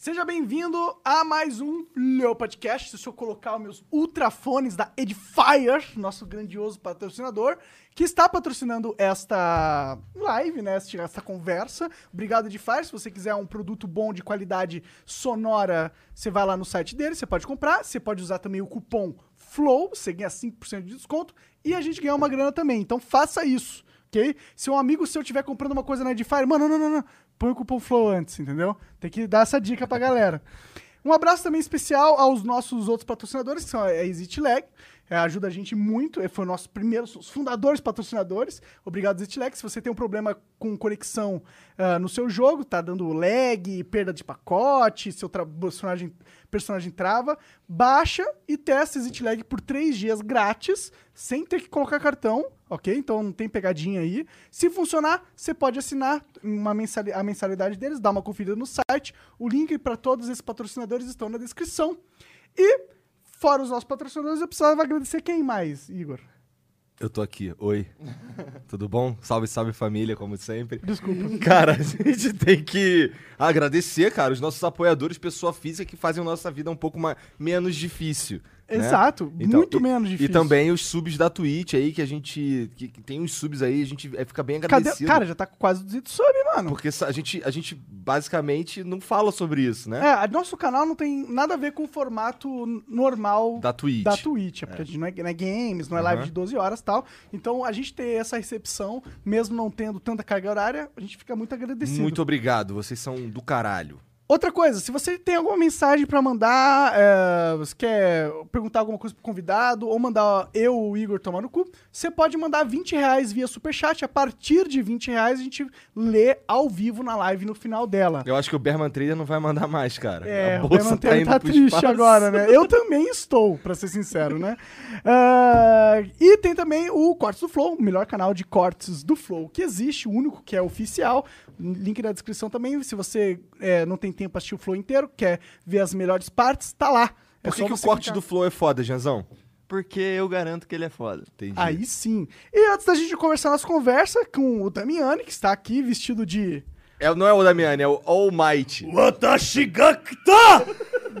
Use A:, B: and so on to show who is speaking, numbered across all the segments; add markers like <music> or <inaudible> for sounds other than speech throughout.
A: Seja bem-vindo a mais um Leo Podcast. Deixa eu colocar os meus ultrafones da Edifier, nosso grandioso patrocinador, que está patrocinando esta live, né? Esta, esta conversa. Obrigado, Edifier. Se você quiser um produto bom de qualidade sonora, você vai lá no site dele, você pode comprar. Você pode usar também o cupom FLOW, você ganha 5% de desconto e a gente ganha uma grana também. Então faça isso. Ok? Se um amigo seu estiver comprando uma coisa na Edifier, mano, não, não, não, não põe o cupom Flow antes, entendeu? Tem que dar essa dica pra galera. Um abraço também especial aos nossos outros patrocinadores, que são a EasyTlag, é, ajuda a gente muito, é, foi o nosso primeiro, os fundadores patrocinadores. Obrigado, EasyTlag. Se você tem um problema com conexão ah, no seu jogo, tá dando lag, perda de pacote, seu tra- personagem, personagem trava, baixa e testa EasyTlag por três dias grátis, sem ter que colocar cartão ok? Então não tem pegadinha aí. Se funcionar, você pode assinar uma mensali- a mensalidade deles, dar uma conferida no site. O link para todos esses patrocinadores estão na descrição. E, fora os nossos patrocinadores, eu precisava agradecer quem mais, Igor?
B: Eu tô aqui, oi. Tudo bom? Salve, salve família, como sempre. Desculpa. <laughs> Cara, a gente tem que agradecer, cara, os nossos apoiadores, pessoa física, que fazem nossa vida um pouco mais, menos difícil. né?
A: Exato,
B: Então,
A: muito
B: e-
A: menos difícil.
B: E também os subs da Twitch aí, que a gente. Que, que tem uns subs aí, a gente é, fica bem
A: Cadê?
B: agradecido.
A: Cara, já tá com quase 200 subs, mano.
B: porque sa- a gente, a gente basicamente não fala sobre isso, né?
A: É, a- nosso canal não tem nada a ver com o formato n- normal
B: Da Twitch.
A: da Twitch, é porque a gente não é, não é games, não é live
B: Aham.
A: de 12 horas e tal. Então a gente ter essa recepção, mesmo não tendo tanta carga horária, a gente fica muito agradecido.
B: Muito obrigado, vocês são do caralho.
A: Outra coisa, se você tem alguma mensagem pra mandar, é, você quer perguntar alguma coisa pro convidado, ou mandar eu ou o Igor tomar no cu, você pode mandar 20 reais via superchat. A partir de 20 reais a gente lê ao vivo na live no final dela.
B: Eu acho que o Berman Trader não vai mandar mais, cara.
A: É,
B: a
A: o
B: bolsa tá
A: Bermanteiro
B: indo
A: tá,
B: pro
A: triste
B: espaço.
A: agora, né? Eu também estou, pra ser sincero, né? Ah, e tem também o Cortes do Flow, o melhor canal de cortes do Flow que existe, o único que é oficial. Link na descrição também, se você eh, não tem tempo pra assistir o Flow inteiro, quer ver as melhores partes, tá lá. É
B: Por que,
A: só
B: que o
A: você
B: corte
A: clicar.
B: do Flow é foda, Janzão?
C: Porque eu garanto que ele é foda.
B: Entendi.
A: Aí sim. E antes da gente começar nossa conversa com o Damiani, que está aqui vestido de...
B: É, não é o Damiani, é o All Might.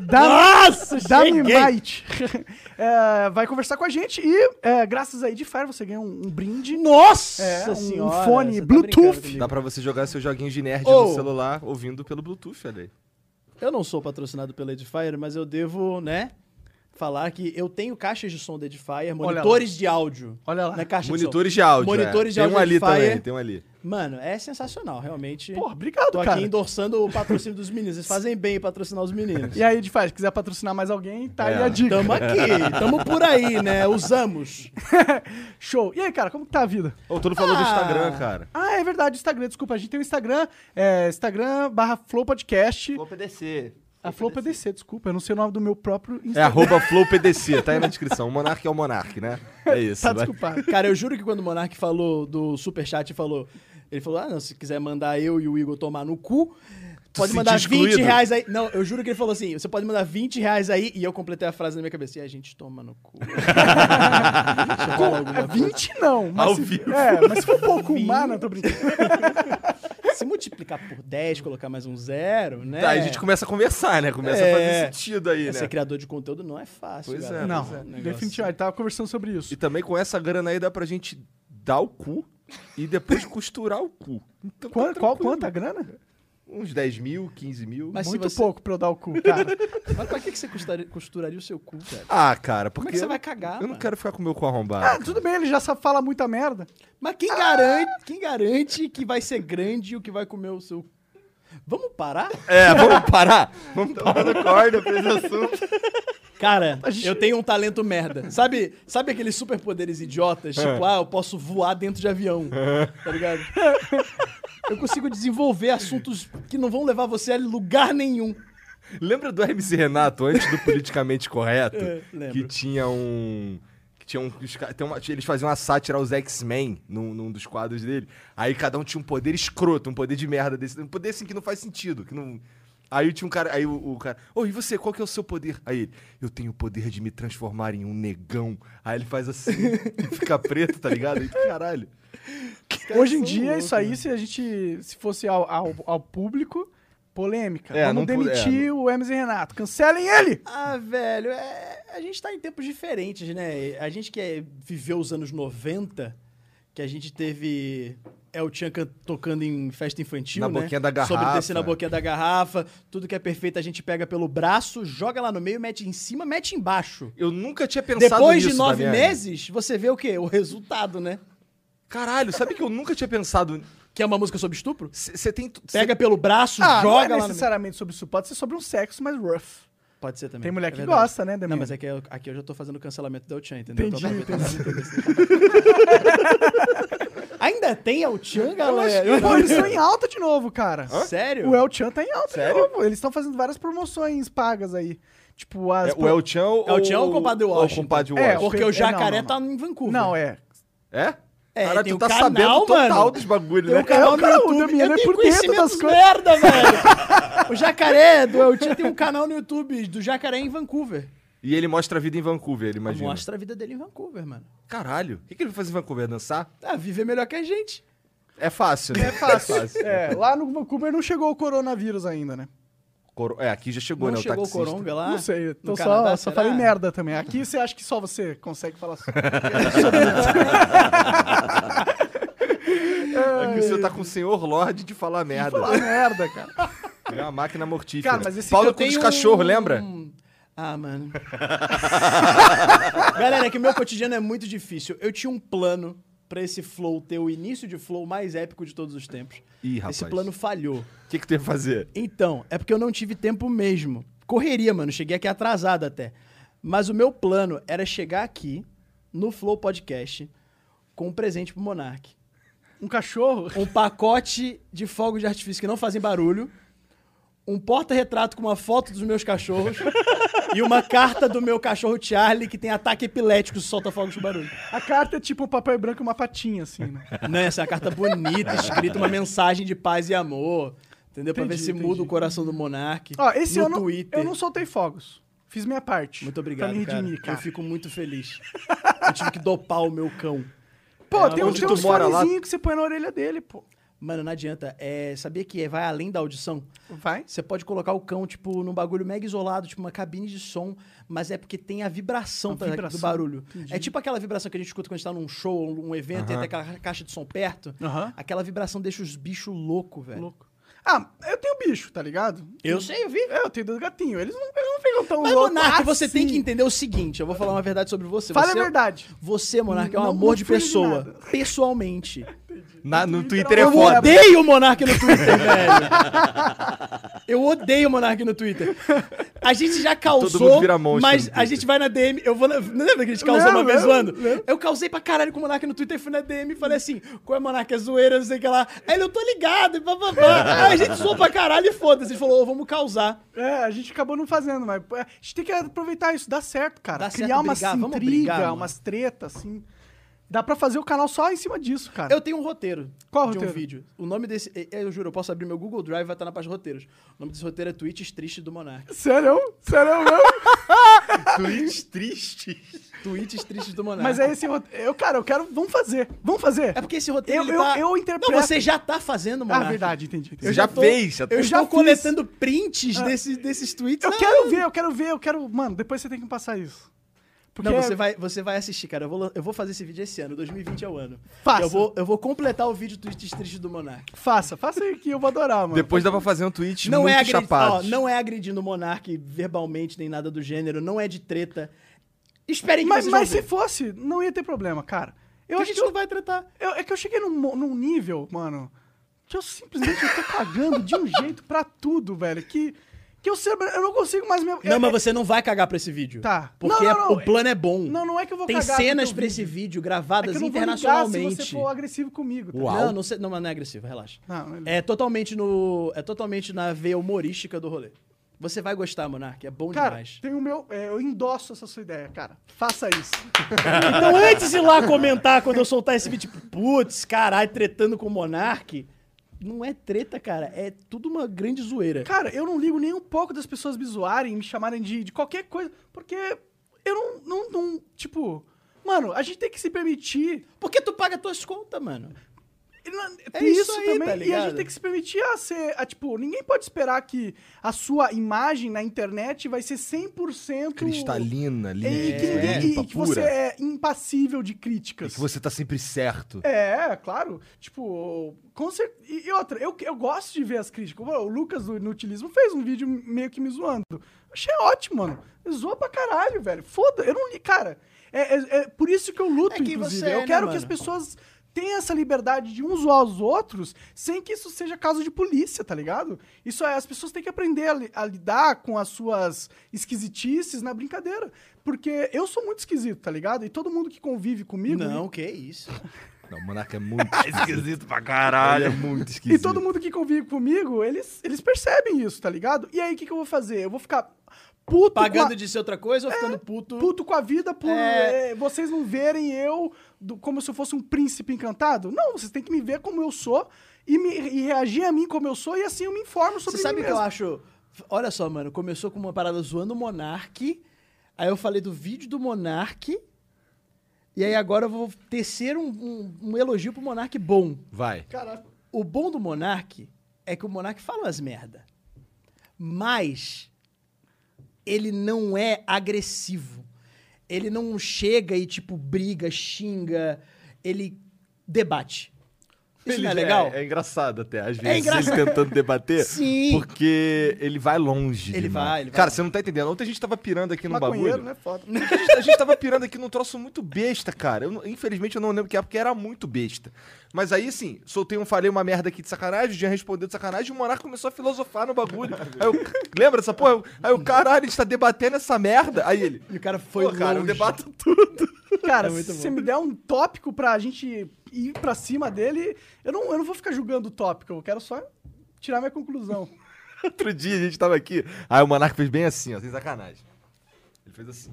A: Da, da Mimite. um <laughs> É, vai conversar com a gente e, é, graças a Edifier, você ganha um, um brinde.
C: Nossa
A: É, um
C: senhora!
A: fone
C: você tá
A: Bluetooth.
C: brincando comigo.
B: Dá pra você jogar seu joguinho de nerd
C: Oh.
B: no celular ouvindo pelo Bluetooth, olha aí.
C: Eu não sou patrocinado pela Edifier, mas eu devo, né, falar que eu tenho caixas de som da Edifier,
A: lá. Ah,
C: monitores de áudio.
A: Olha lá.
C: Na caixa
B: Monitores de áudio. é.
C: Monitores de
B: tem
C: áudio
B: um ali
C: Edifier.
B: também, tem um ali.
C: de som. Mano, é sensacional, realmente.
A: Porra, obrigado,
C: Tô aqui
A: cara.
C: endossando o patrocínio dos meninos. Vocês fazem bem em patrocinar os meninos.
A: <laughs> E aí, Edifier, se quiser patrocinar mais alguém, tá
B: É.
A: aí a dica.
C: Tamo aqui, tamo por aí, né? Usamos.
A: Show. E aí, cara, como que tá a vida?
B: Ô, todo falou do
C: Ah.
B: Instagram, cara.
A: Ah, é verdade, Instagram, desculpa. A gente tem o Instagram, é, Instagram barra Flow Podcast.
D: Vou PDC.
A: A Flow PDC, desculpa, eu não sei o nome do meu próprio
B: É
A: Instagram.
B: arroba FlowPDC, tá aí na descrição. O Monark é o Monark, né? É isso.
A: Tá
B: vai.
A: desculpado.
C: Cara, eu juro que quando o Monark falou do superchat, falou. Ele falou: ah, não, se quiser mandar eu e o Igor tomar no cu, pode
B: se
C: mandar
B: sentiu
C: 20
B: excluído?
C: reais aí. Não, eu juro que ele falou assim: você pode mandar 20 reais aí, e eu completei a frase na minha cabeça: e a gente toma no
B: <laughs>
C: cu.
A: Com- <laughs> 20 não, mas
B: Ao
A: se,
B: vivo.
A: É, mas se for um pouco humano, eu tô brincando.
C: se multiplicar por 10, colocar mais um zero, né?
B: Tá, aí a gente começa a conversar, né? Começa a
C: É.
B: fazer sentido aí,
C: Ser
B: né?
C: criador de conteúdo não é fácil.
B: Pois é,
C: galera.
A: Não,
B: pois
C: Um negócio-
A: definitivamente, tava conversando sobre isso.
B: E também com essa grana aí dá pra gente dar o cu e depois costurar o cu. Então, tá
A: Qual, qual-
B: tranquilo.
A: quanta grana?
B: Uns 10 mil, 15 mil.
C: Mas se
A: Muito
C: você-
A: pouco pra eu dar o cu,
C: <laughs>
A: cara.
C: Mas pra que que você costari- costuraria o seu cu, cara?
B: Ah, cara,
C: Como é
B: porque...
C: que você vai cagar?
B: Eu não
C: mano?
B: quero ficar com o meu cu arrombado.
A: Ah, tudo bem, ele já sabe falar muita merda.
C: Mas
B: Ah!
C: quem garante, quem garante que vai ser grande o que vai comer o seu. Vamos parar?
B: É, vamos parar? Vamos
C: Então,
B: parar.
D: Quando corda, fez assunto.
C: Cara,
A: A gente-
C: eu tenho um talento merda. Sabe, sabe aqueles superpoderes idiotas? Tipo,
B: É.
C: ah, eu posso voar dentro de avião. Tá ligado? Eu consigo desenvolver assuntos que não vão levar você a lugar nenhum.
B: Lembra do MC Renato, antes do politicamente correto?
C: <laughs> É, lembro.
B: que tinha um. Que tinha um os ca- tem uma- eles faziam uma sátira aos X-Men num, num dos quadros dele. Aí cada um tinha um poder escroto, um poder de merda desse. Um poder assim que não faz sentido. Que não... Aí tinha um cara. Aí o, o cara. Ô, e você, qual que é o seu poder? Aí ele, eu tenho o poder de me transformar em um negão. Aí ele faz assim <laughs> e fica preto, tá ligado? Aí, caralho.
A: Hoje em dia, isso
C: né?
A: aí, se a gente. Se fosse ao, ao, ao público, polêmica.
B: É,
A: Vamos
B: não pu-
A: demitir
B: é,
A: o Emerson Renato. Cancelem ele!
C: Ah, velho, é- a gente tá em tempos diferentes, né? A gente que é- viveu os anos 90, que a gente teve El Chan can- tocando em festa infantil,
B: Na
C: né?
B: boquinha da
C: Sobre descer
B: garrafa.
C: na boquinha da garrafa, tudo que é perfeito a gente pega pelo braço, joga lá no meio, mete em cima, mete embaixo.
B: Eu nunca tinha pensado
C: Depois
B: nisso.
C: de nove
B: Damiani.
C: meses, você vê o quê? O resultado, né?
B: Caralho, sabe que eu nunca tinha pensado.
C: Que é uma música sobre estupro?
B: Você tem. cê-
C: Pega pelo braço,
A: Ah,
C: joga
A: não é
C: lá no meio.
A: necessariamente sobre isso. Pode ser sobre um sexo mais rough.
C: Pode ser também. É
A: Tem mulher que
C: verdade.
A: gosta, né, Damiano?
C: Não, mas é que eu- aqui eu já tô fazendo o cancelamento do El-Chan, entendeu? assim, Eu tô
A: Entendi,
C: aproveitando esse- <laughs> Ainda tem El-Chan, galera?
A: Então, é, Pô, eles
C: <laughs>
A: estão em alta de novo, cara.
C: Sério?
A: O El Chan tá em alta de
B: Sério?
A: novo. Eles estão fazendo várias promoções pagas aí. Tipo, as.
B: É, o El Chan ou.
C: É o Chan ou o compadre
B: ou
C: Washington?
B: O compadre
A: É,
B: Washington.
C: Porque
A: É,
C: o
A: não,
C: jacaré
A: não, não.
C: tá em Vancouver.
A: Não, é.
B: É?
C: É,
B: Caralho,
C: tem
B: tu
C: um
B: tá
C: canal,
B: sabendo total
C: mano.
B: dos bagulhos,
C: Tem
B: né?
C: um canal
A: É, o cara, o
C: no YouTube.
A: Damiano
C: Eu
A: é
C: tenho
A: por dentro das
C: conhecimentos
A: coisas.
C: merda,
A: <laughs>
C: velho. o jacaré do El-Chan tem um canal no YouTube do jacaré em Vancouver.
B: <laughs> E ele mostra a vida em Vancouver, ele imagina.
C: Mostra a vida dele em Vancouver, mano.
B: Caralho. O que, que ele vai fazer em Vancouver? Dançar?
C: Ah, viver melhor que a gente.
B: É fácil, né? É
C: <laughs>
B: fácil.
A: É, lá no Vancouver não chegou o coronavírus ainda, né?
B: Coro- É, aqui já chegou,
C: Não
B: né? o
C: chegou o
B: taxista.
C: coronga lá?
A: não sei,
C: no
A: então só,
C: Canadá,
A: só
C: será?
A: falei merda também. Aqui você acha que só você consegue falar assim, sobre.
B: Aqui você tá com o senhor Lorde de falar merda.
A: falar <laughs> merda, cara.
B: É uma máquina mortífera.
A: Cara, mas esse-
B: Paulo
A: eu
B: com os
C: tenho
B: cachorros,
C: um-
B: lembra?
C: Ah, mano. <laughs> Galera, é que meu cotidiano é muito difícil. Eu tinha um plano pra esse flow ter o início de flow mais épico de todos os tempos.
B: Ih, rapaz.
C: Esse plano falhou.
B: O que, que tu ia fazer?
C: Então, é porque eu não tive tempo mesmo. Correria, mano. Cheguei aqui atrasado até. Mas o meu plano era chegar aqui no Flow Podcast com um presente pro Monark.
A: Um cachorro?
C: Um pacote de fogos de artifício que não fazem barulho. Um porta-retrato com uma foto dos meus cachorros. e uma carta do meu cachorro Charlie, que tem ataque epilético, solta fogos de barulho.
A: A carta é tipo um papel branco e uma patinha, assim, né?
C: <laughs> Não, essa é uma carta bonita, escrita, uma mensagem de paz e amor. Entendeu? pra ver
A: Entendi,
C: se muda
A: entendi.
C: o coração do Monark.
A: Ó, esse
C: no
A: ano
C: Twitter.
A: eu não soltei fogos. Fiz minha parte.
C: Muito obrigado,
A: Pra me redimir,
C: cara.
A: cara.
C: Eu fico muito feliz. Eu tive que dopar o meu cão.
A: Pô,
C: É,
A: tem, um,
C: onde
A: tem
B: tu
A: uns
B: mora lá?
A: fonezinhos que você põe na orelha dele, pô.
C: Mano, não adianta. É, sabia que vai além da audição?
A: Vai.
C: Você pode colocar o cão, tipo, num bagulho mega isolado, tipo uma cabine de som, mas é porque tem a vibração,
A: A
C: tá-
A: vibração.
C: do barulho. É tipo aquela vibração que a gente escuta quando a gente tá num show, ou um evento, e tem aquela caixa de som perto.
A: Aham.
C: Aquela vibração deixa os bichos loucos, velho.
A: Louco. Ah, eu tenho bicho, tá ligado?
C: Eu sei, eu vi.
A: É, eu tenho dois gatinhos. Eles não, eles não ficam tão
C: Mas,
A: loucos
C: Monark,
A: assim.
C: você tem que entender o seguinte: eu vou falar uma verdade sobre você.
A: Fala
C: você é
A: a verdade.
C: Você, Monark, é um
A: Não-
C: amor
A: não
C: de
A: fui de
C: pessoa.
A: nada.
C: pessoalmente.
B: Na- no Twitter é
C: Eu
B: foda.
C: odeio o Monark
A: <laughs>
C: no Twitter, velho. Eu odeio o Monark no Twitter. A gente já causou,
B: Todo mundo vira monstro
C: mas
B: no
C: a
B: Twitter.
C: gente vai na DM, eu vou na, não lembra que a gente causou uma
A: Lembro,
C: vez zoando?
A: lembro,
C: Eu causei pra caralho com o Monark no Twitter, fui na DM e falei assim, qual é Monark, é zoeira, não sei o que lá. Aí ele, eu tô ligado, e bababá. Aí a gente zoou pra caralho e foda-se. Ele falou, ô, vamos causar.
A: É, a gente acabou não fazendo, mas pô, a gente tem que aproveitar isso, dá certo, cara.
C: Dá
A: Criar
C: certo,
A: umas
C: brigar, vamos
A: intrigas,
C: brigar, mano.
A: umas tretas, assim. Dá pra fazer o canal só em cima disso, cara.
C: Eu tenho um roteiro
A: Qual
C: de um
A: roteiro?
C: vídeo. O nome desse, eh, eu juro, eu posso abrir meu Google Drive, vai estar na página roteiros. O nome desse roteiro é Tweets Tristes do Monark.
A: Sério? Sério
C: <laughs>
A: mesmo?
B: Tweets tristes.
C: Tweets Tristes do Monark.
A: mas é esse... rote- Eu, cara, eu quero... Vamos fazer. Vamos fazer.
C: É porque esse roteiro
A: Eu-
C: ele
A: eu-
C: tá...
A: eu interpreto-
C: Não, você já tá fazendo,
A: Ah,
C: mano.
A: verdade, entendi. entendi.
B: Eu já fez, já-
C: Eu,
B: eu
C: estou
A: já fiz.
C: coletando prints desse- desses tweets.
A: Ah.
C: Ah.
A: Eu
C: Não,
A: quero ver, eu quero ver, eu quero... Mano, depois você tem que me passar isso. Porque...
C: Não, você vai, você vai assistir, cara. Eu vou, lan- eu vou fazer esse vídeo esse ano. 2020 é o ano.
A: Faça.
C: Eu vou, eu vou completar o vídeo Tweets Tristes do Monark.
A: Faça, faça aí que eu vou adorar, mano.
B: Depois dá pra fazer um tweet
C: Não
B: muito
C: é, agredi...
B: chapado.
C: ó, não é agredindo o Monark verbalmente, nem nada do gênero. Não é de treta. Esperem que
A: Mas,
C: vocês
A: mas
C: vão
A: se
C: ver.
A: fosse, não ia ter problema, cara. Eu
C: Porque a
A: acho
C: gente
A: que
C: não
A: eu,
C: vai tratar.
A: eu- é que eu cheguei num, mo- num nível, mano, que eu simplesmente eu tô cagando
C: <laughs>
A: de um jeito pra tudo, velho. Que, que eu cérebro, eu não consigo mais me.
C: Não,
A: é-
C: mas você não vai cagar pra esse vídeo.
A: Tá.
C: Porque
A: Não, não,
C: é-
A: não.
C: o plano é bom.
A: Não, não é que eu vou
C: Tem
A: cagar
C: cenas
A: pro teu
C: pra esse vídeo
A: é que
C: gravadas
A: eu não vou ligar
C: internacionalmente.
A: se você for agressivo comigo. Tá?
B: Uau.
C: Não, não, sei- não, mas não é agressivo, relaxa.
A: Não, não é-
C: É totalmente no. É totalmente na veia humorística do rolê. Você vai gostar, Monark. É bom
A: Cara,
C: <laughs> demais.
A: tem o meu. é, eu endosso essa sua ideia, cara. Faça isso.
E: Então, antes de ir lá comentar quando eu soltar esse vídeo, tipo, putz, caralho, tretando com o Monark. Não é treta, cara. É tudo uma grande
C: É.
E: zoeira.
A: Cara, eu não ligo nem um pouco das pessoas me zoarem, me chamarem de, de qualquer coisa, porque eu não, não, não. Tipo. Mano, a gente tem que se permitir
C: Por que tu paga tuas contas, mano?
A: E na-
C: É
A: tem
C: isso
A: isso, também.
C: aí, tá
A: e a
C: ligado?
A: gente tem que se permitir a ser. a, tipo, ninguém pode esperar que a sua imagem na internet vai ser
C: é
A: 100%
B: Cristalina,
A: E,
B: linda,
A: que, ninguém-
B: limpa,
A: e que você
B: pura.
A: é impassível de
B: E
C: é
A: críticas.
B: que você tá sempre certo.
A: É, claro. Tipo, com certeza. E outra, eu, eu gosto de ver as críticas. Pô, O Lucas do Inutilismo fez um vídeo meio que me zoando. Achei ótimo, mano. Zoa pra caralho, velho. Foda, eu não li. Cara, é, é- é por isso que eu luto,
C: É quem
A: inclusive.
C: você é,
A: eu
C: né,
A: quero
C: mano?
A: que as pessoas tenham essa liberdade de uns zoar os outros sem que isso seja caso de polícia, tá ligado? Isso é, as pessoas têm que aprender a, li- a lidar com as suas esquisitices na brincadeira. Porque eu sou muito esquisito, tá ligado? E todo mundo que convive comigo.
C: Não, que isso.
B: Não, o Monarca é muito esquisito.
F: Esquisito pra
B: Ele é
F: caralho.
B: muito
A: E
B: esquisito.
A: todo mundo que convive comigo, eles, eles percebem isso, tá ligado? E aí, o que, que eu vou fazer? Eu vou ficar puto, com
C: Pagando
A: a,
C: de ser outra coisa ou ficando puto?
A: puto com a vida por
C: É.
A: eh, vocês não verem eu do- como se eu fosse um príncipe encantado? Não, vocês têm que me ver como eu sou e, me, e reagir a mim como eu sou e assim eu me informo sobre
C: Você sabe o
A: mim
C: que eu
A: mesmo.
C: acho? Olha só, mano, começou com uma parada zoando o Monark, aí eu falei do vídeo do Monark, e aí agora eu vou tecer um, um- um elogio pro Monark bom.
B: Vai.
C: O bom do Monark é que o Monark fala umas merda, mas ele não é agressivo. Ele não chega e, tipo, briga, xinga, ele debate. Isso não é legal?
B: É, engraçado até, às
C: É
B: vezes,
C: engraçado.
B: ele tentando debater.
C: Sim.
B: Porque ele vai longe.
C: Ele
B: demais.
C: vai, ele vai
B: Cara,
C: longe.
B: você não tá entendendo. Ontem a gente tava pirando aqui num
A: Maconheiro,
B: bagulho.
A: né?
C: <laughs>
A: Foda.
B: A gente, a gente tava pirando aqui num troço muito besta, cara. Eu não- infelizmente eu não lembro o que é, porque era muito besta. Mas aí, assim, soltei um, falei uma merda aqui de sacanagem, o Jean respondeu de sacanagem e o Monarca começou a filosofar no
C: <laughs>
B: bagulho. Aí eu, lembra dessa porra? Eu- Aí o caralho, a gente tá debatendo essa merda. Aí ele.
C: E o cara foi
B: Pô, cara, tá eu
C: longe.
B: debato tudo.
A: <laughs> Cara,
C: É muito
A: se
C: bom.
A: você me der um tópico pra gente ir pra cima dele, eu não, eu não vou ficar julgando o tópico, eu quero só tirar minha
C: <laughs>
A: conclusão.
B: <laughs> Outro dia a gente tava aqui. Aí o Monarca fez bem assim, ó, sem sacanagem. Ele fez assim.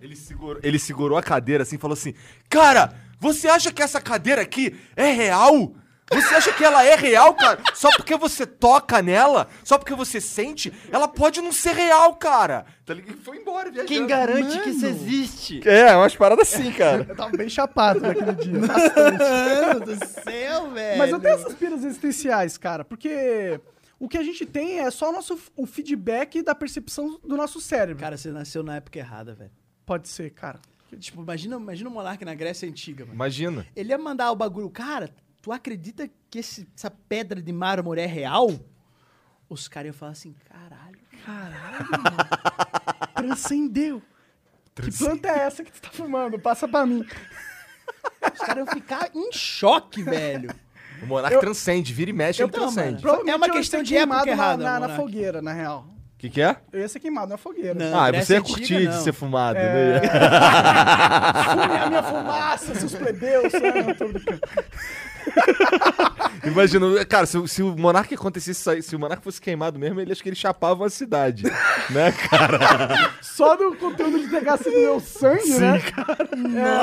B: Ele segurou, ele segurou a cadeira assim e falou assim: Cara, você acha que essa cadeira aqui é real? Você acha que ela é real, cara? Só porque você toca nela, só porque você sente, ela pode não ser real, cara. Tá ligado? E Foi embora, viajando.
F: Quem garante que isso existe?
B: É, umas paradas assim, cara.
A: Eu tava <laughs> bem chapado naquele dia.
C: Mano do <laughs> céu, velho.
A: Mas eu tenho essas piras existenciais, cara, porque o que a gente tem é só o nosso o feedback da percepção do nosso cérebro.
C: Cara, você nasceu na época errada, velho.
A: Pode ser, cara.
C: Tipo, imagina, imagina o monarca na Grécia Antiga, mano.
B: Imagina.
C: Ele ia mandar o bagulho. Cara, tu acredita que esse- essa pedra de mármore é real? Os caras iam falar assim, caralho.
A: Caralho, mano. <laughs> Transcendeu. Que planta é essa que tu tá fumando? Passa pra mim.
C: É Os caras iam ficar em choque, velho.
B: O Monarca transcende, vira e mexe, ele
C: Então,
B: transcende.
C: mano.
A: Provavelmente
C: É uma
A: eu ia
C: questão
A: ser
C: de época
A: queimado na-
C: errada,
A: na, na
C: Monark.
A: fogueira, na real.
B: O que, que é?
A: Eu ia ser queimado na fogueira.
C: Não.
B: Ah,
C: Grécia
B: você ia
C: Antiga,
B: curtir de
C: não. É.
B: ser fumado, né?
A: Fume
C: <laughs>
A: a minha fumaça, seus plebeus. né? Tô brincando.
B: Imagina, cara, se, se o Monarca acontecesse isso aí, se o Monarca fosse queimado mesmo, ele acho que ele chapava a cidade. né, cara?
A: Só do conteúdo de pegar assim no meu sangue, né?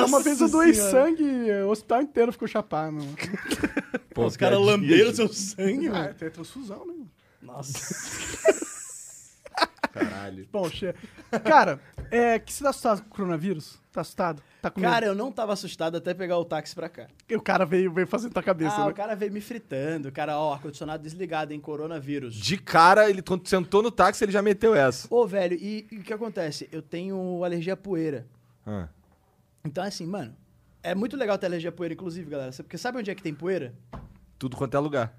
A: É, uma vez eu doei
C: Senhora.
A: sangue e o hospital inteiro ficou chapado. mano.
B: Pô,
C: Os caras
B: piadinha,
C: lamberam
B: gente.
C: seu sangue,
A: Ah,
C: mano.
A: tem transfusão, né?
C: <laughs> Nossa.
B: Caralho.
A: Bom, che... Cara, é, que se dá assustado com o coronavírus? Tá assustado? Tá com medo?
C: Cara, eu não tava assustado até pegar o táxi pra cá.
A: E o cara veio, veio fazendo tua cabeça,
C: Ah,
A: né?
C: o cara veio me fritando. O cara, ó, ar-condicionado desligado, hein? Coronavírus.
B: De cara, ele quando sentou no táxi, ele já meteu essa.
C: Ô, velho, e e o que acontece? Eu tenho alergia à poeira.
B: Ah,
C: Então, assim, mano, é muito legal ter alergia à poeira, inclusive, galera. Porque sabe onde é que tem poeira?
B: tudo quanto é lugar.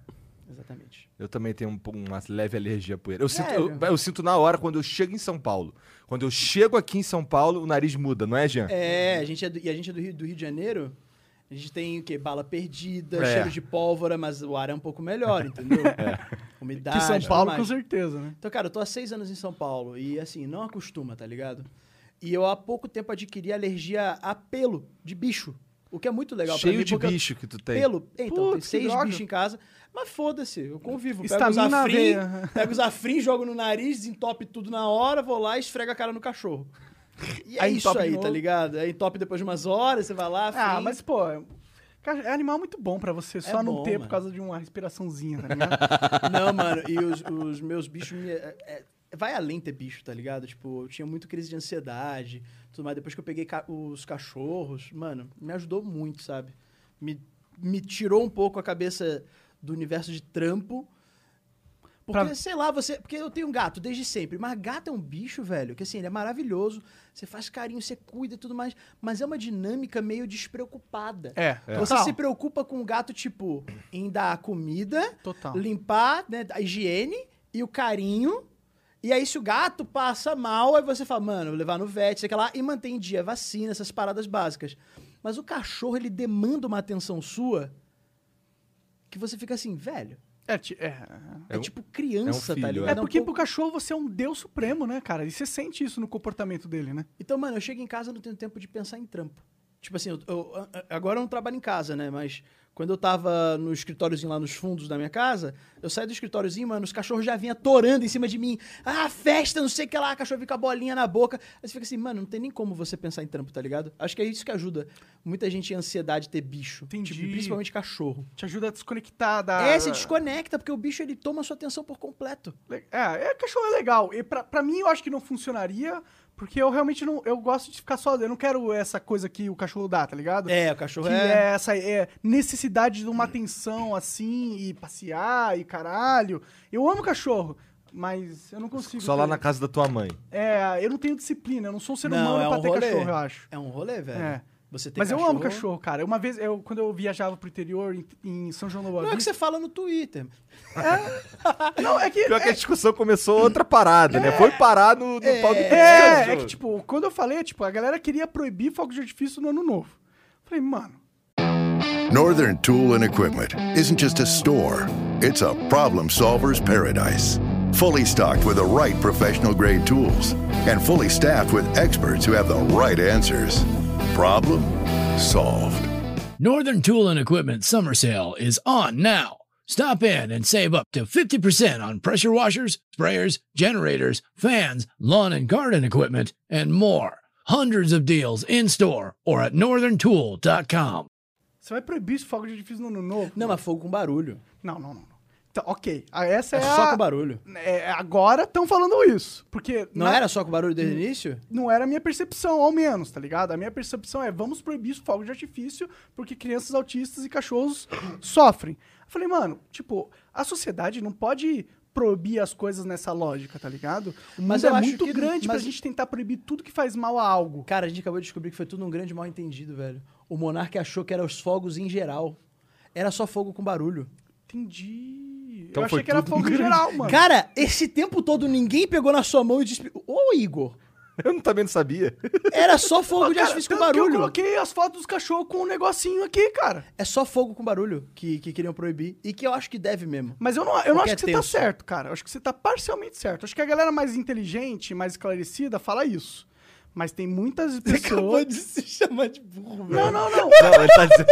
C: Exatamente.
B: Eu também tenho um, pouco- uma leve alergia à poeira. Eu sinto,
C: Sério?
B: eu, eu sinto na hora quando eu chego em São Paulo. Quando eu chego aqui em São Paulo, o nariz muda, não é, Jean?
C: É, a gente é do- e a gente é do Rio, do Rio de Janeiro. A gente tem o quê? Bala perdida,
B: É.
C: cheiro de pólvora, mas o ar é um pouco melhor, entendeu? Umidade.
A: Que São
C: tudo
A: Paulo,
C: mais.
A: com certeza, né?
C: Então, cara, eu tô há seis anos em São Paulo e, assim, não acostuma, tá ligado? E eu há pouco tempo adquiri alergia a pelo de bicho. O que é muito legal pra
G: Cheio
C: mim,
G: de
C: porque eu-
G: bicho que tu tem.
C: Pelo. Então, tem
A: Putz, que
C: seis
A: droga.
C: bichos em casa. Mas foda-se, eu convivo. Pego os
A: Estamina na
C: afrim,
A: veia.
C: pego os afrim, jogo no nariz, desentope tudo na hora, vou lá e esfrego a cara
A: <laughs>
C: no cachorro. E é
A: Aí
C: isso
A: entope de
C: aí, tá
A: novo.
C: ligado? Aí entope depois de umas horas, você vai lá, afrim.
A: Ah, mas pô. cara, É animal muito bom pra você, só não
C: bom,
A: ter
C: mano.
A: por causa de uma respiraçãozinha, tá ligado? <laughs>
C: Não, mano, e os, os meus bichos me. é- é- vai além ter bicho, tá ligado? Tipo, eu tinha muito crise de ansiedade, tudo mais. Depois que eu peguei ca- os cachorros, mano, me ajudou muito, sabe? Me, me tirou um pouco a cabeça do universo de trampo. Porque,
A: Pra-
C: sei lá, você. Porque eu tenho um gato desde sempre. Mas gato é um bicho, velho, que assim, ele é maravilhoso. Você faz carinho, você cuida e tudo mais. Mas é uma dinâmica meio despreocupada.
A: É,
C: Você
A: total.
C: se preocupa com o gato, tipo, em dar comida,
A: Total.
C: limpar, né, a higiene e o carinho. E aí, se o gato passa mal, aí você fala, mano, vou levar no vet, sei que lá, e mantém em dia vacina, essas paradas básicas. Mas o cachorro, ele demanda uma atenção sua que você fica assim, velho.
A: É, ti- é.
C: É,
G: É um-
C: tipo criança,
G: é um
C: tá
G: filho,
C: ligado?
A: É
C: um
A: porque
C: pouco-
A: pro cachorro você é um deus supremo, né, cara? E você sente isso no comportamento dele, né?
C: Então, mano, eu chego em casa e não tenho tempo de pensar em trampo. Tipo assim, eu, eu- a- a- agora eu não trabalho em casa, né? Mas quando eu tava no escritóriozinho lá nos fundos da minha casa, eu saí do escritóriozinho, mano, os cachorros já vinham torando em cima de mim. Ah, festa, não sei o que lá, cachorro fica com a bolinha na boca. Aí você fica assim, mano, não tem nem como você pensar em trampo, tá ligado? Acho que é isso que ajuda muita gente em ansiedade ter bicho.
A: Entendi.
C: Tipo, principalmente cachorro.
A: Te ajuda a desconectar da.
C: É, se desconecta, porque o bicho ele toma a sua atenção por completo.
A: Le- É, é, cachorro é legal. E pra, pra mim, eu acho que não funcionaria, porque eu realmente não. Eu gosto de ficar sozinho. Eu não quero essa coisa que o cachorro dá, tá ligado?
C: É, o cachorro
A: Que é essa é, necessidade de uma atenção assim, e passear, e caralho. Eu amo cachorro, mas eu não consigo.
G: Só lá
A: ter-
G: na casa da tua mãe.
A: É, eu não tenho disciplina, eu não sou um ser
C: Não,
A: humano
C: é
A: pra
C: um
A: ter
C: rolê.
A: cachorro, eu acho.
C: É um rolê, velho.
A: É.
C: Você tem
A: Mas eu amo cachorro, cara. Uma vez, eu, quando eu viajava pro interior, em, em São João do
C: Não é o
A: Boa
C: <laughs> que você fala no Twitter.
A: Vista- Não, é que.
G: Pior que a discussão começou outra parada, né? Foi parar no, no pau do
A: É,
G: Pedro.
A: é que, tipo, quando eu falei, tipo, a galera queria proibir fogo de artifício no ano novo. Falei, mano,
H: Northern Tool and Equipment isn't just a store, it's a problem solver's paradise. Fully stocked with the right professional grade tools and fully staffed with experts who have the right answers. Problem solved.
I: Northern Tool and Equipment Summer Sale is on now. Stop in and save up to 50% on pressure washers, sprayers, generators, fans, lawn and garden equipment, and more. Hundreds of deals in store or at northerntool.com.
A: você vai proibir esse fogo de artifício no ano novo?
C: Não, mas fogo com barulho.
A: Não, não, não. não. Tá, ok, Ah, essa
C: É
A: é,
C: só
A: a-
C: com barulho.
A: É, agora estão falando isso. Porque
C: Não
A: na-
C: era só com barulho desde o início?
A: não era a minha percepção, ao menos, tá ligado? A minha percepção é vamos proibir os fogos de artifício porque crianças autistas e cachorros <coughs> sofrem. Eu falei, mano, tipo, a sociedade não pode proibir as coisas nessa lógica, tá ligado? O mundo
C: Mas
A: é
C: eu acho
A: muito
C: que-
A: grande pra
C: mas-
A: gente tentar proibir tudo que faz mal a algo.
C: Cara, a gente acabou de descobrir que foi tudo um grande mal entendido, velho. O monarca achou que eram os fogos em geral. Era só fogo com barulho.
A: Entendi.
G: Então
A: Eu achei
G: foi
A: que era
G: tudo
A: fogo em
G: grande.
A: geral, mano.
C: Cara, esse tempo todo ninguém pegou na sua mão e disse... Ô, Igor,
G: Eu não também não sabia.
C: era só fogo de
A: Cara,
C: artifício com
A: tanto que eu
C: barulho.
A: coloquei as fotos dos cachorros com um negocinho aqui, cara.
C: É só fogo com barulho que, que queriam proibir. E que eu acho que deve mesmo.
A: Mas eu não, eu não
C: Porque
A: acho
C: é
A: que você tá
C: tenso.
A: certo, cara. Eu acho que você tá parcialmente certo. Acho que a galera mais inteligente, mais esclarecida, fala isso. Mas tem muitas pessoas.
C: de se chamar de burro,
A: Não, não, não.
G: Não, ele tá dizendo,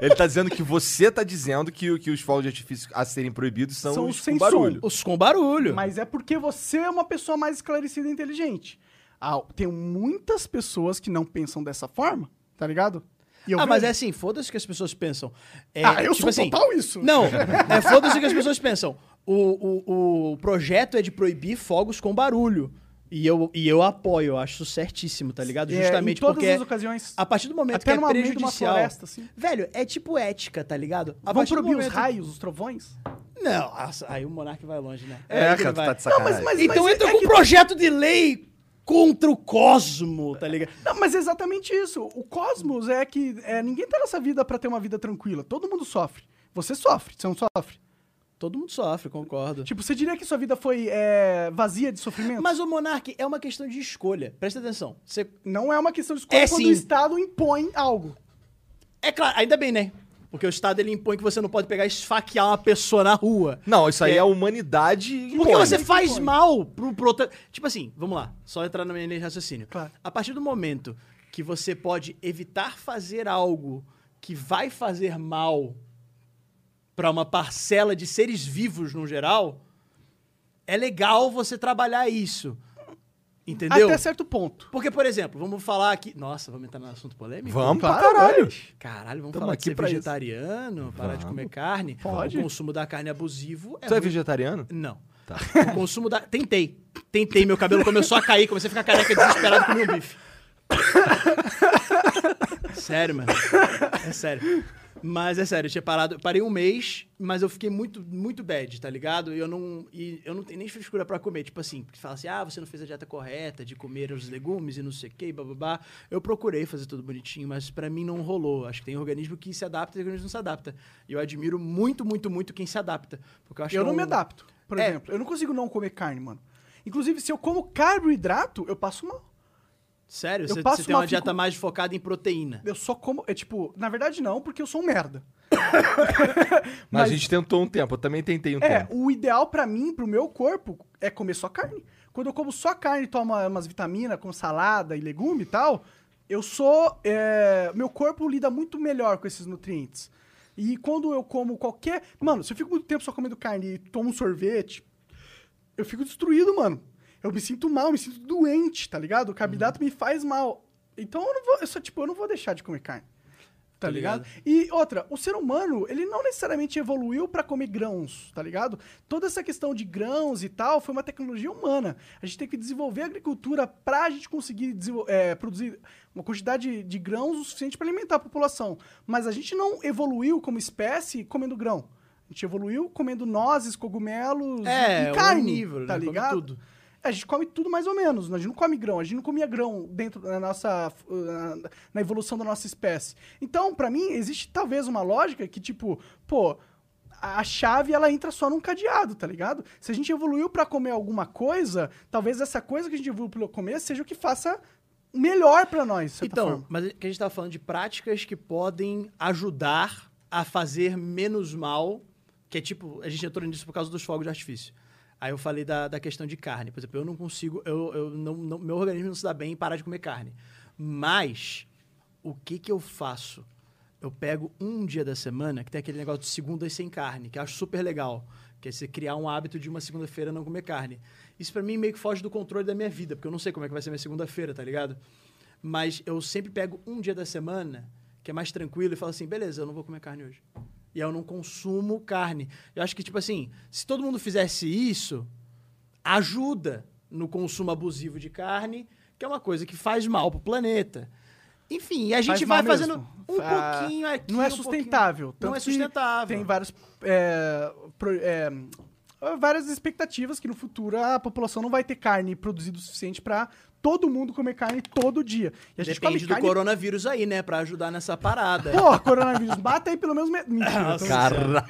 G: ele tá dizendo que você tá dizendo que, o- que os fogos de artifício a serem proibidos são,
A: São
G: os
A: sem
G: com barulho.
C: Os com barulho.
A: Mas é porque você é uma pessoa mais esclarecida e inteligente. Ah, tem muitas pessoas que não pensam dessa forma, tá ligado? E eu
C: ah, mas é
A: vejo.
C: assim, foda-se o que as pessoas pensam. É,
A: Ah, eu
C: tipo
A: sou
C: assim,
A: total isso.
C: Não, é foda-se o que as pessoas pensam. O, o, o projeto é de proibir fogos com barulho. E eu, e eu apoio, eu acho certíssimo, tá ligado?
A: É, em
C: Justamente
A: todas
C: porque
A: as ocasiões.
C: a partir do momento
A: Até
C: que é
A: numa- meio de uma
C: prejudicial...
A: floresta, assim.
C: Velho, é tipo ética, tá ligado? A
A: Vão
C: partir do
A: proibir os
C: momento-
A: raios, os trovões?
C: Não, nossa, aí o monarca vai longe, né?
G: É,
C: Aí ele
G: cara, tu
C: vai.
G: tá de sacanagem.
A: Não, mas-
C: Então
A: é-
C: entra
A: é
C: com um
A: que-
C: projeto de lei contra o cosmo, tá ligado?
A: Não, mas é exatamente isso. O cosmos é que é, ninguém tá nessa vida pra ter uma vida tranquila. Todo mundo sofre. Você sofre, você não sofre.
C: Todo mundo sofre, concordo.
A: Tipo, você diria que sua vida foi é, vazia de sofrimento?
C: Mas o Monark é uma questão de escolha. Presta atenção. Você...
A: Não é uma questão de escolha
C: É,
A: quando
C: sim.
A: o Estado impõe algo.
C: É claro, ainda bem, né? Porque o Estado ele impõe que você não pode pegar e esfaquear uma pessoa na rua.
G: Não, isso aí
C: É.
G: é a humanidade.
C: Porque
G: impõe.
C: você faz mal pro, pro outro. Tipo assim, vamos lá, só entrar na minha linha de raciocínio.
A: Claro.
C: A partir do momento que você pode evitar fazer algo que vai fazer mal para uma parcela de seres vivos no geral, é legal você trabalhar isso. Entendeu?
A: Até certo ponto.
C: Porque, por exemplo, vamos falar aqui. Nossa, vamos entrar no assunto polêmico?
G: Vamos pra
A: Claro,
G: caralho.
C: né? Caralho, vamos
G: Tamo
C: falar
G: aqui
C: de ser
G: pra isso.
C: vegetariano, parar de comer carne.
A: Pode.
C: O consumo da carne abusivo é.
G: Tu é
C: muito-
G: vegetariano?
C: Não.
A: Tá.
C: O consumo da. Tentei. Tentei, meu cabelo começou a cair, comecei a ficar careca desesperado com meu bife. sério, mano. É sério. Mas é sério, eu tinha parado. eu Parei um mês, mas eu fiquei muito, muito bad, tá ligado? E eu não, e eu não tenho nem frescura pra comer. Tipo assim, porque fala assim, ah, você não fez a dieta correta de comer os legumes e não sei o que, bababá. Eu procurei fazer tudo bonitinho, mas pra mim não rolou. Acho que tem organismo que se adapta e organismo que não se adapta. E eu admiro muito, muito, muito quem se adapta. Porque eu acho
A: Eu
C: que é
A: não me
C: um-
A: adapto, por
C: É.
A: exemplo. Eu não consigo não comer carne, mano. Inclusive, se eu como carboidrato, eu passo mal.
C: Sério?
A: Eu
C: Você
A: passo
C: você tem
A: uma-
C: uma dieta
A: fico-
C: mais focada em proteína.
A: Eu só como. É tipo, na verdade, não, porque eu sou um
C: <coughs>
A: merda.
G: Mas, a gente tentou um tempo, eu também tentei um
A: É,
G: tempo.
A: o ideal pra mim, pro meu corpo, é comer só carne. Quando eu como só carne e tomo umas vitaminas, como salada e legume e tal, eu sou. é, meu corpo lida muito melhor com esses nutrientes. E quando eu como qualquer. Mano, se eu fico muito tempo só comendo carne e tomo um sorvete, eu fico destruído, mano. Eu me sinto mal, me sinto doente, tá ligado? O carboidrato me faz mal. Então eu não vou. Eu só, tipo, eu não vou deixar de comer carne. Tá
C: Tá
A: ligado? E outra, o ser humano, ele não necessariamente evoluiu pra comer grãos, tá ligado? Toda essa questão de grãos e tal foi uma tecnologia humana. A gente tem que desenvolver a agricultura pra gente conseguir desenvol- é, produzir uma quantidade de grãos o suficiente pra alimentar a população. Mas a gente não evoluiu como espécie comendo grão. A gente evoluiu comendo nozes, cogumelos e
C: É, é
A: carne,
C: onívoro,
A: tá
C: né? Come
A: ligado?
C: tudo.
A: A gente come tudo mais ou menos, né? a gente não come grão, a gente não comia grão dentro da nossa na- na evolução da nossa espécie. Então, pra mim, existe talvez uma lógica que tipo, pô, a chave ela entra só num cadeado, tá ligado? Se a gente evoluiu pra comer alguma coisa, talvez essa coisa que a gente evoluiu pra comer seja o que faça melhor pra nós, de certa
C: Então,
A: forma.
C: mas que a gente tá falando de práticas que podem ajudar a fazer menos mal, que é tipo, a gente entrou nisso por causa dos fogos de artifício. Aí eu falei da, da questão de carne. Por exemplo, eu não consigo, eu, eu não, não- meu organismo não se dá bem em parar de comer carne. Mas, o que que eu faço? Eu pego um dia da semana, que tem aquele negócio de segundas sem carne, que eu acho super legal. Que é você criar um hábito de uma segunda-feira não comer carne. Isso pra mim meio que foge do controle da minha vida, porque eu não sei como é que vai ser minha segunda-feira, tá ligado? Mas eu sempre pego um dia da semana, que é mais tranquilo, e falo assim, beleza, eu não vou comer carne hoje. E aí eu não consumo carne. Eu acho que, tipo assim, se todo mundo fizesse isso, ajuda no consumo abusivo de carne, que é uma coisa que faz mal pro planeta. Enfim, e a gente
A: Faz
C: vai
A: mal mesmo.
C: fazendo um
A: Fa-
C: pouquinho aqui.
A: Não é
C: um pouquinho-
A: sustentável.
C: Não
A: tanto
C: é
A: que
C: sustentável.
A: Tem vários, é, pro- é, várias expectativas que no futuro a população não vai ter carne produzida o suficiente pra todo mundo comer carne todo dia. E a gente come
C: Depende do
A: carne...
C: coronavírus aí, né? Pra ajudar nessa parada.
A: Pô, coronavírus, mata aí pelo menos... Me...
C: <laughs>
A: Mentira, tô-
G: Caralho.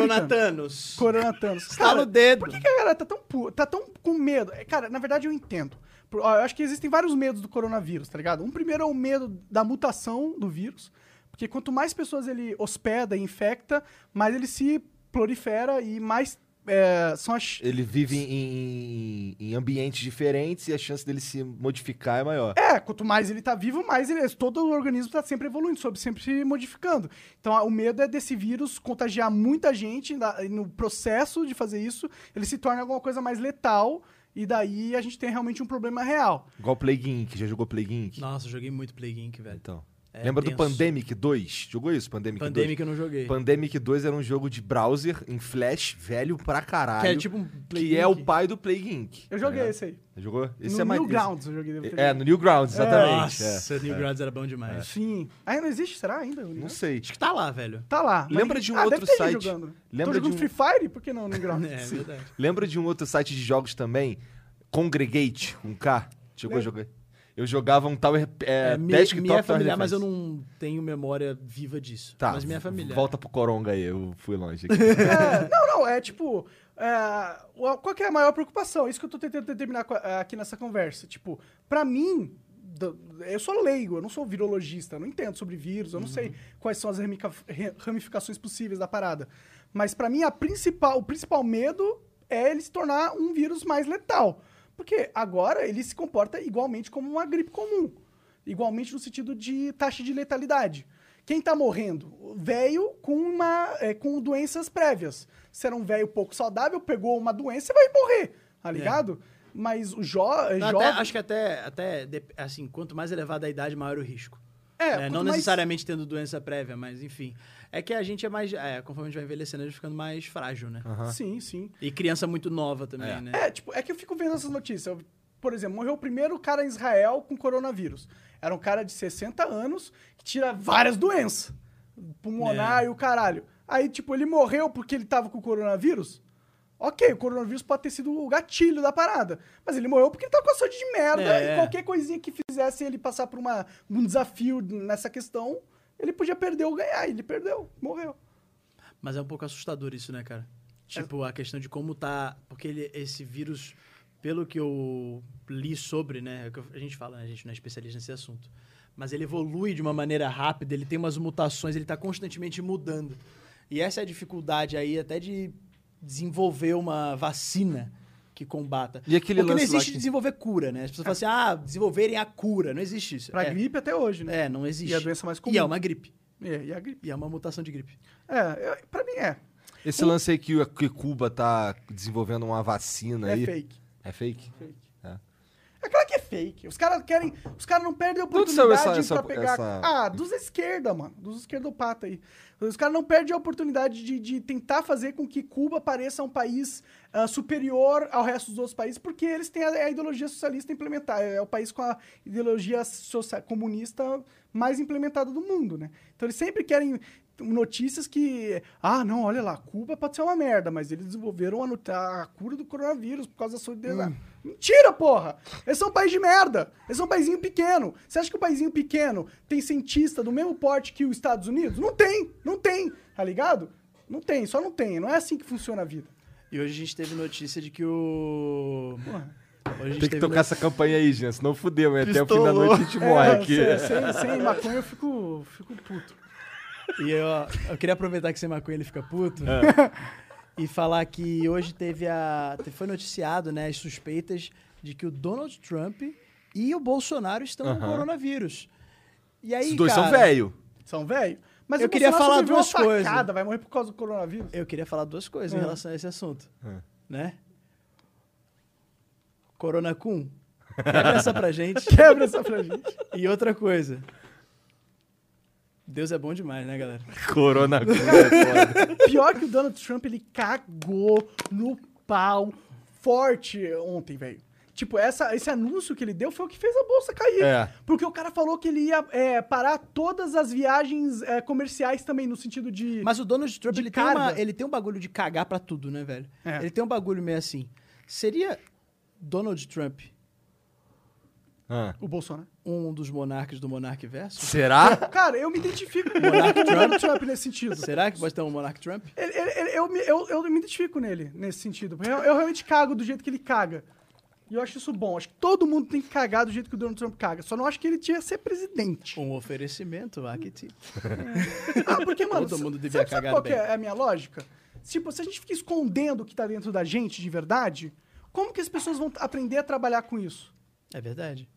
C: Coronatanos.
A: Coronatanos.
C: Estala o dedo.
A: Por que, que a galera tá tão, pu- tá tão com medo? É, Cara, na verdade eu entendo. Por- ó, eu acho que existem vários medos do coronavírus, tá ligado? Um primeiro é o medo da mutação do vírus, porque quanto mais pessoas ele hospeda e infecta, mais ele se prolifera e mais é, são as.
G: Ele vive em, em- em ambientes diferentes e a chance dele se modificar é maior.
A: É, quanto mais ele tá vivo, mais ele, todo o organismo tá sempre evoluindo, sob sempre se modificando. Então a- o medo é desse vírus contagiar muita gente na- e no processo de fazer isso, ele se torna alguma coisa mais letal e daí a gente tem realmente um problema real.
G: Igual Plague Inc. Já jogou Plague Inc?
C: Nossa, eu joguei muito Plague Inc, velho.
G: Então.
C: É
G: Lembra do
C: tenso.
G: Pandemic 2? Jogou isso? Pandemic,
C: Pandemic eu não joguei.
G: 2? Pandemic 2 era um jogo de browser em Flash, velho pra
C: que
G: caralho.
C: é tipo um Plague
G: que é
C: Inc.
G: o pai do Plague Inc.
A: Eu joguei
G: Tá ligado?
A: esse aí.
G: Jogou? Esse
A: no
G: é mais.
A: Newgrounds eu joguei. deve ter
G: É, no Newgrounds, exatamente. é.
C: né? Nossa, Newgrounds era bom
A: É.
C: demais.
A: Sim. Ainda não existe? Será ainda? o
G: Não
A: Newgrounds?
G: sei.
C: Acho que tá lá, velho.
A: Tá lá. mas-
G: Lembra de um
A: Ah,
G: outro
A: deve ter gente
G: site.
A: Jogando.
G: Lembra
A: Tô
G: de
A: jogando
G: um-
A: Free Fire? Por que não no Grounds?
C: <laughs> É,
A: Sim.
C: verdade.
G: Lembra de um outro site de jogos também? Congregate, com K? Chegou a jogar? Eu jogava um Tower. É,
C: É, mi-
G: Desktop
C: minha
G: Tower
C: familiar, mas eu
G: Defense.
C: não tenho memória viva disso.
G: Tá,
C: mas minha é familiar.
G: Volta pro Coronga aí, eu fui longe.
C: <laughs>
G: aqui.
A: É, não, não. É tipo... é, o- qual que é a maior preocupação? Isso que eu tô tentando determinar co- aqui nessa conversa. Tipo, pra mim... do- Eu sou leigo, eu não sou virologista, eu não entendo sobre vírus, eu não sei quais são as ramica- re- ramificações possíveis da parada. Mas pra mim, a principal, o principal medo é ele se tornar um vírus mais letal. Porque agora ele se comporta igualmente como uma gripe comum. Igualmente no sentido de taxa de letalidade. Quem tá morrendo? Velho com, uma, é, com doenças prévias. Se era um velho pouco saudável, pegou uma doença e vai morrer, tá ligado? Mas o jo é
C: Não,
A: jovem...
C: até- acho que até, até dep- assim, quanto mais elevada a idade, maior o risco.
A: É,
C: Né?
A: quanto
C: Não
A: mais-
C: necessariamente tendo doença prévia, mas enfim. É que a gente é mais. é, conforme a gente vai envelhecendo, a gente vai ficando mais frágil, né?
A: Sim, sim.
C: E criança muito nova também, né?
A: É, tipo, é que eu fico vendo essas notícias. Eu- por exemplo, morreu o primeiro cara em Israel com coronavírus. Era um cara de 60 anos que tira várias doenças. Pulmonar
C: É.
A: e o caralho. Aí, tipo, ele morreu porque ele tava com coronavírus? Ok, o coronavírus pode ter sido o gatilho da parada. Mas ele morreu porque ele tava com a sorte de merda.
C: É.
A: E qualquer coisinha que fizesse ele passar por uma, um desafio nessa questão, ele podia perder ou ganhar. Ele perdeu, morreu.
C: Mas é um pouco assustador isso, né, cara?
A: É.
C: Tipo, a questão de como tá. Porque ele- esse vírus, pelo que eu li sobre, né? é o que A gente fala, né? A gente não é especialista nesse assunto. Mas ele evolui de uma maneira rápida, ele tem umas mutações, ele tá constantemente mudando. E essa é a dificuldade aí, até de desenvolver uma vacina que combata.
J: E aquele
C: Porque não
J: lance lá
C: existe
J: que-
C: desenvolver cura, né? As pessoas falam assim, ah, desenvolverem a cura. Não existe isso.
A: Pra
C: é.
A: gripe até hoje, né?
C: É, não existe.
A: E a doença mais comum.
C: E é uma gripe.
A: É, e a gripe.
C: E é uma mutação de gripe.
A: É, eu, pra mim é.
B: Esse lance aí que, o- que Cuba tá desenvolvendo uma vacina aí.
A: É fake.
B: É fake?
A: É claro que é fake. Os caras querem. Os caras não perdem a
B: onde saiu
A: oportunidade
B: essa-
A: pra
B: essa-
A: pegar.
B: essa-
A: Ah, dos esquerda, mano. Dos esquerdopatas aí. Os caras não perdem a oportunidade de, de tentar fazer com que Cuba pareça um país ah, superior ao resto dos outros países, porque eles têm a, a ideologia socialista implementada. É o país com a ideologia social, comunista mais implementada do mundo, né? Então eles sempre querem notícias que. Ah, não, olha lá, Cuba pode ser uma merda, mas eles desenvolveram a, nut- a cura do coronavírus por causa da solidariedade.
C: Hum.
A: Mentira, porra! Eles são um país de merda! Eles são um paizinho pequeno! Você acha que o um paizinho pequeno tem cientista do mesmo porte que os Estados Unidos? Não tem! Não tem! Tá ligado? Não tem, só não tem. Não é assim que funciona a vida.
C: E hoje a gente teve notícia de que o. Hoje a gente
B: Tem que
C: teve
B: tocar
C: no-
B: essa campanha aí, gente. Senão
G: né?
B: fudeu, hein? Até o fim da noite a gente morre
A: É,
B: aqui.
A: sem, sem, sem maconha eu fico, fico puto.
C: E eu, eu queria aproveitar que você maconha ele fica puto.
B: É.
C: <laughs> E falar que hoje teve a. te- Foi noticiado, né, as suspeitas de que o Donald Trump e o Bolsonaro estão com coronavírus. E aí,
B: Os dois
C: cara,
B: são velho.
A: São velho. Mas
C: Eu
A: o
C: queria
A: Bolsonaro
C: falar
A: sobreviveu
C: duas
A: a facada, Ah.
C: coisas.
A: Vai morrer por causa do coronavírus.
C: Eu queria falar duas coisas em relação a esse assunto.
B: Ah.
C: Né? Corona Kun, quebra essa
B: <laughs>
C: pra gente.
A: Quebra essa pra gente.
C: E outra coisa. Deus é bom demais, né, galera?
B: Corona é foda.
A: Pior que o Donald Trump, ele cagou no pau forte ontem, velho. Tipo, essa, esse anúncio que ele deu foi o que fez a bolsa cair.
B: É.
A: Porque o cara falou que ele ia é, parar todas as viagens é, comerciais também, no sentido de.
C: Mas o Donald Trump,
A: De
C: ele tem, uma-
A: carga.
C: ele tem um bagulho de cagar pra tudo, né, velho?
A: É.
C: Ele tem um bagulho meio assim. Seria Donald Trump
B: Ah.
A: O Bolsonaro.
C: um dos monarcas do Monark
A: <laughs>
C: Verso?
B: Será?
A: Cara, eu me identifico com o Donald Trump nesse sentido.
C: Será que pode ter um Monark Trump?
A: Ele- ele- ele- eu, me, eu, eu me identifico nele, nesse sentido. Eu, eu realmente cago do jeito que ele caga. E eu acho isso bom. Acho que todo mundo tem que cagar do jeito que o Donald Trump caga. Só não acho que ele tinha que ser presidente.
C: Um oferecimento, Akiti.
A: Ah, porque, mano,
C: <laughs> Todo mundo
A: sa-
C: devia
A: sabe, sabe
C: cagar
A: qual
C: bem.
A: que é a minha lógica? Tipo, se a gente fica escondendo o que tá dentro da gente de verdade, como que as pessoas vão t- aprender a trabalhar com isso?
C: É verdade.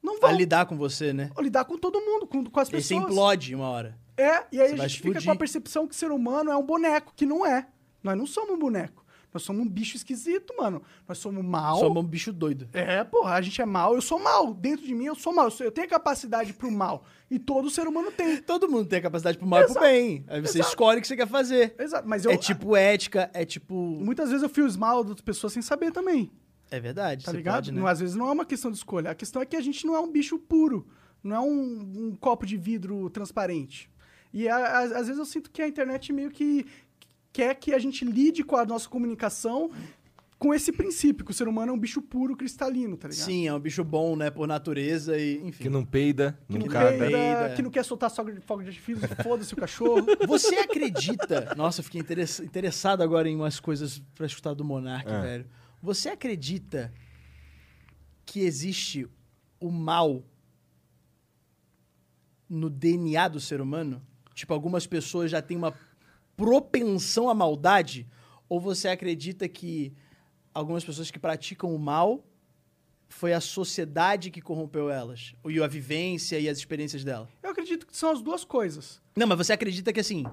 A: Não vão
C: Vai lidar com você, né?
A: lidar com todo mundo, com, com as
C: Ele se
A: pessoas.
C: implode uma hora.
A: É, e aí
C: Você
A: a
C: vai
A: gente fica com a
C: explodir.
A: percepção que ser humano é um boneco, que não é. Nós não somos um boneco. Nós somos um bicho esquisito, mano. Nós somos mal.
C: Somos um bicho doido.
A: É, porra, a gente é mal, eu sou mal. Dentro de mim eu sou mal. Eu sou- Eu tenho a capacidade pro mal. E todo ser humano tem.
C: Todo mundo tem a capacidade pro mal e pro
A: Exato.
C: bem. Aí você escolhe o que você quer fazer.
A: Exato, mas eu.
C: É tipo ética, é tipo.
A: Muitas vezes eu fiz mal das pessoas sem saber também.
C: É verdade,
A: Tá
C: você
A: ligado?
C: pode, né?
A: Não, às vezes não é uma questão de escolha. A questão é que a gente não é um bicho puro. Não é um, um copo de vidro transparente. E a- a- às vezes eu sinto que a internet meio que quer que a gente lide com a nossa comunicação com esse princípio, que o ser humano é um bicho puro, cristalino, tá ligado?
C: Sim, é um bicho bom, né? Por natureza e, enfim.
B: Que não peida, não
A: Que,
B: caga.
A: peida,
C: Peida.
A: que não quer soltar sogra de fogo de artifício, <laughs> foda-se o cachorro.
C: Você acredita... Nossa, eu fiquei interess- interessado agora em umas coisas pra escutar do Monark, velho. Você acredita que existe o mal no DNA do ser humano? Tipo, algumas pessoas já têm uma propensão à maldade? Ou você acredita que algumas pessoas que praticam o mal foi a sociedade que corrompeu elas? E a vivência e as experiências dela?
A: Eu acredito que são as duas coisas.
C: Não, mas você acredita que assim.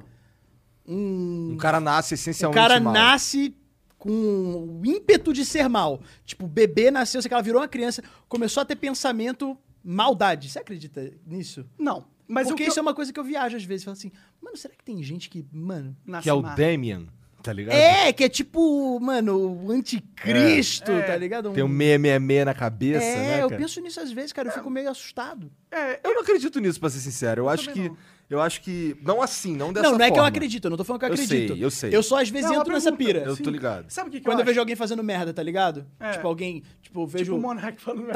G: Um cara nasce
C: O
G: essencialmente
C: cara
G: mal.
C: nasce com o ímpeto de ser mal. Tipo, o bebê nasceu, sei que ela virou uma criança, começou a ter pensamento maldade. Você acredita nisso?
A: Não. Mas
C: Porque
A: o que
C: isso é
A: eu...
C: uma coisa que eu viajo às vezes. Falo assim, mano, será que tem gente que, mano.
A: Nasce
G: Que é o
A: má.
G: Damien, tá ligado?
C: É, que é tipo, mano, o anticristo,
A: É, é.
C: tá ligado? Um-
G: Tem um 666 na cabeça,
C: é,
G: né,
C: eu
G: cara?
C: penso nisso às vezes, cara. Eu fico meio assustado.
A: É,
G: Eu não acredito nisso, pra ser sincero. Eu, acho
A: também
G: que.
A: não.
G: Eu acho que. Não assim, não
C: Não,
G: dessa
C: não
G: forma.
C: é que eu acredito, eu não tô falando que eu
G: Eu sei,
C: acredito.
G: eu sei.
C: Eu só às vezes
A: É uma
C: entro nessa
A: pergunta.
C: pira.
G: Eu tô ligado.
A: Sabe o que, que
C: Quando eu,
A: eu,
C: vejo
A: acho?
C: alguém fazendo merda, tá ligado?
A: É.
C: Tipo, alguém, tipo, eu vejo. <laughs>
A: Tipo o Monark falando...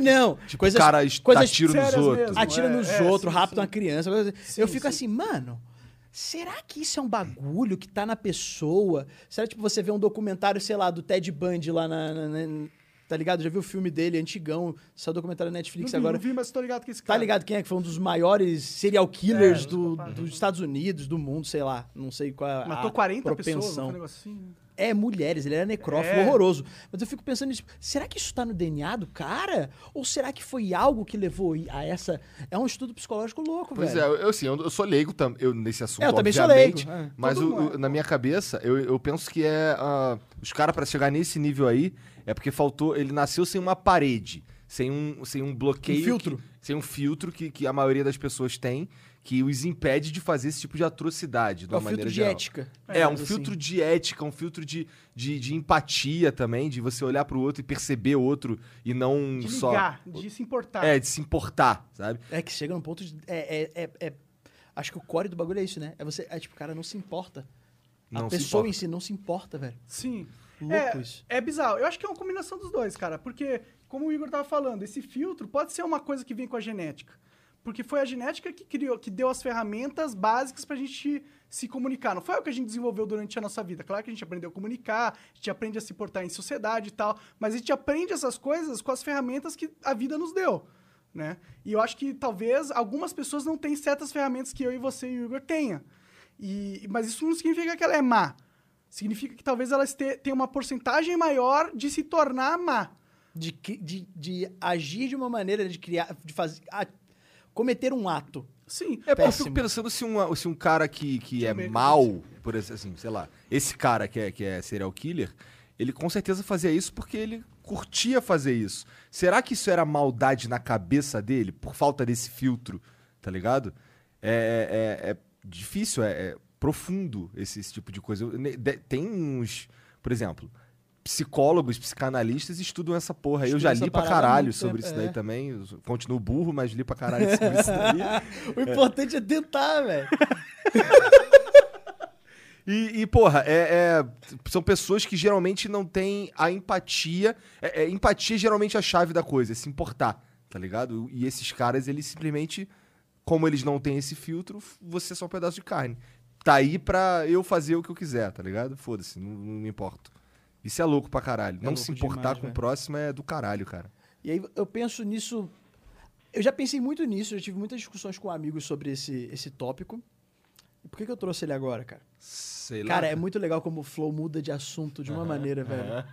C: Não,
G: O
C: coisas,
G: Tipo, cara es- dá
C: coisas
G: tiro nos
A: sérias
G: outros.
A: mesmo.
C: atira
A: É,
C: nos
A: é,
C: outros,
A: sim,
C: rapta
A: sim.
C: uma criança. coisa assim.
A: Sim,
C: eu fico
A: sim.
C: assim, mano, será que isso é um bagulho que tá na pessoa? Será que tipo, você vê um documentário, sei lá, do Ted Bundy lá na. na- na- tá ligado? Já viu o filme dele, antigão, saiu documentário na Netflix
A: Não vi,
C: agora.
A: não vi, mas tô ligado que esse
C: Tá
A: cara...
C: ligado quem é que foi um dos maiores serial killers
A: É,
C: do-
A: papai.
C: dos Estados Unidos, do mundo, sei lá. Não sei qual é a
A: Matou 40 pessoas,
C: propensão.
A: um negócio assim.
C: É, mulheres, ele era necrófilo
A: É.
C: horroroso. Mas eu fico pensando nisso, será que isso tá no DNA do cara? Ou será que foi algo que levou a essa. É um estudo psicológico louco,
B: Pois é,
C: velho.
B: eu, eu, assim, eu, eu sou leigo tam, eu, nesse assunto,
C: É, eu também sou
B: obviamente,
C: leigo, é.
B: Mas
A: Todo
B: o-
A: mundo é,
B: o- na minha cabeça, eu, eu penso que é... ah, os caras, pra chegar nesse nível aí, é porque faltou... Ele nasceu sem uma parede, sem um, sem um bloqueio...
C: Um filtro.
B: que- sem um filtro que, que a maioria das pessoas tem, que os impede de fazer esse tipo de atrocidade, de
C: É
B: uma
C: um filtro
B: maneira
C: de
B: geral.
C: ética.
B: É, um
C: Assim.
B: filtro de ética, um filtro de, de, de empatia também, de você olhar pro outro e perceber o outro e não
A: De
B: só.
A: ligar, de se importar.
B: É, de se importar, sabe?
C: É que chega num ponto de. É, é- é- é- Acho que o core do bagulho é isso, né? É você. É tipo, o cara não se importa. a
B: Não se
C: pessoa
B: importa.
C: em si não se importa, velho.
A: Sim.
C: Louco
A: é,
C: isso.
A: é bizarro. Eu acho que é uma combinação dos dois, cara. Porque, como o Igor tava falando, esse filtro pode ser uma coisa que vem com a genética. Porque foi a genética que criou, que deu as ferramentas básicas pra gente se comunicar. Não foi o que a gente desenvolveu durante a nossa vida. Claro que a gente aprendeu a comunicar, a gente aprende a se portar em sociedade e tal, mas a gente aprende essas coisas com as ferramentas que a vida nos deu, né? E eu acho que talvez algumas pessoas não tenham certas ferramentas que eu e você e o Igor tenha. E, mas isso não significa que ela é má. Significa que talvez ela este, tenha uma porcentagem maior de se tornar má.
C: De, que- de, de agir de uma maneira, de criar. de fazer. a- cometer um ato.
A: Sim.
B: É, porque eu
C: Péssimo.
B: fico pensando se, uma- se um cara que, que é
A: meio que
B: mal, por ex- assim, sei lá, esse cara que é, que é serial killer, ele com certeza fazia isso porque ele curtia fazer isso. Será que isso era maldade na cabeça dele, por falta desse filtro, tá ligado? É, é- é- é difícil, é, é profundo esse, esse tipo de coisa. Eu ne- de- Tem uns, por exemplo, psicólogos, psicanalistas estudam essa porra. aí. Eu
C: Estudam
B: já
C: essa
B: li pra
C: parada há
B: caralho
C: muito
B: sobre
C: tempo,
B: isso
C: é.
B: daí também. Eu Continuo burro, mas li pra caralho sobre isso
C: <laughs>
B: daí.
C: O importante é tentar, velho.
B: E, e, porra, é, é- são pessoas que geralmente não têm a empatia. É, é, empatia é geralmente a chave da coisa, é se importar, tá ligado? E esses caras, eles simplesmente, como eles não têm esse filtro, f- você é só um pedaço de carne. Tá aí pra eu fazer o que eu quiser, tá ligado? Foda-se, não, não me importo. Isso é louco pra caralho. não
C: louco
B: se importar
C: demais, né?
B: com
C: velho.
B: o próximo é do caralho, cara.
C: E aí eu penso nisso. Eu já pensei muito nisso, já tive muitas discussões com amigos sobre esse, esse tópico. E por que, que eu trouxe ele agora, cara?
B: Sei
C: Cara, é muito legal como o Flow muda de assunto de uma maneira, velho.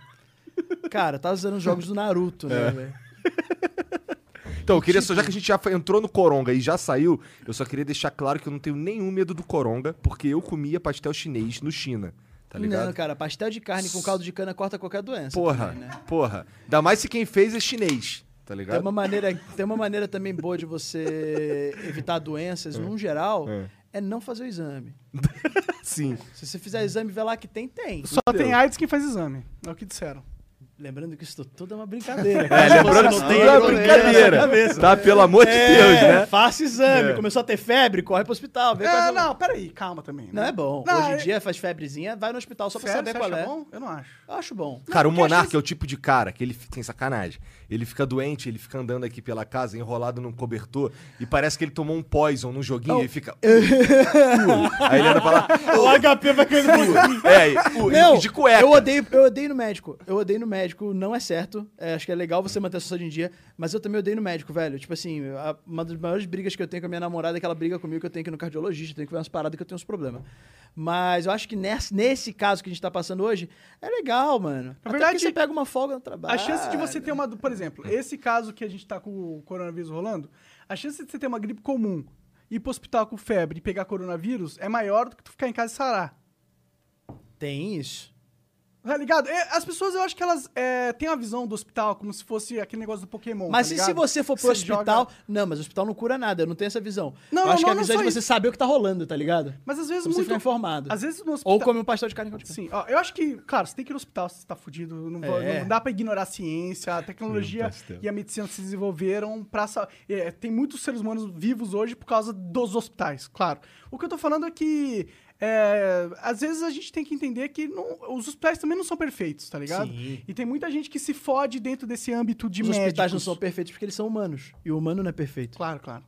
C: Cara, eu tava usando os jogos do Naruto, né,
B: É,
C: velho?
B: Então, eu
C: Tipo
B: queria só, já que a gente já foi- entrou no Coronga e já saiu, eu só queria deixar claro que eu não tenho nenhum medo do Coronga, porque eu comia pastel chinês no China, tá
C: Não,
B: ligado?
C: cara, pastel de carne com caldo de cana corta qualquer doença.
B: porra,
C: também, né?
B: porra. Ainda mais se quem fez é chinês, tá
C: Tem
B: ligado?
C: uma, maneira, tem uma maneira também boa de você evitar doenças, num geral, é. não fazer o exame.
B: Sim.
C: Se você fizer exame e ver lá que tem, tem.
A: Só tem AIDS quem faz exame. É o que disseram.
C: Lembrando que isso tudo é uma brincadeira.
B: <laughs> É,
C: Caso
B: lembrando que
C: você
B: isso
C: não
B: tudo
C: tenha
B: é uma
C: problema na sua
B: brincadeira,
C: cabeça.
B: tá? Pelo amor de Deus,
C: É,
B: né?
C: Faça exame. Começou a ter febre, corre pro hospital. Vê qual
A: É,
C: é, não.
A: não, peraí, calma também. né?
C: não é bom.
A: Não,
C: Hoje em
A: é-
C: dia faz febrezinha, vai no hospital só pra
A: Sério,
C: saber
A: você
C: qual
A: acha
C: é.
A: bom? Eu não acho.
C: Eu acho bom.
B: Cara, o
A: porque a
B: monarca
A: chance-
B: é o tipo de cara que ele fi- tem sacanagem. Ele fica doente, ele fica andando aqui pela casa, enrolado num cobertor, e parece que ele tomou um poison num joguinho e ele fica. "Uh, Aí ele anda pra lá.
C: HP vai cair
B: "Uh", É, "Uh", e
C: Não,
B: de cueca.
C: eu odeio, eu odeio no médico. Eu odeio no médico, não é certo. É, acho que é legal você manter a sua saúde em dia, mas eu também odeio no médico, velho. Tipo assim, a- uma das maiores brigas que eu tenho com a minha namorada é que ela briga comigo que eu tenho que ir no cardiologista, tenho que ver umas paradas que eu tenho uns problemas. Mas eu acho que nesse, nesse caso que a gente tá passando hoje, é legal, mano. Até
A: verdade,
C: porque você pega uma folga no trabalho.
A: A chance de você ter uma. do- Por exemplo, esse caso que a gente tá com o coronavírus rolando, a chance de você ter uma gripe comum ir pro hospital com febre e pegar coronavírus é maior do que tu ficar em casa e sarar.
K: Tem isso?
A: Tá ligado? É, As pessoas, eu acho que elas é, têm uma visão do hospital como se fosse aquele negócio do Pokémon.
C: Mas
A: tá
C: e se
A: ligado?
C: você for pro
A: Você
C: hospital.
A: joga-
C: Não, mas o hospital não cura nada, eu não tenho essa visão.
A: Não,
C: eu
A: não,
C: acho que
A: não,
C: a
A: não
C: visão é
A: só
C: de você
A: isso.
C: saber o que tá rolando, tá ligado?
A: Mas às vezes
C: Pra você
A: muito.
C: ficar informado.
A: Às vezes no hospital.
C: Ou come um pastel de carne com
A: Sim, ó, eu acho que, claro, você tem que ir no hospital se você tá fudido. Não, vou-
C: É.
A: não dá pra ignorar a ciência, a tecnologia
G: pastel.
A: e a medicina se desenvolveram pra. sa- é, tem muitos seres humanos vivos hoje por causa dos hospitais, claro. O que eu tô falando é que. é, às vezes a gente tem que entender que não- os hospitais também não são perfeitos, tá ligado?
K: Sim.
A: E tem muita gente que se fode dentro desse âmbito de
C: Os
A: médicos.
C: hospitais não são perfeitos porque eles são humanos. E o humano não é perfeito,
A: Claro, claro.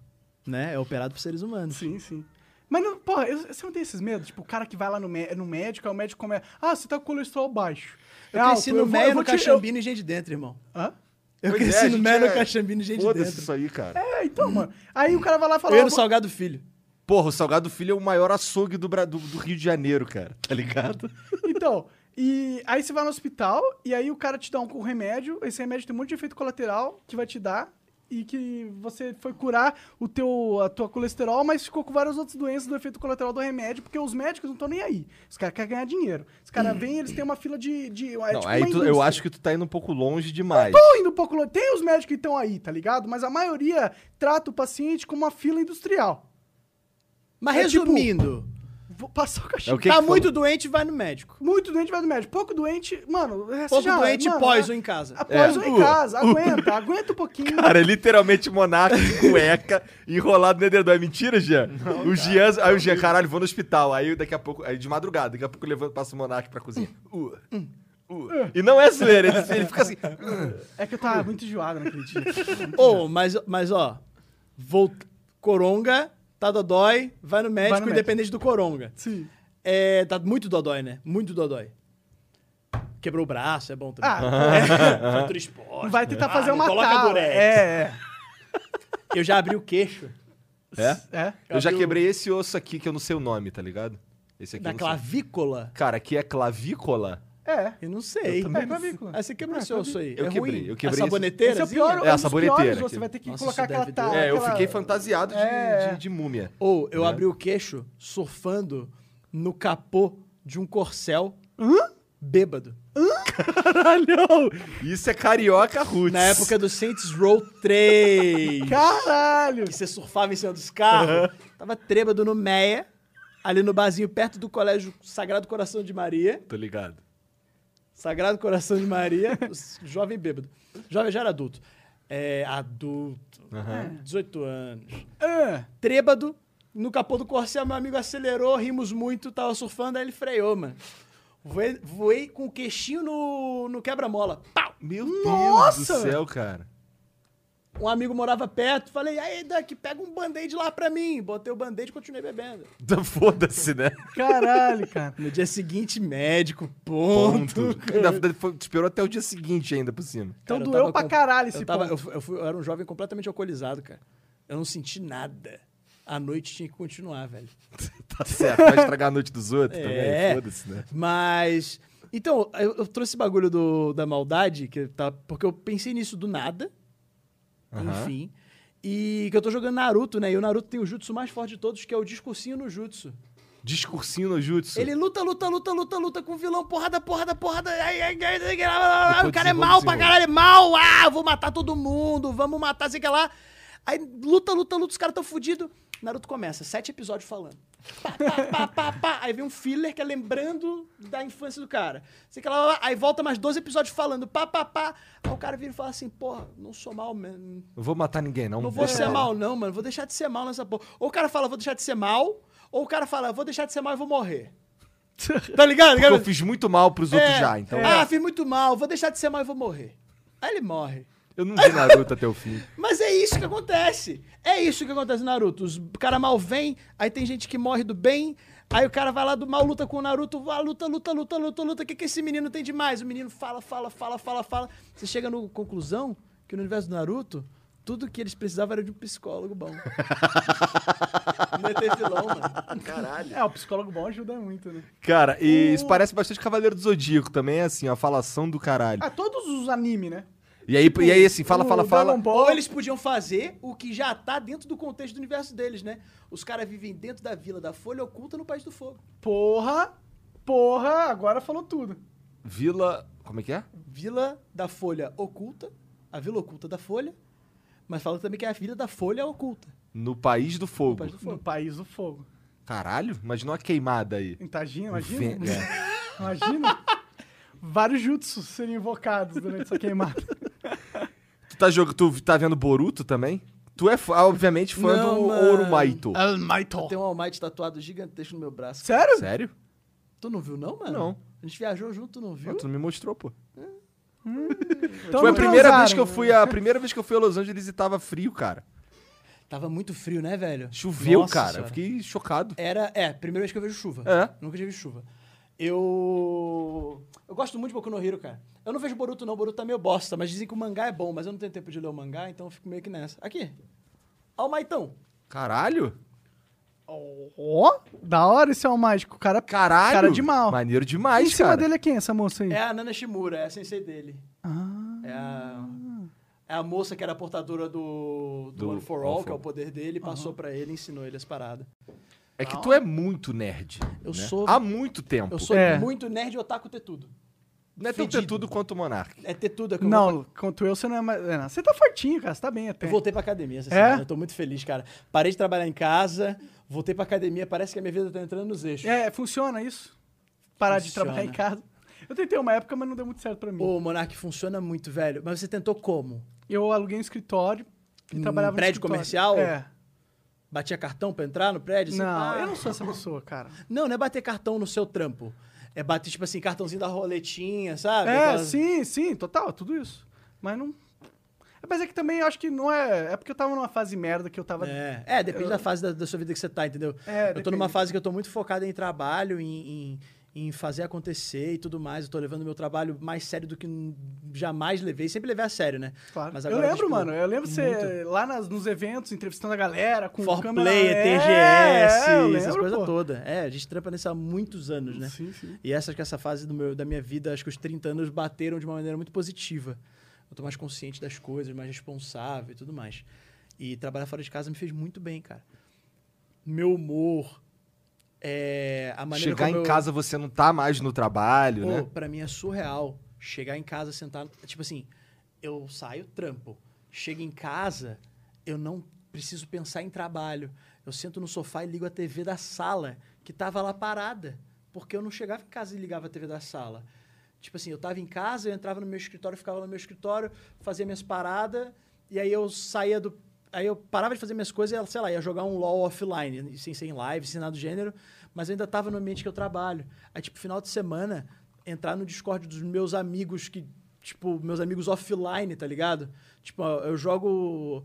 C: né? É operado por seres humanos.
A: Sim, sim. Mas, não, porra, eu- você não tem esses medos? Tipo, o cara que vai lá no, mé- no médico, aí o médico começa... Ah, você tá com colesterol baixo.
C: Eu
A: Ah,
C: cresci no
A: vou-
C: Meia,
A: eu vou
C: no
A: te-
C: Caxambino e gente de dentro, irmão.
A: eu- Hã?
C: Eu
B: Pois é,
C: cresci
B: a
C: no
B: gente
C: Meia,
B: é-
C: no Caxambino e gente de
B: Foda-se
C: dentro.
B: isso aí, cara.
A: É, então, mano. Aí o cara vai lá e fala... "Ah,
C: Eu
A: "Ó,
C: ia no
A: vou-
C: Salgado Filho.
B: Porra, o Salgado Filho é o maior açougue do, Bra- do- do Rio de Janeiro, cara. Tá ligado?
A: Então, e aí você vai no hospital, e aí o cara te dá um um remédio, esse remédio tem um monte de efeito colateral que vai te dar... E que você foi curar o teu, a tua colesterol, mas ficou com várias outras doenças do efeito colateral do remédio, porque os médicos não estão nem aí. Os caras querem ganhar dinheiro. Os caras vêm eles têm uma fila de. de é
B: Não,
A: tipo
B: aí
A: uma
B: tu- eu
A: indústria.
B: acho que tu tá indo um pouco longe demais. <laughs>
A: tô indo um pouco longe. Tem os médicos que estão aí, tá ligado? Mas a maioria trata o paciente como uma fila industrial.
C: Mas
A: É tipo-
C: resumindo,
A: Vou passar o cachorro.
B: É o que
C: tá
B: que
C: muito
B: falou?
C: doente, vai no médico.
A: Muito doente vai no médico. Pouco doente, mano. é,
C: Pouco
A: já-
C: doente,
A: mano,
C: pós
A: é-
C: ou em casa.
A: é, Pós ou
B: É.
A: em
B: Uh,
A: casa. Aguenta, aguenta um pouquinho.
B: <laughs> Cara, é literalmente monarca <laughs> de cueca, enrolado no edredom. É mentira, Jean? o Jean, aí o Jean, caralho, vou no hospital. Aí daqui a pouco, aí de madrugada, daqui a pouco eu levanto, passo o monarca pra cozinha. Uh, uh. E não é zoeira, ele, ele fica assim.
A: É que eu tava muito enjoado naquele
B: <laughs>
A: dia.
C: Ô, mas, mas ó, vou, coronga, tá dodói, vai no médico,
A: médico.
C: independente do coronga.
A: Sim.
C: É, tá muito dodói, né? Muito dodói. Quebrou o braço, é bom também. <laughs>
A: Ah, é,
C: Fatura exposta.
A: vai tentar
C: Ah,
A: fazer
C: não
A: uma
C: coloca
A: tala.
C: durex.
A: É, é.
C: Eu já abri o queixo
B: É?
A: é.
B: Eu já quebrei esse osso aqui que eu não sei o nome, tá ligado? Esse aqui.
C: da
B: eu não sei.
C: clavícula.
B: Cara, aqui é clavícola.
A: É.
C: Eu não sei.
A: também É, não sei. clavícula.
C: Aí você quebrou
A: Ah,
C: seu osso aí.
B: Eu
C: é
B: quebrei,
C: ruim. assim?
B: eu quebrei
C: A
B: esse-
C: saboneteira?
A: Esse é o pior.
B: É, a
A: um dos
B: saboneteira
A: piores,
B: aqui.
A: Você vai ter que
C: Nossa,
A: colocar
C: isso
A: aquela
C: deve
A: tala.
B: É, eu
A: Ah, aquela-
B: fiquei fantasiado de,
A: É.
B: de, de múmia.
C: Ou eu abri o queixo surfando no capô de um corcel bêbado.
B: Isso é carioca roots.
C: Na época do Saints Row
B: <laughs>
C: 3.
A: Caralho!
C: que você surfava em cima dos carros. Tava trêbado no Meia, ali no barzinho perto do colégio Sagrado Coração de Maria.
B: Tô ligado.
C: Sagrado Coração de Maria, <laughs> os- jovem bêbado. Jovem já era adulto. É, adulto. 18 anos.
A: Ah,
C: Trêbado, no capô do Corsair, meu amigo acelerou, rimos muito, tava surfando, aí ele freou, mano. Voei, voei com o queixinho no, no quebra-mola. Pau!
B: Meu Deus
A: Nossa!
B: do céu, cara.
C: Um amigo morava perto, falei, aí, Duck, pega um band-aid lá pra mim. Botei o band-aid e continuei bebendo.
B: Foda-se, né?
A: caralho, cara.
C: No dia seguinte, médico, ponto. É.
B: Ainda foi- esperou até o dia seguinte ainda por cima.
A: Então
C: Cara, eu
A: doeu
C: tava
A: pra
C: com-
A: caralho esse
C: eu, tava,
A: ponto.
C: eu, fu- eu fui- eu era um jovem completamente alcoolizado, cara. Eu não senti nada. A noite tinha que continuar, velho.
B: Tá certo, vai estragar a noite dos outros
C: É.
B: também. Tá Foda-se, né?
C: Mas. Então, eu, eu trouxe esse bagulho do, da maldade, que tá, porque eu pensei nisso do nada. Enfim. E que eu tô jogando Naruto, né? E o Naruto tem o jutsu mais forte de todos, que é o discursinho no jutsu.
B: Discursinho no jutsu.
C: Ele luta, luta, luta, luta, luta com o vilão, porrada, porrada, porrada. Ai, ai, ai, ai, ai, ai, ai, o cara
B: desenvolve,
C: é mal pra
B: desenvolve.
C: caralho, é mal. Ah, vou matar todo mundo, vamos matar, sei que lá. Aí luta, luta, luta, os caras tão fudidos. Naruto começa, sete episódios falando. Pá, pá, pá, pá, pá. Aí vem um filler que é lembrando da infância do cara. Sei que lá, lá, lá. aí volta mais 12 episódios falando, pá, pá, pá. Aí o cara vira e fala assim, porra, não sou mal, mano.
B: Não vou matar ninguém, não. É.
C: Não vou
B: Deixa
C: ser
B: pra lá.
C: mal, tá não, mano. Vou deixar de ser mal nessa porra. Ou o cara fala, vou deixar de ser mal, ou o cara fala, vou deixar de ser mal e vou
B: <laughs>
C: morrer. tá ligado?
B: Porque eu fiz muito mal pros outros
C: É,
B: já, então.
C: Ah, fiz muito mal, vou deixar de ser mal e vou morrer. Aí ele morre.
B: Eu não vi Naruto até o fim.
C: Mas é isso que acontece. É isso que acontece no Naruto. Os o cara mal vem, aí tem gente que morre do bem, aí o cara vai lá do mal, luta com o Naruto, vai, luta, luta, luta, luta, luta. O que, que esse menino tem de mais? O menino fala, fala, fala, fala, fala. Você chega na conclusão que no universo do Naruto, tudo que eles precisavam era de um psicólogo bom. Não ia ter vilão, mano.
A: É, o psicólogo bom ajuda muito, né?
B: Cara,
A: <laughs>
B: e isso parece bastante Cavaleiro do Zodíaco também, é assim, a falação do caralho.
A: Ah, todos os anime, né?
B: E aí, e aí assim, fala, fala,
A: O
B: fala.
A: Dragon Ball-
C: Ou eles podiam fazer o que já tá dentro do contexto do universo deles, né? Os caras vivem dentro da Vila da Folha Oculta no País do Fogo.
A: Porra, porra, agora falou tudo.
B: Vila. Como é que é?
C: Vila da Folha Oculta, a Vila Oculta da Folha, mas fala também que é a Vila da Folha Oculta.
B: No País do Fogo.
C: País do Fogo.
A: No País do Fogo.
B: Caralho, imagina uma queimada aí.
A: Imagina, imagina.
B: Vem- é.
A: <laughs> Imagina. Vários jutsus serem invocados durante essa
C: <laughs>
A: queimada.
B: Tu, tá jog... tu tá vendo Boruto também? Tu é, fã- obviamente, fã
C: Não,
B: do
C: mano.
B: Ouro Maito.
C: Eu tenho um Almighty tatuado gigantesco no meu braço.
A: Sério?
B: Sério?
C: Tu não viu, não, mano?
B: Não.
C: A gente viajou junto, tu não
B: Pô,
C: viu?
B: tu não me mostrou, pô.
A: Então
B: Foi a
A: não
B: primeira vez
A: transaram.
C: né?
B: que eu fui a primeira vez que eu fui a Los Angeles e tava frio, cara.
C: Tava muito frio, né, velho?
B: Choveu,
C: Nossa
B: cara. Eu
C: senhora.
B: fiquei chocado.
C: Era. É, primeira vez que eu vejo chuva.
B: É?
C: Nunca tive chuva. Eu. Eu gosto muito de Boku no Hero, cara. Eu não vejo Boruto, não. Boruto tá meio bosta, mas dizem que o mangá é bom, mas eu não tenho tempo de ler o mangá, então eu fico meio que nessa. Aqui. Ó o Maitão.
B: Caralho.
A: Ó, da hora esse é o mágico. Cara,
B: Caralho.
A: Cara de mal.
B: Maneiro
A: em
B: demais,
A: cima
B: cara.
A: dele é quem, essa moça aí?
C: É a Nana Shimura, é a sensei dele.
A: Ah,
C: É a. É a moça que era portadora do, do,
B: Do
C: One for
B: One
C: All,
B: for
C: que é o
B: All.
C: poder dele, e passou pra ele e ensinou ele as paradas.
B: É que tu é muito nerd.
C: Eu
B: né?
C: sou-
B: Há muito tempo.
C: Eu sou
A: É.
C: muito nerd e otaku ter tudo.
B: Não é tão
C: fedido.
B: tudo quanto o Monark.
C: É ter tudo. É que eu vou-
A: não, quanto eu, você não é mais. é, não. Você tá fortinho, cara. Você tá bem até.
C: Eu voltei pra academia essa
A: É?
C: semana. Eu tô muito feliz, cara. Parei de trabalhar em casa, voltei pra academia, parece que a minha vida tá entrando nos eixos.
A: É, funciona isso? Parar de
C: Funciona.
A: trabalhar em casa. Eu tentei uma época, mas não deu muito certo pra mim.
C: Ô, Monark, funciona muito, velho. Mas você tentou como?
A: Eu aluguei um escritório e
C: Num
A: trabalhava no
C: Um prédio
A: escritório.
C: comercial?
A: É.
C: Batia cartão pra entrar no prédio? Assim,
A: Não,
C: pá?
A: eu não sou essa pessoa, cara.
C: não, não é bater cartão no seu trampo. É bater, tipo assim, cartãozinho da roletinha, sabe?
A: É,
C: Aquelas-
A: sim, sim, total, tudo isso. Mas não. É, Mas é que também eu acho que não é. É porque eu tava numa fase merda que eu tava.
C: É, é, depende da fase da, da sua vida que você tá, entendeu?
A: É,
C: eu tô numa
A: depende.
C: fase que eu tô muito focado em trabalho, em, em, em fazer acontecer e tudo mais. Eu tô levando meu trabalho mais sério do que n- jamais levei. Sempre levei a sério, né?
A: Claro.
C: Mas
A: eu
C: agora,
A: lembro,
C: tipo,
A: mano. Eu lembro você
C: muito.
A: lá nas- nos eventos, entrevistando a galera, com
C: For
A: câmera.
C: Player,
A: É,
C: TGS,
A: é, eu
C: essas
A: lembro,
C: coisas
A: pô.
C: todas. É, a gente trampa nisso há muitos anos, né?
A: Sim, sim.
C: E essa, que essa fase do meu- da minha vida, acho que os 30 anos bateram de uma maneira muito positiva. Eu tô mais consciente das coisas, mais responsável e tudo mais. E trabalhar fora de casa me fez muito bem, cara. Meu humor, é, a maneira
B: Chegar
C: como
B: em
C: eu-
B: casa você não tá mais no trabalho,
C: Pô,
B: né?
C: pra mim é surreal chegar em casa, sentar. Tipo assim, eu saio, trampo. Chego em casa, eu não preciso pensar em trabalho. Eu sento no sofá e ligo a TV da sala, que tava lá parada. Porque eu não chegava em casa e ligava a TV da sala. Tipo assim, eu tava em casa, eu entrava no meu escritório, ficava no meu escritório, fazia minhas paradas, e aí eu saía do. Aí eu parava de fazer minhas coisas e, sei lá, ia jogar um LOL offline, sem ser em live, sem nada do gênero, mas eu ainda tava no ambiente que eu trabalho. Aí, tipo, final de semana, entrar no Discord dos meus amigos que. Tipo, meus amigos offline, tá ligado? Tipo, eu jogo.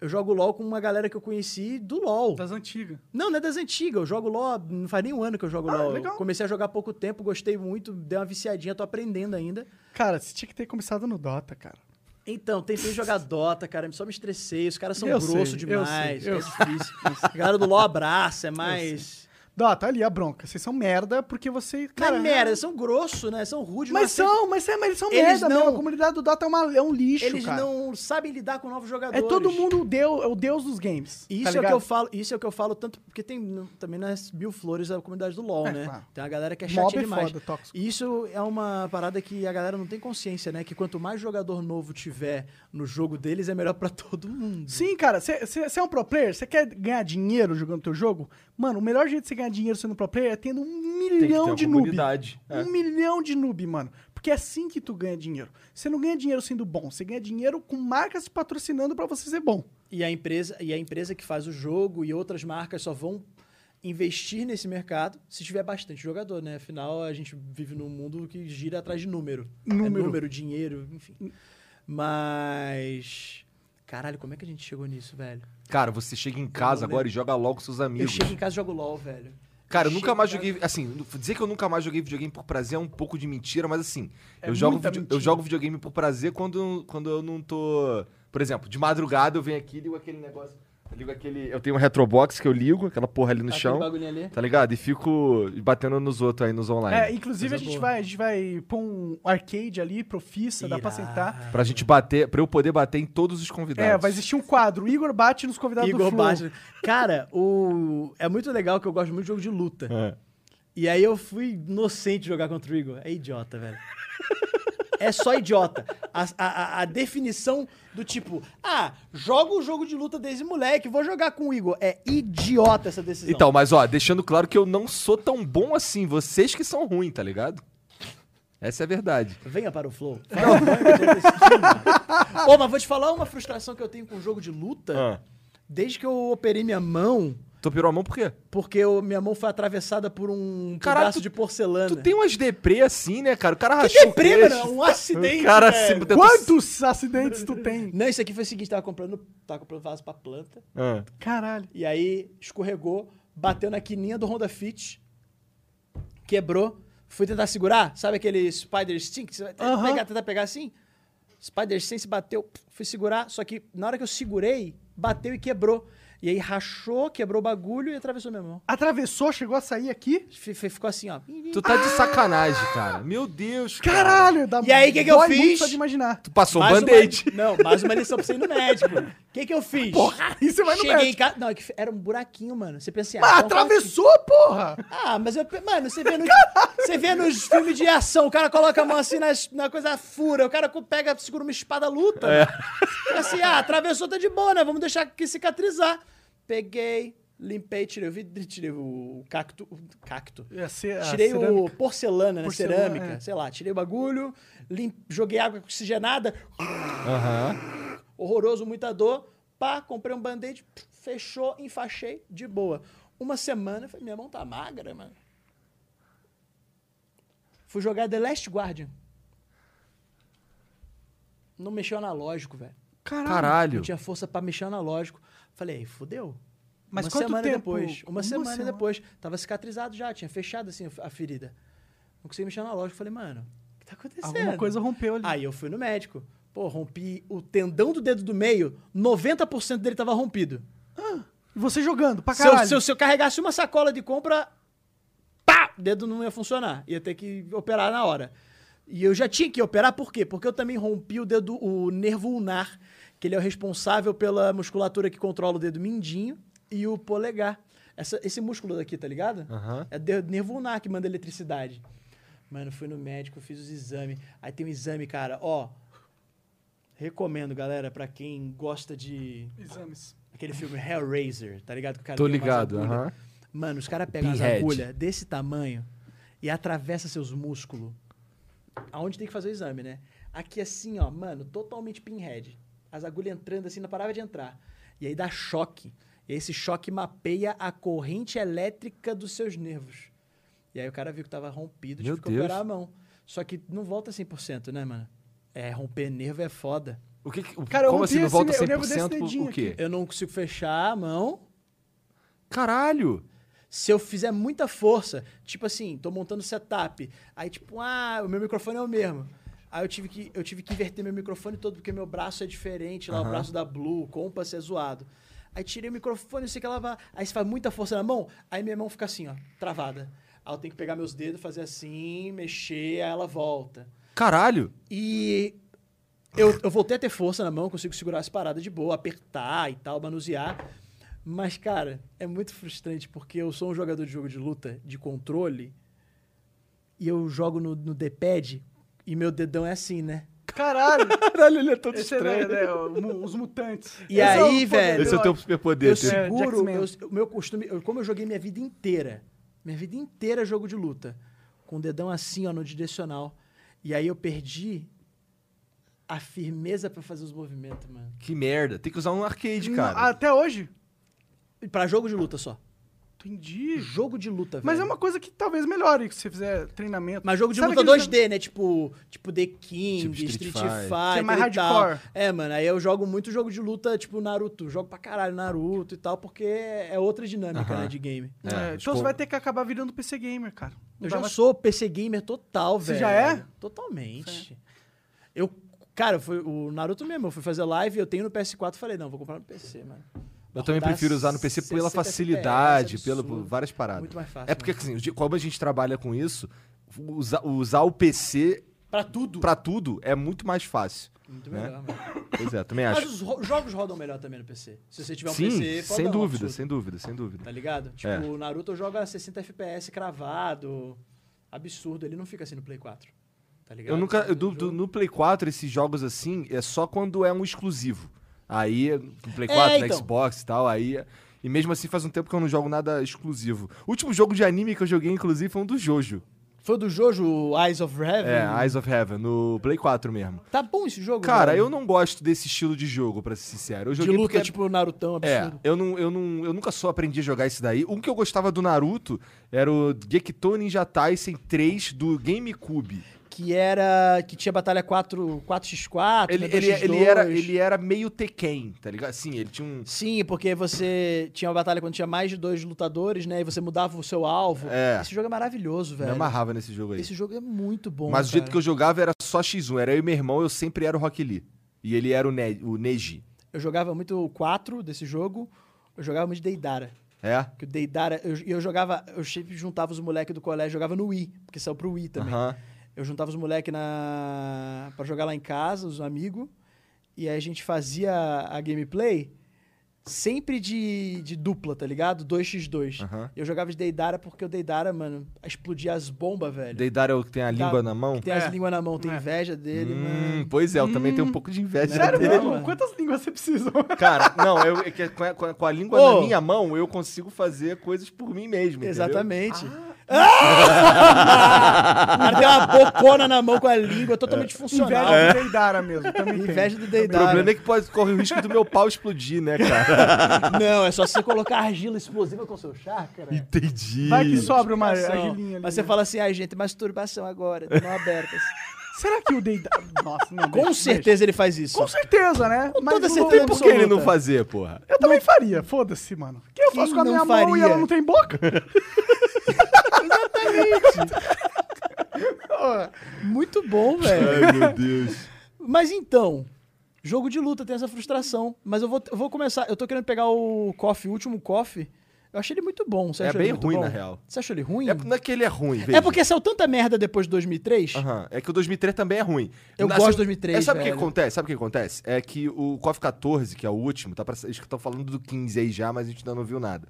C: Eu jogo LOL com uma galera que eu conheci do LOL.
A: Das antigas.
C: Não, não é das antigas. Eu jogo LOL, não faz nem um ano que eu jogo
A: Ah,
C: LOL.
A: legal.
C: Eu comecei a jogar há pouco tempo, gostei muito, dei uma viciadinha, tô aprendendo ainda.
A: Cara, você tinha que ter começado no Dota, cara.
C: Então, tentei jogar Dota, cara, só me estressei. Os caras são
A: Eu
C: grossos
A: sei, eu
C: demais,
A: sei, eu
C: é difícil. A galera do LOL abraça, é mais.
A: Dota, ali a bronca. Vocês são merda porque você.
C: Cara,
A: Cara,
C: é merda, eles são grossos, né? São rudes, não
A: Mas
C: aceitam-
A: são, mas, é, mas eles são
C: Eles
A: merda mesmo.
C: não-
A: A comunidade do Dota é, uma, é um lixo,
C: Eles
A: cara.
C: não sabem lidar com novos
A: É
C: jogadores.
A: todo mundo o deus, é o deus dos games.
C: Isso
A: tá
C: é o que
A: ligado?
C: eu falo, isso é o que eu falo tanto, porque tem não, também nas mil flores da comunidade do LoL,
A: É,
C: né?
A: claro.
C: Tem uma galera que é
A: Mob
C: chata
A: é
C: demais.
A: foda, tóxico.
C: E isso é uma parada que a galera não tem consciência, né? Que quanto mais jogador novo tiver no jogo deles, é melhor pra <laughs> todo mundo.
A: Sim, cara, você é um pro player, você quer ganhar dinheiro jogando teu jogo? Mano, o melhor jeito de você ganhar dinheiro sendo pro player é tendo um
B: Tem que ter
A: milhão
B: uma
A: de noob.
B: comunidade. É.
A: Um milhão de noob, mano. Porque é assim que tu ganha dinheiro. Você não ganha dinheiro sendo bom, você ganha dinheiro com marcas te patrocinando pra você ser bom.
C: E a empresa, e a empresa que faz o jogo e outras marcas só vão investir nesse mercado se tiver bastante jogador, né? Afinal, a gente vive num mundo que gira atrás de número. É
A: Número.
C: número, dinheiro, enfim. Mas caralho, como é que a gente chegou nisso, velho?
B: Cara, você chega em casa agora e joga LOL com seus
C: Eu
B: amigos.
C: chego em casa e jogo LOL, velho.
B: Cara, eu
C: Chego
B: nunca mais
C: em casa-
B: joguei. Assim, dizer que eu nunca mais joguei videogame por prazer é um pouco de mentira, mas assim,
A: É
B: eu, jogo
A: muita
B: vide- eu
A: mentira.
B: jogo videogame por prazer quando, quando eu não tô. Por exemplo, de madrugada eu venho aqui e ligo aquele negócio. Eu ligo aquele. Eu tenho um retrobox que eu ligo, aquela porra ali no
L: Aquele
B: chão.
L: bagulhinho ali.
B: Tá ligado? E fico batendo nos outros aí, nos online.
A: É, inclusive a gente, vai, a gente vai pôr um arcade ali, profissa, dá pra
C: Irado.
A: sentar.
B: Pra gente bater, pra eu poder bater em todos os convidados.
A: É, vai existir um quadro. Igor bate nos convidados do
C: Igor
A: Flow.
C: Bastos. Cara, o... é muito legal que eu gosto muito de jogo de luta.
B: É.
C: E aí eu fui inocente jogar contra o Igor. É idiota, velho. <laughs> É só idiota. A, a- a- a definição do tipo, ah, joga o jogo de luta desse moleque, vou jogar com o Igor. É idiota essa decisão.
B: Então, mas ó, deixando claro que eu não sou tão bom assim. Vocês que são ruins, tá ligado? Essa é a verdade.
C: Venha para o Flow. Fala banca de
B: <laughs>
C: intestino. Pô, mas vou te falar uma frustração que eu tenho com o jogo de luta.
B: Ah.
C: Desde que eu operei minha mão,
B: Tu pirou a mão por quê?
C: porque eu- minha mão foi atravessada por um
B: Caralho,
C: pedaço
B: tu-
C: de porcelana.
B: Tu tem umas deprê assim, né, cara? O cara
C: Né? Que
B: rachou o
C: deprê,
B: queixo.
C: mano, é um acidente.
B: O cara
C: velho.
B: se tentou-
A: Quantos acidentes tu tem?
C: Não, isso aqui foi o seguinte: tava comprando, tava comprando vaso pra planta.
B: Ah.
A: Caralho.
C: E aí escorregou, bateu na quininha do Honda Fit, quebrou. Fui tentar segurar, sabe aquele Spider Stink? Você vai te-
A: Aham.
C: pegar, tentar pegar assim? Spider Stink se bateu, pf, fui segurar, só que na hora que eu segurei, bateu e quebrou. E aí rachou, quebrou o bagulho e atravessou minha mão.
A: Atravessou, chegou a sair aqui.
C: F- f- Ficou assim, ó.
B: Tu tá de sacanagem, cara. Meu Deus, cara.
A: Caralho, dá
C: E aí, que que eu
A: dói
C: fiz?
A: muito só de imaginar.
B: Tu passou um
C: Mais
B: band-aid.
C: uma- Não, mais uma lição pra você ir
A: <laughs>
C: no médico. O que que eu fiz?
A: Porra, aí você vai no
C: Cheguei em
A: médico.
C: casa. Não, é que era um buraquinho, mano. Você pensa assim,
A: Ah,
C: então faz assim.
A: atravessou, porra!
C: Ah, mas eu. pe- Mano, você vê, no- você vê nos filmes de ação, o cara coloca a mão assim nas- na coisa fura, o cara co- pega, segura uma espada, luta.
A: É.
C: Fica assim, ah, atravessou, tá de boa, né? Vamos deixar que cicatrizar. Peguei, limpei, tirei o vidro, tirei o cacto. o cacto.
A: Ia ser É, a
C: Tirei o
A: cerâmica.
C: porcelana, né?
A: Porcelana,
C: cerâmica,
A: é.
C: sei lá, tirei o bagulho, lim- joguei água oxigenada. Horroroso, muita dor. Pá, comprei um band-aid, fechou, enfaixei, de boa. Uma semana, eu falei, minha mão tá magra, mano. Fui jogar The Last Guardian. Não mexeu analógico, velho. Não
B: Caralho.
C: tinha força pra mexer analógico. Falei, aí, fudeu.
A: Mas
C: uma
A: quanto
C: semana
A: tempo?
C: depois. Uma,
A: Uma
C: semana,
A: semana.
C: depois. Tava cicatrizado já, tinha fechado assim a ferida. Não consegui mexer analógico. Falei, mano, o que tá acontecendo?
A: Alguma coisa rompeu ali.
C: Aí eu fui no médico. Pô, rompi o tendão do dedo do meio, 90% dele tava rompido.
A: E você jogando pra
C: Se eu,
A: caralho.
C: se, eu, se eu carregasse uma sacola de compra, pá, o dedo não ia funcionar. Ia ter que operar na hora. E eu já tinha que operar, por quê? Porque eu também rompi o dedo, o nervo ulnar, que ele é o responsável pela musculatura que controla o dedo mindinho e o polegar. Essa- esse músculo daqui, tá ligado? É o de- nervo ulnar que manda eletricidade. Mano, fui no médico, fiz os exames. Aí tem um exame, cara, ó. Recomendo, galera, pra quem gosta de
A: Exames.
C: Aquele filme Hellraiser, tá ligado? Que o cara
B: Tô
C: tem umas
B: ligado,
C: agulhas.
B: aham.
C: Mano, os caras pegam as
B: Pinhead.
C: agulhas desse tamanho e atravessa seus músculos. Aonde tem que fazer o exame, né? Aqui assim, ó, mano, totalmente pinhead. As agulhas entrando assim, não parava de entrar. E aí dá choque. E esse choque mapeia a corrente elétrica dos seus nervos. E aí o cara viu que tava rompido,
B: Meu
C: tive que
B: Deus.
C: operar a mão. Só que não volta 100%, né, mano? É, romper nervo é foda.
B: O que, que-
A: Cara, eu
B: como
A: rompi
B: assim não
A: esse
B: volta
A: ne- eu lembro desse
B: 100% por-
A: dedinho
B: o quê?
C: Eu não consigo fechar a mão,
B: Caralho.
C: Se eu fizer muita força, tipo assim, tô montando setup, aí tipo, ah, o meu microfone é o mesmo. Aí eu tive que, eu tive que inverter meu microfone todo, porque meu braço é diferente, lá o braço da Blue, o compass é zoado. Aí tirei o microfone, não sei o que ela vai. Aí você faz muita força na mão, aí minha mão fica assim, ó, travada. Aí eu tenho que pegar meus dedos, fazer assim, mexer, aí ela volta.
B: Caralho.
C: E eu, eu voltei a ter força na mão, consigo segurar as paradas de boa, apertar e tal, manusear. Mas, cara, é muito frustrante porque eu sou um jogador de jogo de luta, de controle, e eu jogo no, no D-pad e meu dedão é assim, né? <laughs>
A: Caralho!
B: Caralho, ele é todo
A: Esse é, né, né, o mu- os mutantes.
C: E
A: Esse é o poder
C: aí, velho,
A: do
B: Esse é o teu superpoder.
C: Eu
B: teu.
A: É, de
C: seguro,
A: X-Men.
C: eu- o meu costume, eu- como eu joguei minha vida inteira, minha vida inteira jogo de luta, com o dedão assim, ó, no direcional. E aí eu perdi a firmeza pra fazer os movimentos, mano.
B: Que merda. Tem que usar um arcade,
A: Não,
B: cara.
A: Hum, Até hoje?
C: Pra jogo de luta só.
A: Entendi.
C: Jogo de luta,
A: Mas é
C: velho.
A: uma coisa que talvez melhore se você fizer treinamento.
C: Mas jogo de
A: Sabe
C: luta
A: aqueles-
C: 2D, né? Tipo, tipo The King,
B: Tipo Street
C: Street,
B: Fighter.
C: Fighter.
A: Que é mais
C: e tal.
A: hardcore.
C: É, mano, aí eu jogo muito jogo de luta, tipo Naruto. Jogo pra caralho Naruto e tal, porque é outra dinâmica, né, de game.
A: É,
B: É,
A: então
B: tipo-
A: você vai ter que acabar virando PC gamer, cara. Não
C: Eu
A: dá
C: já
A: mais-
C: sou PC gamer total,
A: Tá, Você
C: velho.
A: já é?
C: Totalmente. Eu, cara, foi o Naruto mesmo. Eu fui fazer live, eu tenho no PS4, falei, não, vou comprar no PC, mano.
B: Eu também
C: Dá
B: prefiro usar no PC pela
C: 60
B: facilidade,
C: FPS,
B: pela, por
C: é absurdo.
B: várias paradas.
C: Muito mais fácil, né?
B: É porque, assim, de- como a gente trabalha com isso, usa- usar o PC
C: Pra tudo.
B: pra tudo é muito mais fácil.
K: Muito
B: né?
K: melhor, mano.
B: Pois é,
C: <laughs>
B: também
K: Mas
B: acho.
K: os ro- jogos rodam melhor também no PC. Se você tiver um
B: Sim,
K: PC,
B: sem
K: fodão,
B: dúvida,
K: absurdo,
B: sem dúvida, sem dúvida.
K: Tá ligado? Tipo,
B: É.
K: o Naruto joga 60 FPS cravado. Absurdo, ele não fica assim no Play 4. Tá ligado?
B: Eu nunca. eu
K: Ele
B: du-
K: joga-
B: du- no Play 4, esses jogos assim, é só quando é um exclusivo. Aí, no Play
C: É,
B: 4, no
C: então.
B: Xbox e tal, aí. E mesmo assim faz um tempo que eu não jogo nada exclusivo. O último jogo de anime que eu joguei, inclusive, foi um do Jojo.
C: Foi o do Jojo, Eyes of Heaven?
B: É, Eyes of Heaven, no Play 4 mesmo.
C: Tá bom esse jogo?
B: Cara,
C: velho?
B: eu não gosto desse estilo de jogo, pra ser sincero. Eu
C: De
B: joguei
C: luta,
B: porque...
C: tipo, Narutão,
B: É,
C: absurdo.
B: eu, não, eu, não, eu nunca só aprendi a jogar isso daí. Um que eu gostava do Naruto era o Gekitou Ninja Tyson 3 do GameCube.
C: Que era... Que tinha batalha 4, 4x4,
B: Ele,
C: né,
B: ele,
C: 2x2.
B: ele, era, ele era meio Tekken, tá ligado? Assim, ele tinha um...
C: Sim, porque você tinha uma batalha quando tinha mais de dois lutadores, né? E você mudava o seu alvo.
B: É.
C: Esse jogo é maravilhoso,
B: Me
C: velho.
B: amarrava nesse jogo aí.
C: Esse jogo é muito bom,
B: Mas o jeito que
C: cara.
B: eu jogava era só X1. Era eu e meu irmão, eu sempre era o Rock Lee. E ele era o, ne o Neji.
C: Eu jogava muito o 4 desse jogo. Eu jogava muito Deidara.
B: É?
C: Que o Deidara... Eu, eu jogava... Eu sempre juntava os moleques do colégio. Jogava no Wii. Porque saiu pro Wii também.
B: Aham.
C: Eu juntava os moleques na... pra jogar lá em casa, os amigos. E aí a gente fazia a gameplay sempre de, de dupla, tá ligado? 2x2.
B: Aham.
C: Eu jogava de Deidara porque o Deidara, mano, explodia as bombas, velho.
B: Deidara é o que tem a língua na mão?
C: Tá. Que tem
A: É.
C: as línguas na mão, tem
A: É.
C: inveja dele,
B: Hum,
C: mano.
B: pois é, eu também
C: Hum.
B: tenho um pouco de inveja
A: Sério
B: dele.
A: mesmo?
C: mano.
A: Quantas línguas você precisa?
B: Cara, não, eu, é que com, a, com a- com a língua
C: Ô.
B: na minha mão, eu consigo fazer coisas por mim mesmo. entendeu?
C: Exatamente. Ah! <laughs> o cara tem uma bocona na mão com a língua totalmente funcional.
A: Inveja do Deidara mesmo. Também tem.
C: Inveja do
B: O
C: Deidara.
B: problema é que pode, corre o risco do meu pau explodir, né, cara?
C: Não, é só você colocar argila explosiva com o seu chácara.
B: Entendi.
A: Vai que sobra uma
C: masturbação.
A: agilinha ali. né?
C: Mas
B: né?
C: você fala assim, ai gente, masturbação agora, de mão abertas.
A: Será que o Deidara... Nossa, não.
C: assim." Com
A: deixa,
C: certeza ele faz
A: deixa.
C: isso.
A: Com certeza, né?
C: Com
A: Mas
C: toda
A: não-
C: certeza
B: Por que ele não
C: absoluta.
B: fazer, porra?
A: Eu também faria, foda-se, mano. O que eu
C: Quem
A: faço com a
C: não
A: minha mão e
C: faria?
A: ela não tem boca?
C: Muito <laughs> bom, velho.
B: Ai, meu Deus.
C: Mas então, jogo de luta tem essa frustração. Mas eu vou, eu vou começar, eu tô querendo pegar o Coffee, o último Coffee. Eu achei ele muito bom. Você
B: É
C: achou
B: bem
C: ele muito
B: ruim,
C: bom?
B: na real.
C: Você achou ele ruim?
B: É, não é que ele é ruim, veja.
C: É porque saiu tanta merda depois de 2003.
B: Aham, É que o 2003 também é ruim.
C: Eu
B: Na-
C: gosto
B: sabe-
C: de 2003,
B: É, sabe o que
C: velho.
B: acontece? Sabe o que acontece? É que o KOF 14, que é o último, tá pra, acho que estão falando do 15 aí já, mas a gente ainda não viu nada.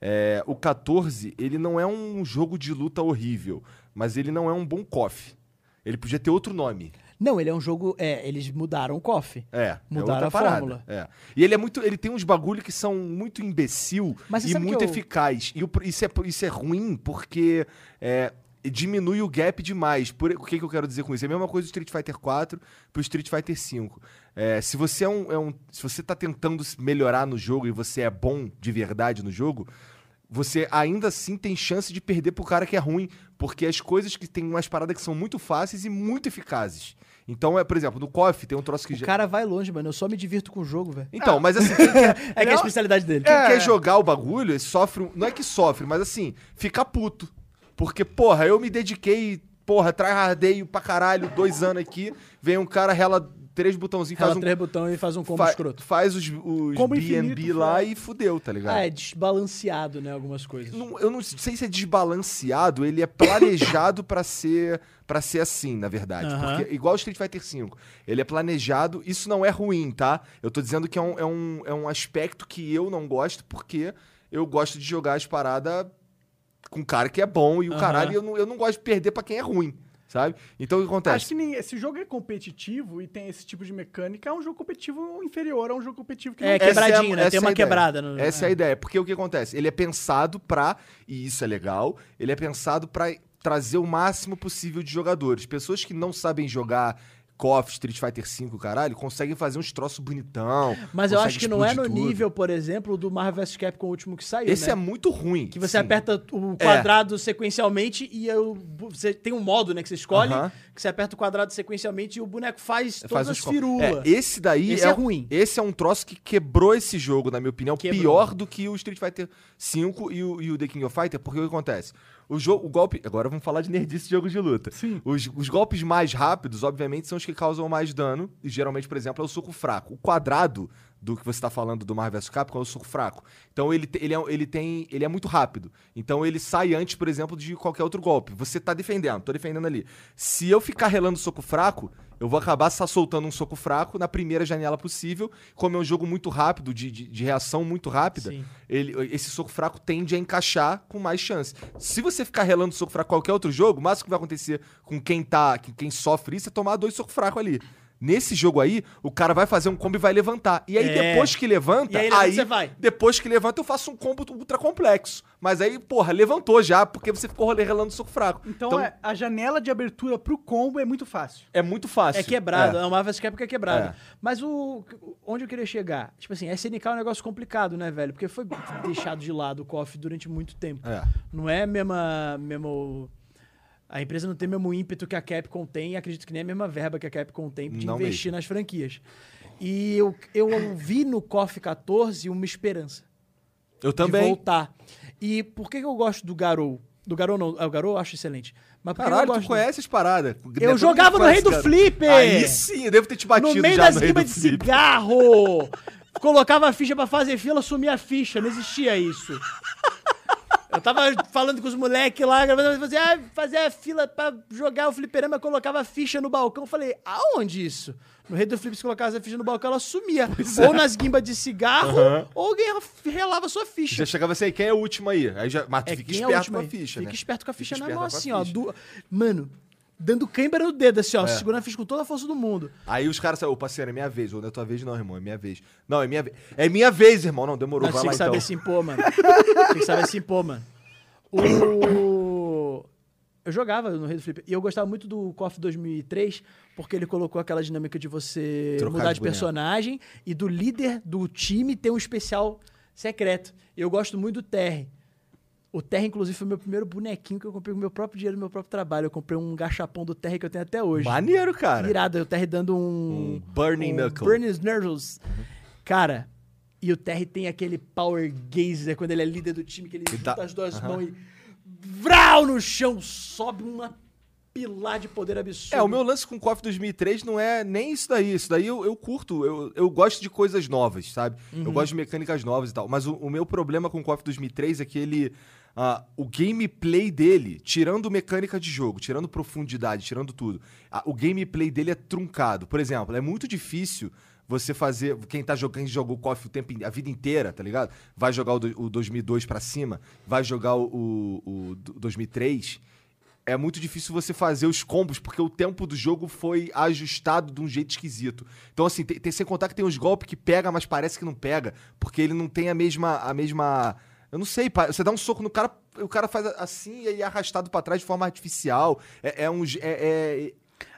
B: É, o 14, ele não é um jogo de luta horrível, mas ele não é um bom KOF. Ele podia ter outro nome.
C: Não, ele é um jogo. É, eles mudaram o KOF.
B: É,
C: Mudaram
B: é outra
C: a
B: parada.
C: fórmula.
B: É. E ele é muito, ele tem uns bagulho que são muito imbecil
C: Mas você
B: e
C: sabe que
B: muito
C: eu-
B: eficaz. E o pro- isso é, isso é ruim porque é, diminui o gap demais. Por, o que, que eu quero dizer com isso? É a mesma coisa do Street Fighter 4 pro Street Fighter 5. É, se você é um, é um- se você tá tentando se melhorar no jogo e você é bom de verdade no jogo, você ainda assim tem chance de perder pro cara que é ruim, porque as coisas que tem umas paradas que são muito fáceis e muito eficazes. Então, é, por exemplo, no KOF tem um troço que
C: O cara vai longe, mano. Eu só me divirto com o jogo, velho.
B: então, mas assim, quem
C: <laughs>
B: quer,
C: É que Ah. é a especialidade dele.
B: quem quer jogar o bagulho, ele sofre. um- Não é que sofre, mas assim, fica puto. Porque, porra, eu me dediquei, porra, tryhardeio pra caralho, dois anos aqui, vem um cara, rela três botãozinhos,
C: Fala
B: faz um.
C: três botões e faz um combo
B: fa-
C: escroto.
B: Faz os, os
A: Combo
B: BNB
A: infinito,
B: lá e fudeu, tá ligado?
C: Ah, é desbalanceado, né? Algumas coisas.
B: Não- eu não sei se é desbalanceado,
K: <coughs>
B: ele é planejado pra ser para ser assim, na verdade.
K: Aham.
B: Porque, igual o Street Fighter V, ele é planejado, isso não é ruim, tá? Eu tô dizendo que é um, é um, é um aspecto que eu não gosto, porque eu gosto de jogar as paradas com cara que é bom e o
K: Aham.
B: caralho, eu não, eu não gosto de perder pra quem é ruim, sabe? Então o que
C: Tá.
B: acontece?
A: Acho que nem, se o jogo é competitivo e tem esse tipo de mecânica, é um jogo competitivo inferior a um jogo competitivo que
K: É,
A: não
B: Essa
K: quebradinho, né?
B: essa
K: Tem
B: é a
K: uma
B: ideia.
K: quebrada no-
B: Essa é.
K: é.
B: a ideia. Porque o que acontece? Ele é pensado pra, e isso é legal, ele é pensado pra trazer o máximo possível de jogadores. Pessoas que não sabem jogar KOF, Street Fighter V, caralho, conseguem fazer uns troços bonitão.
C: Mas eu
B: conseguem
C: acho que não é no
B: explodir tudo.
C: nível, por exemplo, do Marvel vs Capcom o último que saiu,
B: Esse
C: né?
B: é muito ruim.
C: Que você
B: sim. É.
C: aperta o quadrado sequencialmente e eu, você tem um modo, né, que você escolhe,
B: Aham.
C: que você aperta o quadrado sequencialmente e o boneco faz todas
B: Faz
C: as
B: uns co-
C: firulas.
B: É, esse daí
C: Esse é
B: um-
C: ruim.
B: Esse é um troço que quebrou esse jogo, na minha opinião.
C: Quebrou.
B: Pior do que o Street Fighter V e o, e o The King of Fighter, porque o que acontece? O jogo, o golpe. Agora vamos falar de nerdice de jogo de luta.
A: Sim.
B: Os, os golpes mais rápidos, obviamente, são os que causam mais dano. E geralmente, por exemplo, é o soco fraco. O quadrado do que você tá falando do Marvel vs Capcom, eu sou fraco. Então ele, te- ele, é, ele tem. Ele é muito rápido. Então ele sai antes, por exemplo, de qualquer outro golpe. Você tá defendendo, tô defendendo ali. Se eu ficar relando soco fraco, eu vou acabar sa- soltando um soco fraco na primeira janela possível. Como é um jogo muito rápido, de, de, de reação muito rápida,
C: Sim.
B: ele- esse soco fraco tende a encaixar com mais chance. Se você ficar relando soco fraco qualquer outro jogo, o máximo que vai acontecer com quem tá, que- quem sofre isso é tomar dois socos fracos ali. Nesse jogo aí, o cara vai fazer um combo e vai levantar. E aí,
C: É.
B: depois que levanta,
C: E aí, levanta, você vai.
B: depois que levanta, eu faço um combo ultra complexo. Mas aí, porra, levantou já, porque você ficou relando soco fraco.
A: Então, é, a janela de abertura pro combo é muito fácil.
B: é muito fácil.
C: É quebrado, é. o Marvel vs Capcom é quebrado.
B: É.
C: Mas o onde eu queria chegar? Tipo assim, SNK é um negócio complicado, né, velho? Porque foi deixado de lado o KOF durante muito tempo.
B: É.
C: Não é mesmo, mesmo a empresa não tem o mesmo ímpeto que a Capcom tem, e acredito que nem a mesma verba que a Capcom tem de
B: Não
C: investir nas franquias. E eu, eu vi no KOF 14 uma esperança
B: Eu
C: de
B: também.
C: voltar. E por que que eu gosto do Garou? Do Garou não, ah, o Garou eu acho excelente. Mas por que que eu
B: Caralho,
C: gosto
B: tu
C: do-
B: conhece as paradas.
C: Eu jogava no Rei do Flipper!
B: Aí sim, eu devo ter te batido
C: no meio
B: já
C: das
B: no Rei do
C: rimas de
B: Flipper.
C: cigarro. <laughs> Colocava a ficha pra fazer fila, sumia a ficha. Não existia isso. Eu tava falando com os moleques lá, gravando, fazia, ah, fazia a fila pra jogar o fliperama, colocava a ficha no balcão. Falei, aonde isso? No Rei do Flip, se colocava a ficha no balcão, ela sumia.
B: é.
C: ou nas guimbas de cigarro, ou alguém relava a sua ficha.
B: Já chegava assim, aí, quem é o último aí? aí já, mas tu fica
C: quem é o
B: esperto
C: último
B: com a
C: aí?
B: ficha,
C: Fica
B: né?
C: esperto com a ficha na
B: esperto
C: mão,
B: com a
C: assim, ó.
B: ficha. É.
C: du- Mano, dando câimbra no dedo, assim, ó. Segurando a ficha com toda a força do mundo.
B: Aí os caras saem, ô parceiro, é minha vez. Ou não é tua vez, não, irmão, é minha vez. Não, é minha vez. É minha vez, irmão. Não, demorou,
C: Mas
B: vai
C: tinha
B: lá
C: que assim,
B: então.
C: saber se impor, mano. tinha que saber se impor, mano. O... Eu jogava no Rei do Flip. E eu gostava muito do KOF 2003, porque ele colocou aquela dinâmica de você
B: Trocar
C: mudar
B: de
C: de,
B: boneco.
C: personagem e do líder do time ter um especial secreto. Eu gosto muito do Terry. O Terry, inclusive, foi meu primeiro bonequinho que eu comprei com meu próprio dinheiro, meu próprio trabalho. Eu comprei um gachapão do Terry que eu tenho até hoje.
B: Maneiro, cara.
C: Irado, é o Terry dando um.
B: Um Burning Knuckle. Uhum.
C: Burning Knuckles. Cara, e o Terry tem aquele power gazer quando ele é líder do time, que ele
B: dá-
C: junta as duas mãos e. Vral no chão! Sobe uma pilar de poder absurdo.
B: É, o meu lance com o KOF 2003 não é nem isso daí. Isso daí eu, eu curto, eu, eu gosto de coisas novas, sabe? Eu gosto de mecânicas novas e tal. Mas o, o meu problema com o KOF 2003 é que ele... ah, o gameplay dele, tirando mecânica de jogo, tirando profundidade, tirando tudo, ah, o gameplay dele é truncado. Por exemplo, é muito difícil você fazer. Quem tá jogando, quem jogou o KOF o tempo, in- a vida inteira, tá ligado? Vai jogar o, do- o 2002 pra cima, vai jogar o- o- o 2003 é muito difícil você fazer os combos, porque o tempo do jogo foi ajustado de um jeito esquisito. Então, assim, tem, tem- sem contar que tem uns golpes que pega, mas parece que não pega, porque ele não tem a mesma. A mesma eu não sei, pa- você dá um soco no cara, o cara faz assim e aí é arrastado pra trás de forma artificial. É, é um. j- é- é-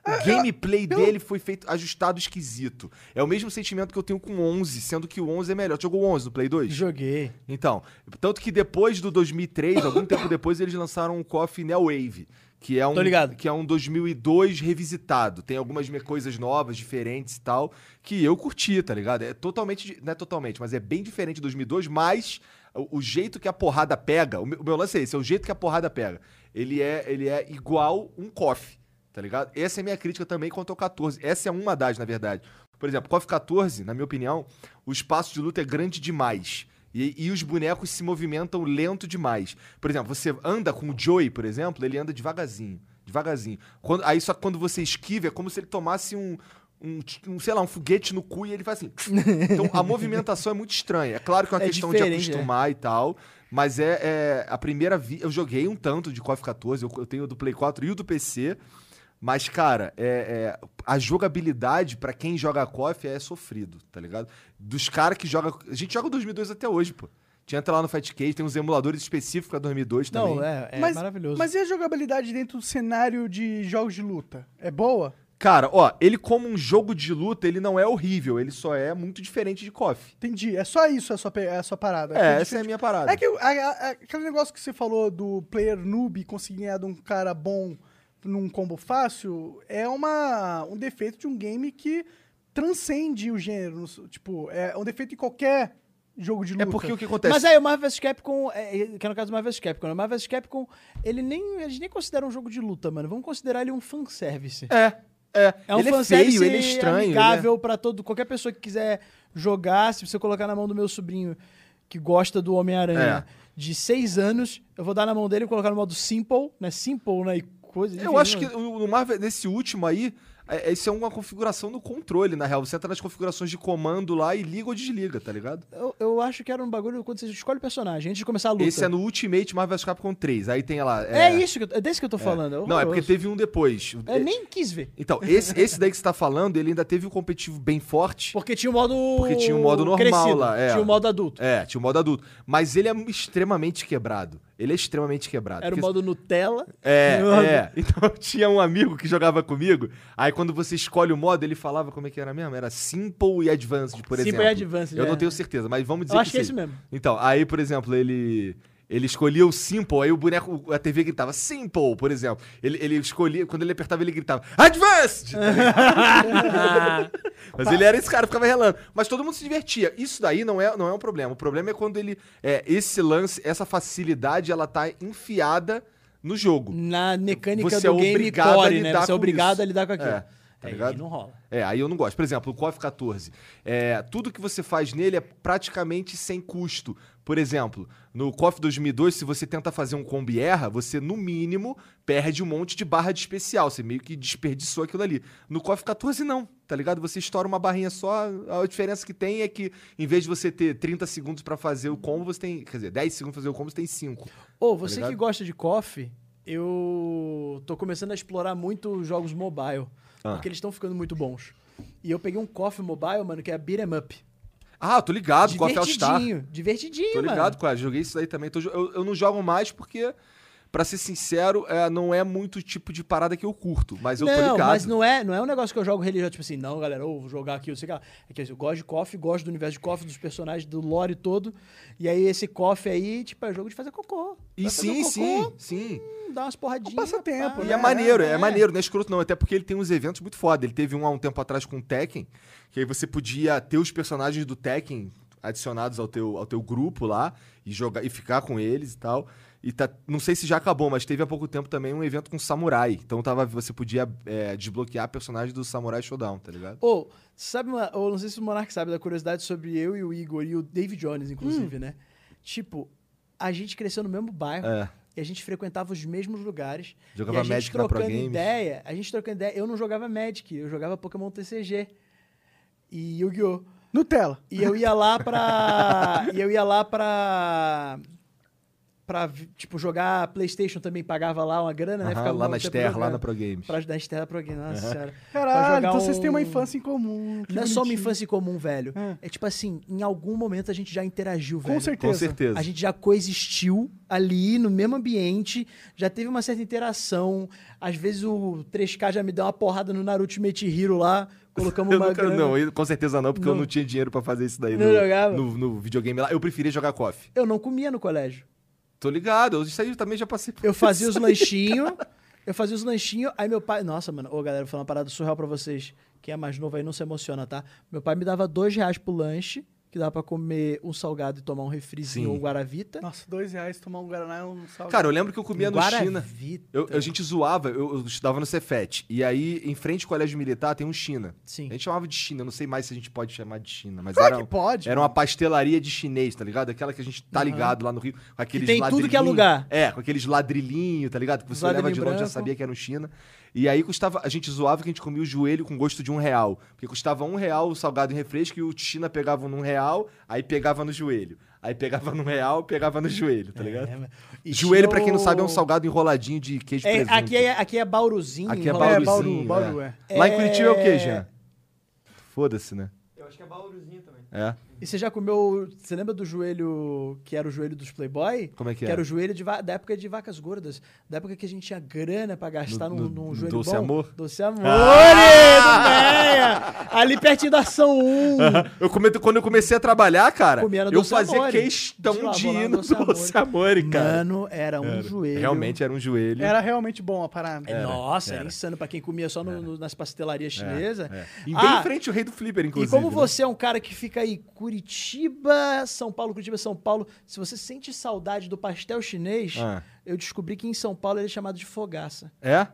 B: o gameplay dele foi feito ajustado esquisito. É o mesmo sentimento que eu tenho com o 11, sendo que o 11 é melhor. Tu Jogou o 11 no Play 2?
C: Joguei.
B: Então, tanto que depois do 2003, algum
C: <coughs>
B: tempo depois, eles lançaram o KOF Neo Wave, que é um
C: Tô ligado.
B: que é um 2002 revisitado. Tem algumas me- coisas novas, diferentes e tal, que eu curti, tá ligado? É totalmente, di- não é totalmente, mas é bem diferente de 2002, mas o, o jeito que a porrada pega, o meu, o meu lance é esse, é o jeito que a porrada pega. Ele é, ele é igual um KOF, tá ligado? Essa é a minha crítica também quanto ao 14. Essa é uma das, na verdade. Por exemplo, KOF 14, na minha opinião, o espaço de luta é grande demais. E, e os bonecos se movimentam lento demais. Por exemplo, você anda com o Joey, por exemplo, ele anda devagarzinho. Devagarzinho. Quando- aí só que quando você esquiva, é como se ele tomasse um. Um, t- um, sei lá, um foguete no cu e ele faz
C: <laughs>
B: assim. Então a movimentação é muito estranha. É claro que é uma
C: É
B: questão de
C: diferente, né?
B: acostumar e tal. Mas é, é a primeira vez. Eu joguei um tanto de KOF 14, eu, eu tenho o do Play 4 e o do PC. Mas, cara, é, é- a jogabilidade pra quem joga KOF é sofrido, tá ligado? Dos caras que joga. A gente joga 2002 até hoje, pô. A gente entra lá no Fight Cage, tem uns emuladores específicos pra 2002 também.
C: Não, é, é
A: mas,
C: maravilhoso.
A: Mas e a jogabilidade dentro do cenário de jogos de luta? É boa?
B: Cara, ó, ele como um jogo de luta, ele não é horrível, ele só é muito diferente de KOF.
A: Entendi. É só isso a sua, pe- a sua parada.
B: É, essa é a minha parada.
A: É que o- a- a- aquele negócio que você falou do player noob conseguir ganhar de um cara bom num combo fácil é uma, um defeito de um game que transcende o gênero. Tipo, é um defeito de qualquer jogo de luta.
B: É porque o que acontece?
C: Mas aí o Marvel vs Capcom, é, é, que é no caso do Marvel vs Capcom, né? o Marvel vs Capcom, ele nem, a gente nem considera um jogo de luta, mano. Vamos considerar ele um fanservice.
B: É, É,
C: É um
B: ele é
C: fanservice
B: feio, ele é estranho. ele é-
C: amigável pra todo qualquer pessoa que quiser jogar. Se você colocar na mão do meu sobrinho que gosta do
B: É.
C: Homem-Aranha de 6 anos, eu vou dar na mão dele e colocar no modo simple, né? Simple, né? E coisa.
B: Eu
C: enfim,
B: acho que
C: né?
B: o no Marvel, nesse último aí, é, é- isso é uma configuração do controle, na real. Você entra nas configurações de comando lá e liga ou desliga, tá ligado?
C: Eu, eu acho que era um bagulho quando você escolhe o personagem antes de começar a luta.
B: Esse é no Ultimate Marvel vs Capcom 3. Aí tem lá.
C: É isso, que eu, é desse que eu tô falando.
B: Não, é porque teve um depois.
C: Eu nem quis ver.
B: Então, esse, esse daí que você tá falando, ele ainda teve um competitivo bem forte.
C: Porque tinha o modo.
B: Porque tinha o modo normal
C: crescido,
B: lá, é.
C: Tinha o modo adulto.
B: É, tinha o modo adulto. Mas ele é extremamente quebrado. Ele é extremamente quebrado.
C: Era o
B: Porque-
C: modo Nutella. <laughs>
B: É,
C: Modo-
B: é. <laughs> Então tinha um amigo que jogava comigo. Aí quando você escolhe o modo, ele falava como é que era mesmo? Era Simple e Advanced, por
C: Simple
B: exemplo.
C: e Advanced,
B: Eu
C: é.
B: não tenho certeza, mas vamos dizer
C: Eu acho que é
B: seja.
C: esse mesmo.
B: Então, aí, por exemplo, ele. Ele escolhia o Simple, aí o boneco, a TV gritava Simple, por exemplo. Ele, ele escolhia, quando ele apertava, ele gritava
C: <laughs>
B: Advanced! <laughs> Mas ele era esse cara, ficava relando. Mas todo mundo se divertia. Isso daí não é, não é um problema. O problema é quando ele. É, esse lance, essa facilidade, ela tá enfiada no jogo.
C: Na mecânica
B: Você
C: do
B: é
C: game
B: obrigado
C: core,
B: a
C: né?
B: lidar com
C: Você é obrigado
B: isso.
C: a lidar com aquilo.
B: É, tá
C: É,
B: ligado?
C: e não rola.
B: É, aí eu não gosto. Por exemplo, o KOF 14. É, tudo que você faz nele é praticamente sem custo. Por exemplo, no KOF 2002, se você tenta fazer um combi erra, você no mínimo perde um monte de barra de especial. Você meio que desperdiçou aquilo ali. No KOF 14, não. Tá ligado? Você estoura uma barrinha só. A diferença que tem é que, em vez de você ter 30 segundos pra fazer o combo, você tem. Quer dizer, 10 segundos pra fazer o combo, você tem 5.
C: Ô, você
B: Tá ligado?
C: que gosta de coffee, eu tô começando a explorar muito os jogos mobile.
B: Ah.
C: Porque eles estão ficando muito bons. E eu peguei um coffee mobile, mano, que é beat 'em up.
B: Ah, eu tô ligado, KOF All Star.
C: divertidinho, divertidinho,
B: Tô
C: mano.
B: ligado, cara. Joguei isso daí também. Tô jo- eu, eu não jogo mais porque, pra ser sincero, é, não é muito o tipo de parada que eu curto. Mas eu tô
C: Não,
B: ligado.
C: mas não é, não é um negócio que eu jogo religioso, tipo assim, não, galera, eu vou jogar aqui, eu sei lá. É que eu gosto de coffee, gosto do universo de coffee, dos personagens, do lore todo. E aí esse coffee aí, tipo, é jogo de fazer cocô.
B: E
C: Vai fazer um
B: sim, sim,
C: cocô,
B: sim.
C: Hum, Dá umas porradinhas.
A: passatempo,
C: pá.
A: né?
B: E é, maneiro, é, maneiro, não é escroto não, até porque ele tem uns eventos muito foda. Ele teve um há um tempo atrás com o Tekken, que aí você podia ter os personagens do Tekken adicionados ao teu, ao teu grupo lá e jogar e ficar com eles e tal. E tá, não sei se já acabou, mas teve há pouco tempo também um evento com samurai. Então tava, você podia é, desbloquear personagens do Samurai Showdown, tá ligado?
C: Ô, sabe uma. Ou não sei se o Monark sabe da curiosidade sobre eu e o Igor e o David Jones, inclusive, né? Tipo, a gente cresceu no mesmo bairro.
B: É.
C: E a gente frequentava os mesmos lugares.
B: Jogava
C: e a gente
B: Magic na Pro
C: trocando
B: Games.
C: ideia. A gente trocando ideia. Eu não jogava Magic, eu jogava Pokémon TCG. E Yu-Gi-Oh!
A: Nutella.
C: E é eu ia lá pra. <laughs> e eu ia lá pra. Pra, vi- tipo, jogar PlayStation também, pagava lá uma grana, né?
B: Aham,
C: Ficava
B: lá
C: um
B: na
C: tempo
B: Ster, lá
C: jogando.
B: na Pro Games.
C: Pra ajudar a Ster Pro Games, nossa senhora. Pra
A: Caralho,
C: jogar
A: então vocês têm uma
C: um-
A: infância em comum. que
C: não é só uma
A: bonitinho.
C: infância em comum, velho. É. tipo assim, em algum momento a gente já interagiu, velho.
A: Com certeza.
B: Com certeza.
C: A gente já coexistiu ali no mesmo ambiente, já teve uma certa interação. Às vezes o 3K já me deu uma porrada no Naruto Ultimate Hero lá,
A: <laughs>
B: <laughs>
C: colocamos
B: Eu
C: uma
B: nunca-
C: grana.
B: não, eu- com certeza não, porque eu
C: Não.
B: não tinha dinheiro pra fazer isso daí
C: Não jogava?
B: no, no videogame lá. Eu preferia jogar KOF.
C: Eu não comia no colégio.
B: Tô ligado, eu- isso aí eu também já passei por
C: Eu
B: isso
C: fazia os
B: aí.
C: lanchinhos, eu fazia os lanchinhos, aí meu pai... Nossa, mano, ô galera, vou falar uma parada surreal pra vocês. Quem é mais novo aí não se emociona, tá? Meu pai me dava dois reais pro lanche, que dava pra comer um salgado e tomar um refrizinho
B: Sim.
C: ou um guaravita.
A: Nossa, dois reais tomar um Guaraná é um salve.
B: Cara, eu lembro que eu comia no China.
C: Guaravita.
B: Eu- a gente zoava, eu, eu estudava no Cefet. E aí, em frente ao colégio militar, tem um China.
C: Sim.
B: A gente chamava de China, eu não sei mais se a gente pode chamar de China, mas
A: Claro
B: era, um-
A: que pode,
B: era uma pastelaria de chinês, tá ligado? Aquela que a gente tá ligado lá no Rio, com aqueles
C: tem tudo que é
B: ladrilhinho-
C: lugar.
B: É, com aqueles ladrilhinhos, tá ligado? Que você olhava de
C: ladrilhinho
B: longe e já
C: branco.
B: sabia que era no China. E aí custava, a gente zoava que a gente comia o joelho com gosto de um real. Porque custava um real o salgado em refresco e o China pegava num real, aí pegava no joelho. Aí pegava num real, pegava no joelho, tá ligado?
C: É, E
B: Joelho,
C: tinha
B: pra quem não sabe, é um
C: o-
B: salgado enroladinho de queijo
C: É,
B: presunto.
C: aqui, é, né? aqui é Bauruzinho.
B: Aqui é
C: enrolado.
B: Bauruzinho.
A: É, Bauru, Bauru, é.
B: Lá em
C: É.
B: Curitiba é o quê, Jean? Foda-se, né?
M: Eu acho que é Bauruzinho também.
B: É.
C: E você já comeu. Você lembra do joelho que era o joelho dos Playboy?
B: Como é que
C: que
B: é?
C: era o joelho de va- da época de vacas gordas. Da época que a gente tinha grana pra gastar
B: No-
C: num,
B: no-
C: num
B: no
C: joelho
B: Doce
C: bom.
B: Amor?
C: Doce Amor! Ah! Ali pertinho da ação
B: <laughs>
C: 1.
B: Eu come- quando eu comecei a trabalhar, cara,
C: Comia no
B: eu
C: Doce
B: fazia
C: Amore. De
B: questão
C: lá,
B: de
C: vou lá
B: ir
C: no
B: no
C: Doce
B: Doce Amore, cara.
C: Mano, era um joelho.
B: Realmente era um joelho.
A: Era realmente bom a parada.
C: É, Nossa, era insano pra quem comia só no- no- nas pastelarias chinesas.
B: É. E bem
C: Ah,
B: em frente o rei do flipper,
C: E
B: inclusive.
C: como
B: né?
C: você é um cara que fica aí Curitiba, São Paulo, Curitiba, São Paulo, se você sente saudade do pastel chinês,
B: Ah.
C: eu descobri que em São Paulo ele é chamado de fogaça.
B: É?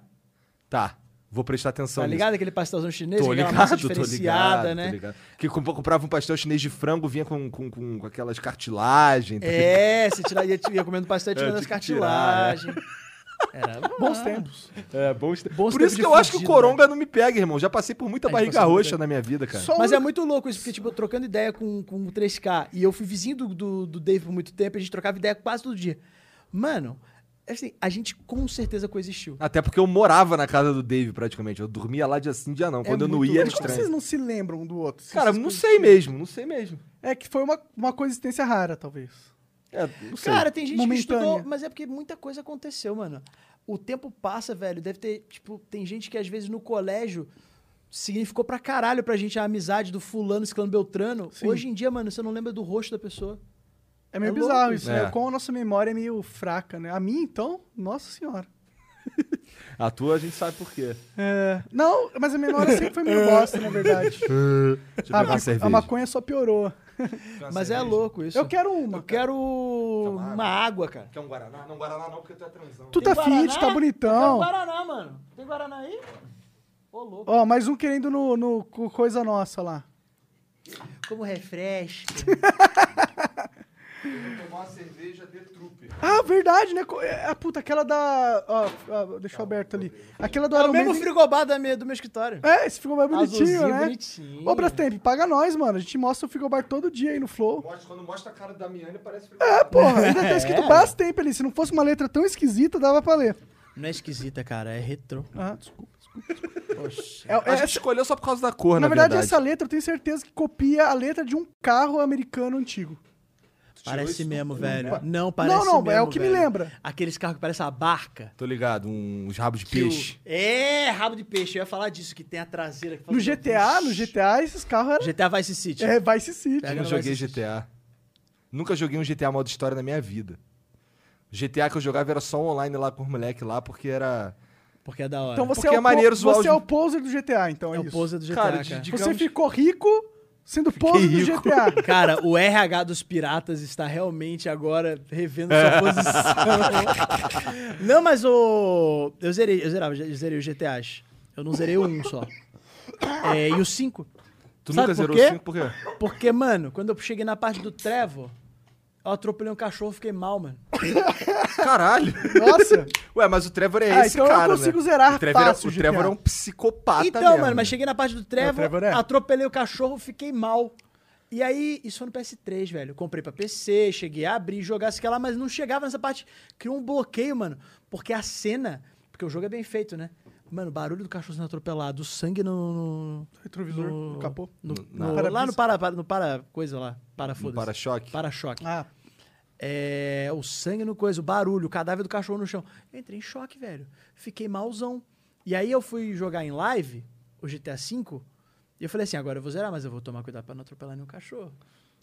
B: Tá. Vou prestar atenção
N: Tá
B: nisso.
N: ligado aquele pastelzão chinês?
B: Tô
N: aquela massa
B: ligado, tô
N: diferenciada,
B: ligado,
N: né?
B: tô ligado. Que comp- comprava um pastel chinês de frango, vinha com, com, com, com aquelas cartilagens. tá ligado?
N: É, se tirar, ia, ia comendo
B: <laughs>
N: pastel e
B: É,
N: tirando
B: tinha
N: as
B: que tirar,
N: cartilagens.
B: <laughs>
N: Era bom.
A: Bons tempos.
B: É, bons te-
N: Bons
B: Por
N: tempos
B: isso
N: de
B: que eu acho que o
N: fudido,
B: Coronga não me pega, irmão. Já passei por muita
N: A gente
B: barriga
N: passou por
B: roxa
N: muita-
B: na minha vida, cara.
A: Só
N: Mas
A: um-
N: é muito louco isso, porque, tipo, eu trocando ideia com, com o 3K e eu fui vizinho do, do, do Dave por muito tempo, a gente trocava ideia quase todo dia. Mano, assim, a gente com certeza coexistiu.
B: Até porque eu morava na casa do Dave, praticamente. Eu dormia lá de assim dia não. Quando eu não
N: muito
B: ia, era
A: Mas como vocês
B: estranho.
A: não se lembram um do outro? Vocês-
B: Cara, não sei mesmo, não sei mesmo.
A: É que foi uma, uma coexistência rara, talvez.
B: É, não sei.
N: Cara, tem gente
A: Momentânea.
N: que estudou, mas é porque muita coisa aconteceu, mano. O tempo passa, velho. Deve ter, tipo, tem gente que às vezes no colégio significou pra caralho pra gente a amizade do fulano, ciclano, beltrano.
A: Sim.
N: Hoje em dia, mano, você não lembra do rosto da pessoa.
A: É meio
N: É louco
A: bizarro
N: isso.
A: isso, né?
B: É.
A: Como a nossa memória é meio fraca, né? A minha, então, nossa senhora.
B: A tua a gente sabe por quê.
A: É, Não, mas a memória sempre foi meio bosta, na verdade. Ah,
B: Deixa eu
A: A,
B: pegar uma cerveja.
A: a maconha só piorou.
N: Mas é louco isso.
A: Eu quero um, uma.
N: Eu quero
B: água?
N: uma água, cara.
B: Quer um Guaraná? Não, Guaraná não, porque tu é transão.
A: Tu tá fit, tá bonitão.
N: Guaraná, mano. Tem Guaraná aí? Ô, louco.
A: Ó, mais um querendo no, no co- coisa nossa lá.
N: Como refresca.
B: Tomar uma cerveja de trupe.
A: Ah, verdade, né? Co- é- Ah, puta, aquela da. Ó, ó, deixa eu aberto ali. Aquela do
N: É o
A: Iron Man.
N: mesmo frigobar da minha- do meu escritório.
A: É, esse ficou mais bonitinho,
N: Azulzinho,
A: né?
N: bonitinho.
A: Ô, Brastemp, paga nós, mano. A gente mostra o frigobar todo dia aí no Flow.
B: Quando mostra a cara da Miane, parece
A: É, porra, ainda tá escrito
N: É.
A: Brastemp ali. Se não fosse uma letra tão esquisita, dava pra ler.
C: Não é esquisita, cara, é retrô.
A: Ah, desculpa.
C: Poxa.
A: É, é-
B: Acho que escolheu só por causa da cor,
A: na
B: na,
A: verdade, essa letra eu tenho certeza que copia a letra de um carro americano antigo.
C: Parece mesmo, velho. Não, parece
A: não, não, é
C: mesmo,
A: o que me
C: velho.
A: lembra.
C: Aqueles carros que parecem a barca.
B: Tô ligado, uns rabos de
C: que o-
B: peixe.
C: É, rabo de peixe. Eu ia falar disso, que tem a traseira. Que faz
A: No
C: um-
A: GTA, no GTA, esses carros eram.
C: GTA Vice City.
A: É, Vice City.
C: É.
B: Eu
C: Pega
B: não
C: no
B: joguei
C: Vice City.
B: GTA. Nunca joguei um GTA modo história na minha vida. GTA que eu jogava era só online lá com os moleque lá, porque era.
C: Porque é da hora.
A: Então você
B: Porque
A: é,
B: é maneiro
A: o, po-
B: zoar
A: você
B: os-
A: é o poser do GTA, então é,
C: é o
A: isso.
C: pose do GTA,
B: Cara,
C: cara.
B: de- de-
A: Você
B: digamos-
A: ficou rico sendo poser do
B: rico.
A: GTA.
C: <laughs> Cara, o RH dos piratas está realmente agora revendo
B: <laughs>
C: sua posição. não, mas o. Eu zerei, eu zerava, eu zerei os GTAs. Eu não zerei o 1 só. É, e o 5.
B: Tu nunca
C: Sabe por
B: zerou
C: quê?
B: 5 por quê?
C: Porque, mano, quando eu cheguei na parte do trevo, eu atropelei um cachorro, fiquei mal, mano.
B: Ah, Caralho!
A: Nossa,
B: Ué, mas o Trevor é
A: Ah,
B: esse
A: então eu
B: cara,
A: consigo
B: né?
A: zerar
B: o Trevor, é-
A: fácil
B: o
A: GTA.
B: Trevor é um psicopata
C: então,
B: mesmo,
C: mano, mas
B: né?
C: cheguei na parte do
A: É, o
C: trevo,
A: Trevor é.
C: atropelei o cachorro, fiquei mal. E aí, isso foi no PS3, velho. Comprei pra PC, cheguei a abrir, jogar isso que lá, mas não chegava nessa parte. Criou um bloqueio, mano. Porque a cena. Porque o jogo é bem feito, né? Mano, o barulho do cachorro sendo atropelado, o sangue no. no
A: retrovisor,
C: no-
A: capô.
C: no-
B: na-
C: no-
A: Para-
C: lá no para, para. No para. Coisa lá. Para
B: No
C: foda-se.
B: para-choque.
C: Para-choque.
A: Ah,
C: É, o sangue no coisa, o barulho, o cadáver do cachorro no chão. Eu entrei em choque, velho. Fiquei malzão. E aí eu fui jogar em live o GTA V. E eu falei assim: agora eu vou zerar, mas eu vou tomar cuidado pra não atropelar nenhum cachorro.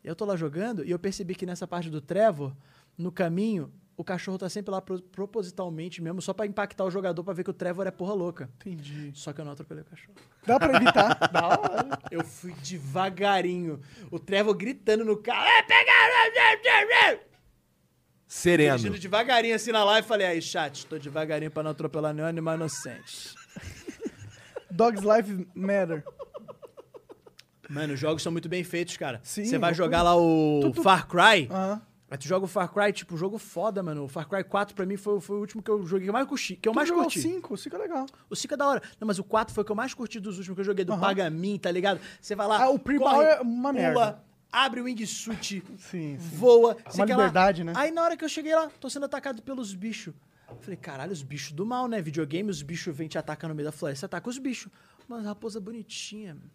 C: E eu tô lá jogando e eu percebi que nessa parte do Trevor, no caminho, o cachorro tá sempre lá pro- propositalmente mesmo, só pra impactar o jogador pra ver que o Trevor é porra louca.
A: entendi.
C: Só que eu não atropelei o cachorro.
A: Dá pra evitar. da hora.
C: Eu fui devagarinho. O Trevor gritando no carro: "É, pegar! Dirigindo
B: Sereno.
C: devagarinho assim na live, falei, aí, chat, tô devagarinho pra não atropelar nenhum animal inocente.
A: Dogs Life Matter.
C: Mano, os jogos são muito bem feitos, cara.
A: Sim,
C: Você vai
A: loucura.
C: jogar lá o Far Cry,
A: Ah,
C: aí tu joga o Far Cry, tipo, jogo foda, mano. O Far Cry 4 pra mim foi, foi o último que eu joguei, que eu mais curti. Que eu mais
A: jogou
C: curti.
A: 5, 5 é legal.
C: O 5 é da hora. Não, mas o 4 foi o que eu mais curti dos últimos que eu joguei, do Pagamin, tá ligado? Você vai lá,
A: Ah, o pre-ball
C: corre,
A: é uma merda.
C: abre o wingsuit,
A: <laughs> Sim, sim.
C: voa. sei
A: uma
C: que lá.
A: liberdade, né?
C: Aí na hora que eu cheguei lá, tô sendo atacado pelos bichos. Eu Falei, caralho, os bichos do mal, né? Videogame, os bichos vêm te atacar no meio da floresta, ataca os bichos. Mmas raposa bonitinha. mano.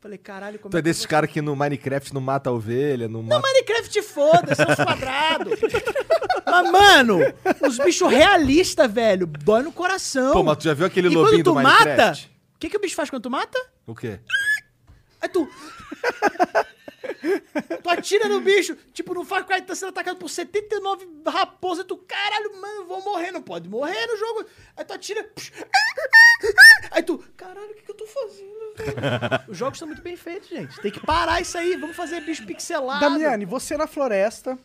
C: Falei, caralho, como
B: Tu é
C: que eu
B: desses
C: vou-
B: caras que no Minecraft não mata a ovelha, não mata.
C: Minecraft foda, são os quadrados. Mas, mano, os bichos realistas, velho, dói no coração.
B: Pô, mas tu já viu aquele
C: e
B: lobinho
C: quando tu
B: do
C: mata,
B: Minecraft?
C: o que, que o bicho faz quando tu mata?
B: O quê?
C: Aí tu. tu atira no bicho, tipo, no Far Cry tá sendo atacado por 79 raposas, e tu, caralho, mano, eu vou morrer, não pode morrer no jogo. Aí tu atira. Aí tu, caralho, o que, que eu tô fazendo?
B: <laughs>
C: velho? Os jogos são muito bem feitos, gente. Tem que parar isso aí, vamos fazer bicho pixelado.
A: Damiane, você na floresta,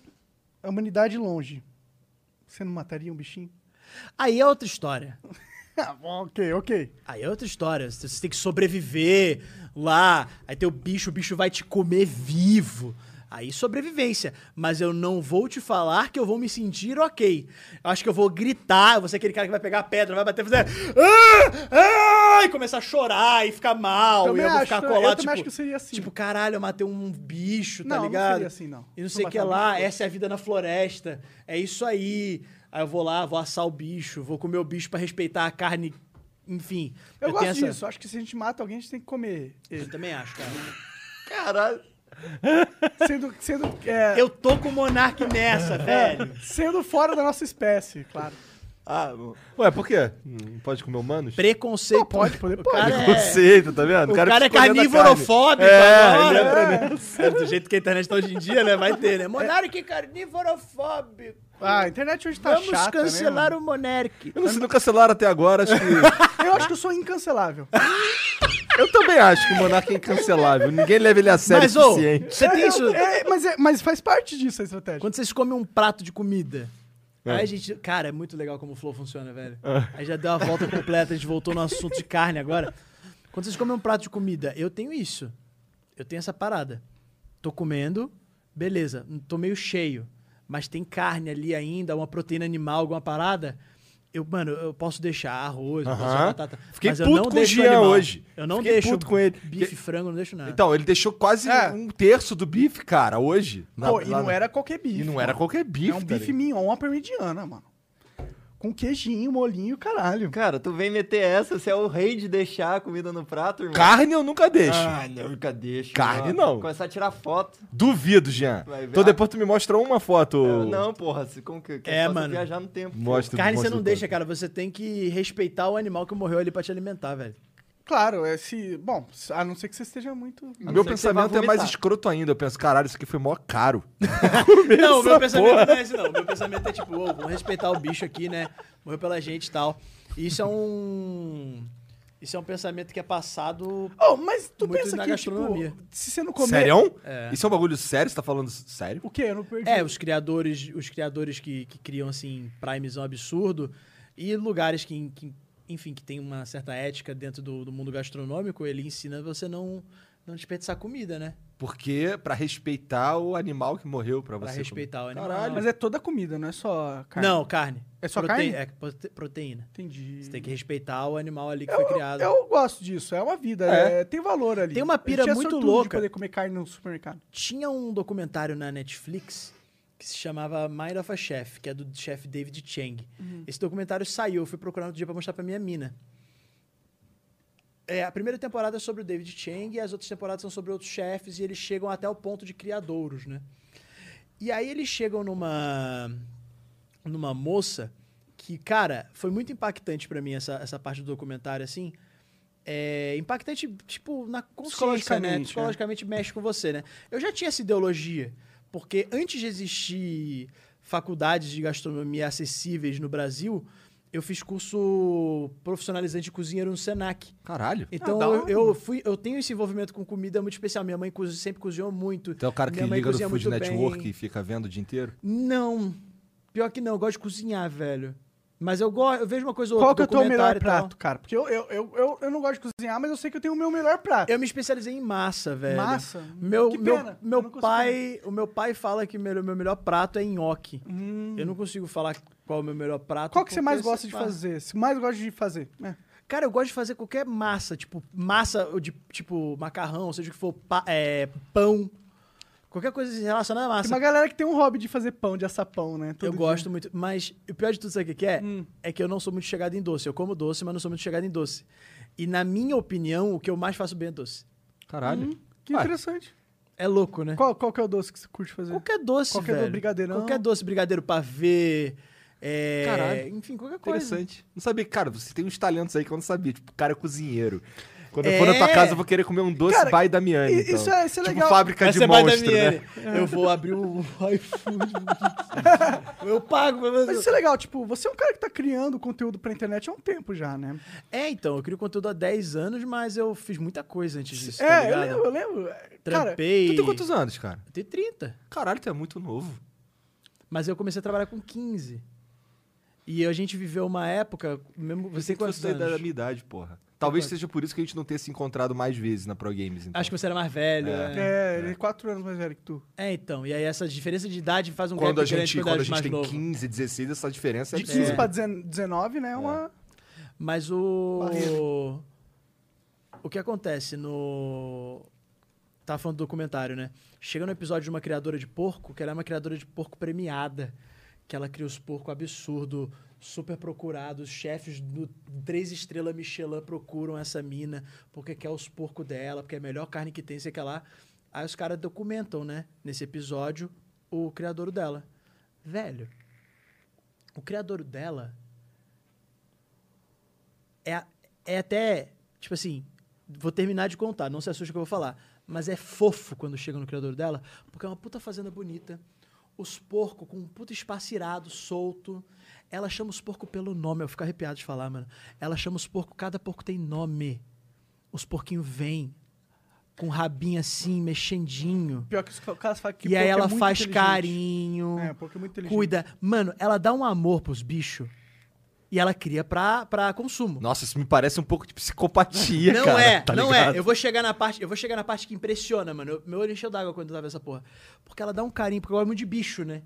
A: a humanidade longe. Você não mataria um bichinho? <laughs> Ah,
C: Aí é outra história.
A: ok, ok.
C: Aí é outra história. Você você tem que sobreviver lá. Aí tem o bicho, o bicho vai te comer vivo. Aí sobrevivência. Mas eu não vou te falar que eu vou me sentir ok. Eu acho que eu vou gritar. Eu vou ser aquele cara que vai pegar a pedra, vai bater, fazer. "Ah! Ah!" E começar a chorar e ficar mal.
A: Também
C: e eu vou
A: acho,
C: ficar
A: eu
C: colado.
A: também
C: tipo,
A: acho que eu seria assim.
C: Tipo, caralho, eu matei um bicho, tá
A: Não, não
C: ligado?
A: seria assim, não.
C: E não
A: Não
C: sei o que
A: matava
C: lá.
A: bicho.
C: Essa é a vida na floresta. É isso aí. Aí eu vou lá, vou assar o bicho, vou comer o bicho pra respeitar a carne. Enfim.
A: Eu,
C: tenho
A: gosto
C: essa-
A: disso. Acho que se a gente mata alguém, a gente tem que comer
C: Eu
A: ele.
C: também acho, cara.
F: Caralho.
A: Sendo, sendo, <laughs> é,
C: Eu tô com o Monark nessa, velho.
A: sendo fora da nossa espécie, claro.
B: Ah, bom. Ué, por quê? Não pode comer
A: É.
B: humanos?
C: Preconceito.
A: Não, pode, pode,
C: O
A: pode.
C: cara é-
B: Conceito, tá vendo?
C: O cara, é
B: fica olhando a
C: carnivorofóbico
B: ele é
C: agora. É, do jeito que a internet tá hoje em dia, né? Vai ter, né? Monark carnivorofóbico.
A: Ah, a internet hoje tá
C: Vamos
A: chata, né,
C: cancelar
A: mano?
C: o Monark.
B: Eu não sei, não cancelaram até agora, acho que...
A: Eu acho que eu sou incancelável.
B: Eu também acho que o Monark é incancelável. Ninguém leva ele a sério
C: Mas,
B: o
C: ô,
B: suficiente.
C: você tem isso...
A: É, mas, é- mas faz parte disso a estratégia.
C: Quando vocês comem um prato de comida. Aí a gente. Cara, é muito legal como o flow funciona, velho.
B: É.
C: Aí já deu a volta completa, a gente voltou no assunto de carne agora. Quando vocês comem um prato de comida, eu tenho isso. Eu tenho essa parada. Tô comendo, beleza, tô meio cheio. Mas tem carne ali ainda, uma proteína animal, alguma parada. Eu, mano, eu posso deixar arroz, eu posso deixar
B: Aham.
C: batata.
B: Fiquei
C: mas eu
B: puto
C: não
B: com o
C: deixo
B: Jean
C: animal.
B: hoje.
C: Eu não
B: Fiquei
C: deixo
B: puto com ele.
C: bife,
B: Que-
C: frango, eu não deixo nada.
B: Então, ele deixou quase
A: É.
B: um terço do bife, cara, hoje. Na-
A: Pô, e
B: lá
A: não
B: na-
A: era qualquer bife.
B: E não era
A: mano.
B: qualquer bife,
A: É um
B: tá
A: bife
B: ligado?
A: mignon, uma parmegiana, mano. Com queijinho, molinho, caralho.
F: Cara, tu vem meter essa, você é o rei de deixar a comida no prato, irmão.
B: Carne eu nunca deixo.
F: Ah, não, nunca deixa.
B: Carne,
F: irmão.
B: não.
F: Começar a tirar foto.
B: Duvido, Jean.
F: Vai ver.
B: Então depois tu me mostra uma foto.
F: Eu, Não, porra, se- como que, que
C: É,
F: eu faço
C: mano.
F: viajar no tempo.
B: Mostra,
C: Carne você
B: mostra
C: não
B: o
C: deixa, cara. Você tem que respeitar o animal que morreu ali pra te alimentar, velho.
A: Claro, é se. Bom, a não ser que você esteja muito.
F: A não
B: Meu
F: ser que você vá
B: pensamento é mais
F: vomitar.
B: escroto ainda. Eu penso, caralho, isso aqui foi mó caro.
C: Não, o meu pensamento não é esse, não. O meu pensamento é tipo, ô, vamos respeitar o bicho aqui, né? Morreu pela gente e tal. Isso é um. Isso é um pensamento que é passado.
A: Oh, mas tu
C: Muito
A: pensa
C: na
A: que, tipo,
C: gastronomia.
A: se você não comer.
B: Sério?
C: É.
B: Isso é um bagulho sério? Você tá falando sério?
A: O quê? Eu não perdi.
C: É, os criadores, os criadores que, que criam, assim, primes é um absurdo. E lugares que, que, enfim, que tem uma certa ética dentro do, do mundo gastronômico, ele ensina você não, não desperdiçar comida, né?
B: Porque pra respeitar o animal que morreu pra você.
C: Pra respeitar o animal.
B: Caralho.
A: Mas é toda comida, não é só carne.
C: Não, carne.
A: É só
C: Prote-
A: carne?
C: É prote- proteína.
A: Entendi.
C: Você tem que respeitar o animal ali que foi criado.
A: Eu gosto disso, é uma vida,
B: É.
A: é, tem valor ali.
C: Tem uma
A: A gente
C: pira
A: é
C: muito
A: sortudo
C: louca.
A: De poder comer carne no supermercado.
C: Tinha um documentário na Netflix que se chamava Mind of a Chef, que é do chefe David Chang. Esse documentário saiu, eu fui procurar outro dia pra mostrar pra minha mina. É, a primeira temporada é sobre o David Chang e as outras temporadas são sobre outros chefes e eles chegam até o ponto de criadouros, né? E aí eles chegam numa numa moça que, cara, foi muito impactante pra mim essa, essa parte do documentário, assim. É, impactante, tipo, na consciência, né?
A: Psicologicamente, é.
C: Psicologicamente mexe com você, né? Eu já tinha essa ideologia, porque antes de existir faculdades de gastronomia acessíveis no Brasil, eu fiz curso profissionalizante de cozinheiro no SENAC.
B: Caralho.
C: Então
A: da
C: eu,
A: hora,
C: eu fui, eu tenho esse envolvimento com comida muito especial. Minha mãe cozi- sempre cozinhou muito.
B: Então é o cara que
C: Minha mãe
B: liga no
C: cozinha
B: Food
C: muito
B: Network
C: bem.
B: e fica vendo o dia inteiro?
C: Não. Pior que não, eu gosto de cozinhar, velho. Mas eu gosto, eu vejo uma coisa ou
A: Qual que
C: outra.
A: é o teu melhor
C: documentário e tal.
A: prato, cara? Porque eu, eu, eu, eu, eu não gosto de cozinhar, mas eu sei que eu tenho o meu melhor prato.
C: Eu me especializei em massa, velho.
A: Massa?
C: Meu,
A: Que
C: meu,
A: pena,
C: meu
A: eu não consigo.
C: pai, o meu pai fala que meu, meu melhor prato é nhoque. Eu não consigo falar qual é o meu melhor
A: Hum.
C: prato.
A: Qual que você
C: porque,
A: mais
C: sei
A: gosta de
C: lá.
A: fazer? Você mais gosta de fazer? É.
C: Cara, eu gosto de fazer qualquer massa, tipo massa ou de tipo macarrão, seja o que for, pa- é, pão, qualquer coisa relacionada à massa.
A: Tem uma galera que tem um hobby de fazer pão, de assar pão, né? Todo
C: eu
A: dia. Hum.
C: gosto muito, mas o pior de tudo sabe o que que é? É que eu não sou muito chegado em doce. Eu como doce, mas não sou muito chegado em doce. E na minha opinião, o que eu mais faço bem é doce.
B: Caralho.
A: Que
B: Ué,
A: interessante.
C: É louco, né?
A: Qual, qual que é o doce que você curte fazer?
C: Qualquer doce,
A: Qualquer
C: velho.
A: doce, brigadeirão.
C: Qualquer doce, brigadeiro, pavê, é...
B: Caralho.
C: enfim, qualquer coisa.
B: Interessante. Não sabia, cara, você tem uns talentos aí que eu não sabia. Tipo, o cara é cozinheiro. Quando eu
C: É.
B: for na tua casa, eu vou querer comer um doce
A: Cara,
B: by Damiani.
A: i-
B: então.
A: isso é- isso é
B: tipo,
A: legal.
B: fábrica de monstro, né?
C: Eu vou abrir o <laughs>
A: <laughs>
C: iFood. eu pago pra você.
A: Mas isso é legal, tipo, você é um cara que tá criando conteúdo pra internet há um tempo já, né?
C: É, então, eu crio conteúdo há 10 anos, mas eu fiz muita coisa antes disso, tá
A: é, eu
C: ligado?
A: lembro, eu lembro. Cara,
C: Trampei.
B: Tu tem quantos anos, cara?
C: Eu tenho 30.
B: Caralho, tu é muito novo.
C: Mas eu comecei a trabalhar com 15. E a gente viveu uma época, mesmo você
B: Você
C: tem
B: que
C: quantos
B: você é
C: anos?
B: da minha idade, porra. Talvez seja por isso que a gente não tenha se encontrado mais vezes na Pro Games, então.
C: Acho que você era mais velho. É.
A: É, ele é quatro anos mais velho que tu.
C: É, então. E aí essa diferença de idade faz um
B: quando
C: gap
B: a
C: grande
B: gente,
C: quando
B: quando a
C: idade
B: gente
C: mais
B: tem
C: novo.
B: 15, 16, essa diferença é
A: De 15
B: absurda.
A: pra 19, né? É uma.
C: Mas o. O que acontece no. Tá falando do documentário, né? Chega no episódio de uma criadora de porco, que ela é uma criadora de porco premiada. Que ela cria os porcos absurdo, super procurados. Chefes do Três Estrelas Michelin procuram essa mina porque quer os porcos dela, porque é a melhor carne que tem, sei que lá. Aí os caras documentam, né? Nesse episódio, o criador dela. Velho, o criador dela é, é até, tipo assim, vou terminar de contar, não se assuste que eu vou falar, mas é fofo quando chega no criador dela, porque é uma puta fazenda bonita, os porcos com um puta espaço irado, solto, ela chama os porcos pelo nome, eu fico arrepiado de falar, mano, ela chama os porcos, cada porco tem nome, os porquinhos vêm com rabinho assim, mexendinho,
A: Pior que os caras falam que
C: e aí
A: porco é
C: ela
A: muito
C: faz
A: inteligente.
C: carinho,
A: É, porque é muito inteligente.
C: cuida, mano, ela dá um amor pros bichos, e ela cria pra, pra consumo.
B: Nossa, isso me parece um pouco de psicopatia,
C: <laughs> Não
B: cara.
C: é,
B: tá
C: não
B: ligado?
C: é. Eu vou chegar na parte, eu vou chegar na parte que impressiona, mano. Eu- meu olho encheu d'água quando eu tava essa porra. Porque ela dá um carinho, porque eu gosto muito de bicho, né?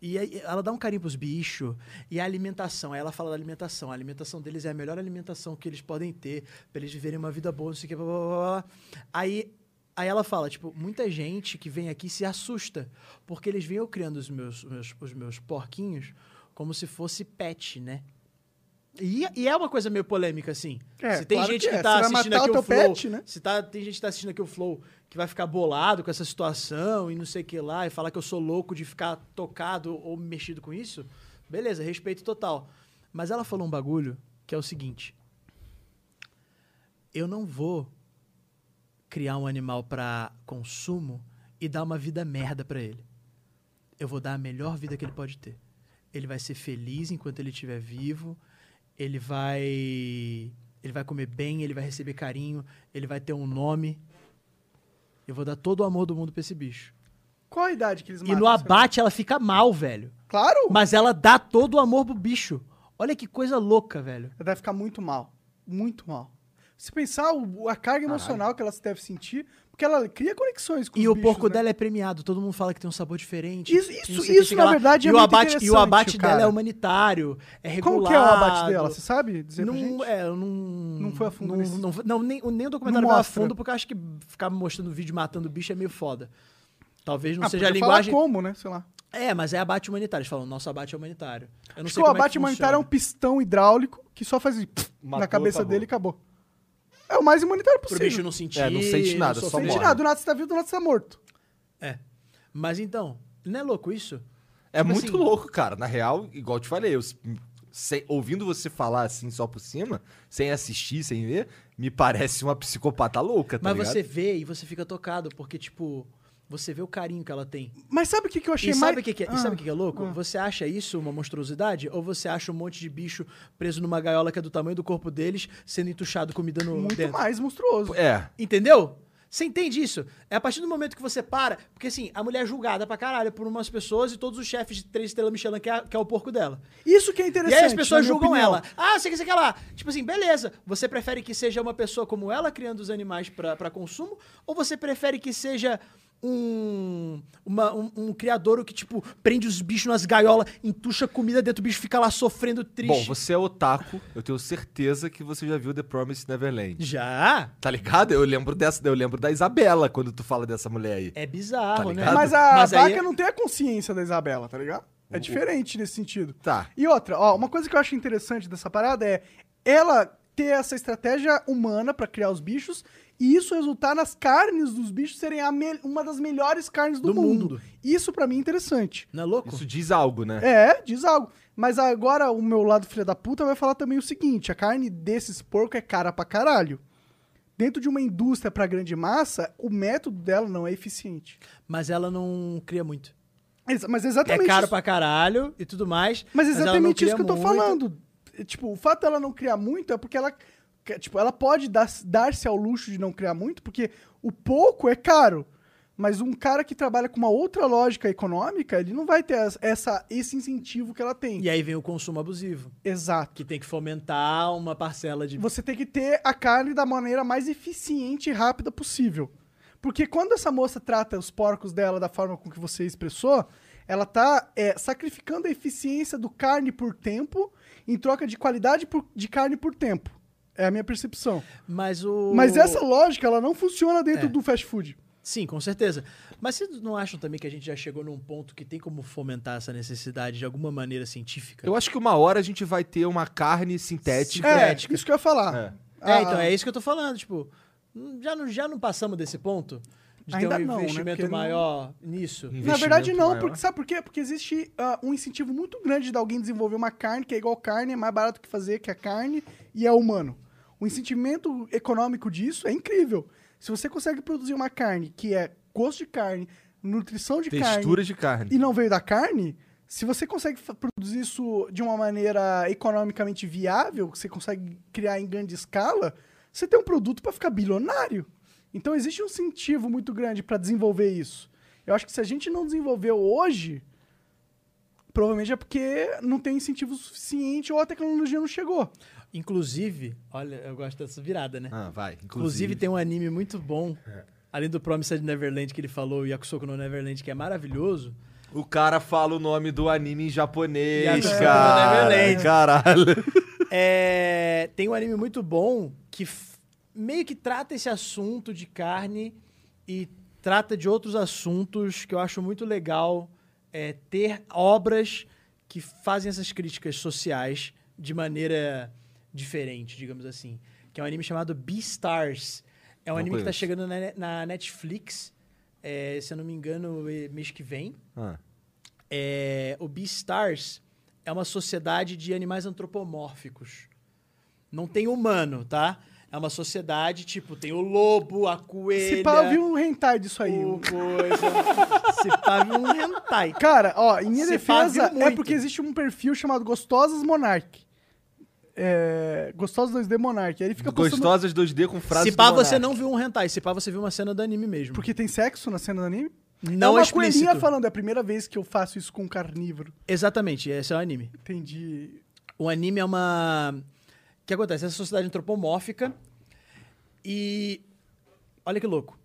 C: E aí, ela dá um carinho pros bichos. E a alimentação, aí ela fala da alimentação. A alimentação deles é a melhor alimentação que eles podem ter pra eles viverem uma vida boa, não sei o que, blá, blá, blá, blá. Aí, aí ela fala, tipo, muita gente que vem aqui se assusta. Porque eles vêm eu criando os meus, meus- os meus porquinhos como se fosse pet, né? E, e é uma coisa meio polêmica, assim.
A: É,
C: se tem
A: claro
C: gente
A: que
C: que,
A: é. Você
C: tá
A: vai
C: assistindo
A: matar
C: aqui
A: o
C: o,
A: teu
C: Flow.
A: pet, né?
C: Se tá, tem gente que tá assistindo aqui o Flow que vai ficar bolado com essa situação e não sei o que lá, e falar que eu sou louco de ficar tocado ou mexido com isso, beleza, respeito total. Mas ela falou um bagulho que é o seguinte: eu não vou criar um animal pra consumo e dar uma vida merda pra ele. Eu vou dar a melhor vida que ele pode ter. Ele vai ser feliz enquanto ele estiver vivo. Ele vai ele vai comer bem, ele vai receber carinho, ele vai ter um nome. Eu vou dar todo o amor do mundo pra esse bicho.
A: Qual a idade que eles
C: E
A: matam?
C: no abate ela fica mal, velho.
A: Claro!
C: Mas ela dá todo o amor pro bicho. Olha que coisa louca, velho.
A: Ela deve ficar muito mal. Muito mal. Se pensar o- a carga emocional que ela deve sentir, porque ela cria conexões com
C: E
A: os
C: o
A: bichos,
C: porco
A: né?
C: dela é premiado, todo mundo fala que tem um sabor diferente.
A: Isso-
C: e não
A: isso-
C: sei o que,
A: isso,
C: chega
A: na verdade, é
C: e o
A: muito
C: abate, E o abate
A: interessante,
C: dela
A: cara.
C: é humanitário, é regulado.
A: Como que é o abate dela? Você sabe dizer pra
C: Não,
A: gente?
C: é, eu não,
A: Não foi a fundo
C: Não,
A: nesse-
C: não, não, nem, nem o documentário
A: Não
C: vai a
A: mostra.
C: fundo, porque eu acho que ficar mostrando vídeo matando bicho é meio foda. Talvez não
A: Ah,
C: seja a
A: podia falar
C: linguagem.
A: como, né? Sei lá.
C: É, mas é abate humanitário. Eles falam, nosso abate é humanitário. Eu não
A: Acho que
C: sei
A: o
C: como é
A: abate
C: que
A: humanitário é um
C: funciona.
A: pistão hidráulico que só faz isso, pff, na
B: Matou,
A: cabeça
B: acabou.
A: dele e acabou. É o mais humanitário
C: Pro
A: possível.
C: bicho não sentir.
B: É, não sente nada,
C: sofrer.
B: só
A: Não
B: morre.
A: sente nada, do nada você tá vivo, do nada você tá morto.
C: É. Mas então, não é louco isso?
B: É
C: tipo
B: muito
C: assim-
B: louco, cara. Na real, igual eu te falei, eu s- sem- ouvindo você falar assim só por cima, sem assistir, sem ver, me parece uma psicopata louca, tá
C: Mas
B: ligado?
C: você vê e você fica tocado, porque, tipo, você vê o carinho que ela tem.
A: Mas sabe o que, que eu achei
C: E
A: mais.
C: sabe o que, que é,
A: Ah,
C: e sabe o que que é louco?
A: ah.
C: Você acha isso uma monstruosidade? Ou você acha um monte de bicho preso numa gaiola que é do tamanho do corpo deles, sendo entuchado comida no
A: Muito
C: é dentro?
A: mais monstruoso.
B: É.
C: Entendeu? Você entende isso? É a partir do momento que você para, porque assim, a mulher é julgada pra caralho por umas pessoas e todos os chefes de três estrelas Michelin que é, que é o porco dela.
A: Isso que é
C: E
A: interessante.
C: aí as pessoas
A: na minha
C: julgam
A: opinião.
C: ela. Ah, você quer, você quer lá. Tipo assim, beleza. Você prefere que seja uma pessoa como ela criando os animais pra pra consumo? Ou você prefere que seja um, uma- um, um criadouro que, tipo, prende os bichos nas gaiolas, entuxa comida dentro, o bicho fica lá sofrendo
B: Bom,
C: triste?
B: você é otaku, eu tenho certeza que você já viu The Promised Neverland.
C: Já?
B: Tá ligado? Eu lembro dessa, eu lembro da Isabela quando tu fala dessa mulher aí.
C: É bizarro,
B: Tá
C: né?
B: ligado?
A: Mas a
C: aí-
A: vaca não tem a consciência da Isabela, tá ligado? É diferente nesse sentido.
B: Tá.
A: E outra, ó, uma coisa que eu acho interessante dessa parada é ela ter essa estratégia humana pra criar os bichos e isso resultar nas carnes dos bichos serem a me- uma das melhores carnes do,
C: Do
A: mundo.
C: mundo.
A: Isso pra mim é interessante.
C: Não é louco?
B: Isso diz algo, né?
A: É, diz algo. Mas agora o meu lado filha da puta vai falar também o seguinte: a carne desses porco é cara pra caralho. Dentro de uma indústria pra grande massa, o método dela não é eficiente.
C: Mas ela não cria muito.
A: Exa- Mas
C: É
A: exatamente
C: caro
A: isso.
C: pra caralho e tudo mais.
A: Mas
C: ela não
A: exatamente
C: cria
A: isso que eu tô
C: muito.
A: falando. É, Tipo, o fato dela não criar muito é porque ela. que- Tipo, ela pode dar- dar-se ao luxo de não criar muito, porque o pouco é caro. Mas um cara que trabalha com uma outra lógica econômica, ele não vai ter as- essa, esse incentivo que ela tem.
C: E aí vem o consumo abusivo,
A: Exato.
C: que tem que fomentar uma parcela de.
A: Você tem que ter a carne da maneira mais eficiente e rápida possível. Porque quando essa moça trata os porcos dela da forma com que você expressou, ela tá é, sacrificando a eficiência do carne por tempo em troca de qualidade por- de carne por tempo. É a minha percepção.
C: Mas o.
A: Mas essa lógica, ela não funciona dentro
C: É.
A: do fast food.
C: Sim, com certeza. Mas vocês não acham também que a gente já chegou num ponto que tem como fomentar essa necessidade de alguma maneira científica?
B: Eu acho que uma hora a gente vai ter uma carne sintética.
A: É,
C: Sintética.
A: isso que eu ia falar.
C: É, então, é isso que eu tô falando, tipo, hum, já não, já não passamos desse ponto de
A: Ainda
C: ter um
A: não, né?
C: investimento
A: Porque não-
C: maior nisso.
A: Na verdade,
B: investimento
A: não,
B: maior.
A: porque sabe por quê? Porque existe ah, um incentivo muito grande de alguém desenvolver uma carne que é igual carne, é mais barato que fazer que a carne e é humano. O incentivamento econômico disso é incrível. Se você consegue produzir uma carne que é gosto de carne, nutrição
C: É,
A: de
B: Textura de carne.
A: carne e não veio da carne, se você consegue fa- produzir isso de uma maneira economicamente viável, que você consegue criar em grande escala, você tem um produto para ficar bilionário. Então existe um incentivo muito grande para desenvolver isso. Eu acho que se a gente não desenvolveu hoje, provavelmente é porque não tem incentivo suficiente ou a tecnologia não chegou.
C: Inclusive, olha, eu gosto dessa virada, né?
B: Ah, vai. Inclusive, É.
C: Inclusive, tem um anime muito bom, além do Promised Neverland que ele falou, e Yakusoku no Neverland, que é maravilhoso.
B: o cara fala o nome do anime em japonês,
C: Yakuza
B: cara.
C: Neverland.
B: Caralho.
C: <laughs> É, tem um anime muito bom que f- meio que trata esse assunto de carne e trata de outros assuntos que eu acho muito legal é, ter obras que fazem essas críticas sociais de maneira diferente, digamos assim. Que é um anime chamado Beastars. É um
B: Não
C: anime que tá
B: conheço.
C: chegando na, na Netflix, é, se eu não me engano, eh, mês que vem.
B: Ah,
C: É, o Beastars é uma sociedade de animais antropomórficos. Não tem humano, tá? É uma sociedade, tipo, tem o lobo, a coelha...
A: Se pá, eu vi um hentai disso aí.
C: o coisa. Se pá, eu vi um hentai.
A: Cara, ó, em minha
C: Se pá, viu
A: defesa é
C: muito.
A: porque existe um perfil chamado Gostosas Monarch. É, Gostosas 2D Monarch. Aí ele fica postando...
B: Gostosas 2D com frases
C: Se pá,
B: do
C: você
B: Monark.
C: não viu um hentai. Se pá, você viu uma cena do anime mesmo.
A: Porque tem sexo na cena do anime?
C: não é,
A: é uma
C: explícito.
A: coelhinha falando, é a primeira vez que eu faço isso com um carnívoro.
C: Exatamente, esse é o anime.
A: Entendi.
C: O anime é uma. O que acontece? Essa sociedade antropomórfica. E. Olha que louco.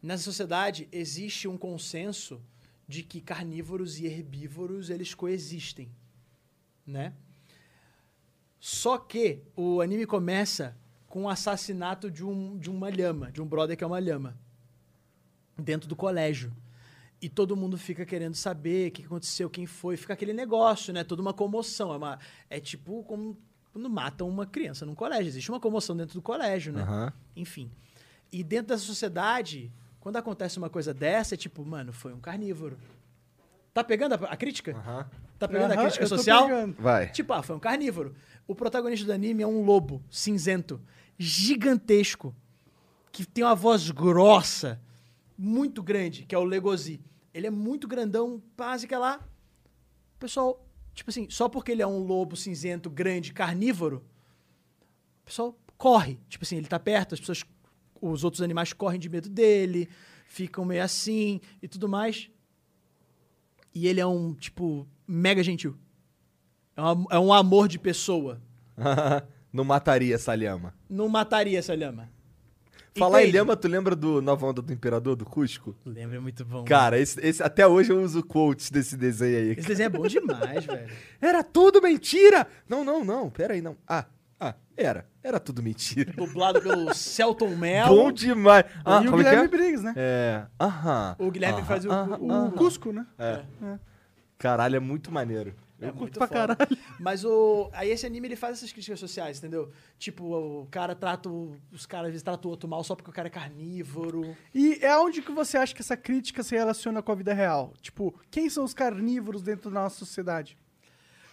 C: Nessa sociedade existe um consenso de que carnívoros e herbívoros eles coexistem. Né? Só que o anime começa com o assassinato de, um, de uma lhama, de um brother que é uma lhama, dentro do colégio. E todo mundo fica querendo saber o que que aconteceu, quem foi, fica aquele negócio, né? Toda uma comoção. É, uma, é tipo como quando matam uma criança num colégio. Existe uma comoção dentro do colégio, né?
B: Aham.
C: Enfim. E dentro da sociedade, quando acontece uma coisa dessa, é tipo, mano, foi um carnívoro. Tá pegando a, a crítica? Tá pegando a
A: Aham,
C: crítica
A: eu tô
C: social?
A: pegando.
B: Vai.
C: Tipo, ah, foi um carnívoro. O protagonista do anime é um lobo cinzento, gigantesco, que tem uma voz grossa, muito grande, que é o Legozi. Ele é muito grandão, quase que é lá. O Pessoal, tipo assim, só porque ele é um lobo cinzento, grande, carnívoro, o pessoal corre. Tipo assim, ele tá perto, as pessoas, os outros animais correm de medo dele, ficam meio assim e tudo mais. E ele é um, tipo, mega gentil. É, uma- é um amor de pessoa.
B: <laughs> não mataria essa lhama.
C: Não mataria essa lhama.
B: Falar em
C: Entende?
B: lhama, tu lembra do Nova Onda do Imperador, do Cusco?
C: Lembra, é muito bom.
B: Cara, esse, esse- até hoje eu uso quotes desse desenho aí.
C: Esse desenho é bom demais, velho.
B: Era tudo mentira! Não, não, não, pera aí, não. Ah, ah, era. Era tudo mentira.
C: Dublado <laughs> pelo Celton
B: Bom
C: Mello.
B: demais. Ah,
A: e o
B: como é que
A: Guilherme
B: é?
A: Briggs, né?
B: É, aham.
C: O Guilherme faz o, o-
A: O Cusco, né?
B: Caralho, é muito maneiro.
C: É muito pra caralho. Mas o. Aí esse anime ele faz essas críticas sociais, entendeu? Tipo, o cara trata. o- Os caras às vezes tratam o outro mal só porque o cara é carnívoro.
A: E é onde que você acha que essa crítica se relaciona com a vida real? Tipo, quem são os carnívoros dentro da nossa sociedade?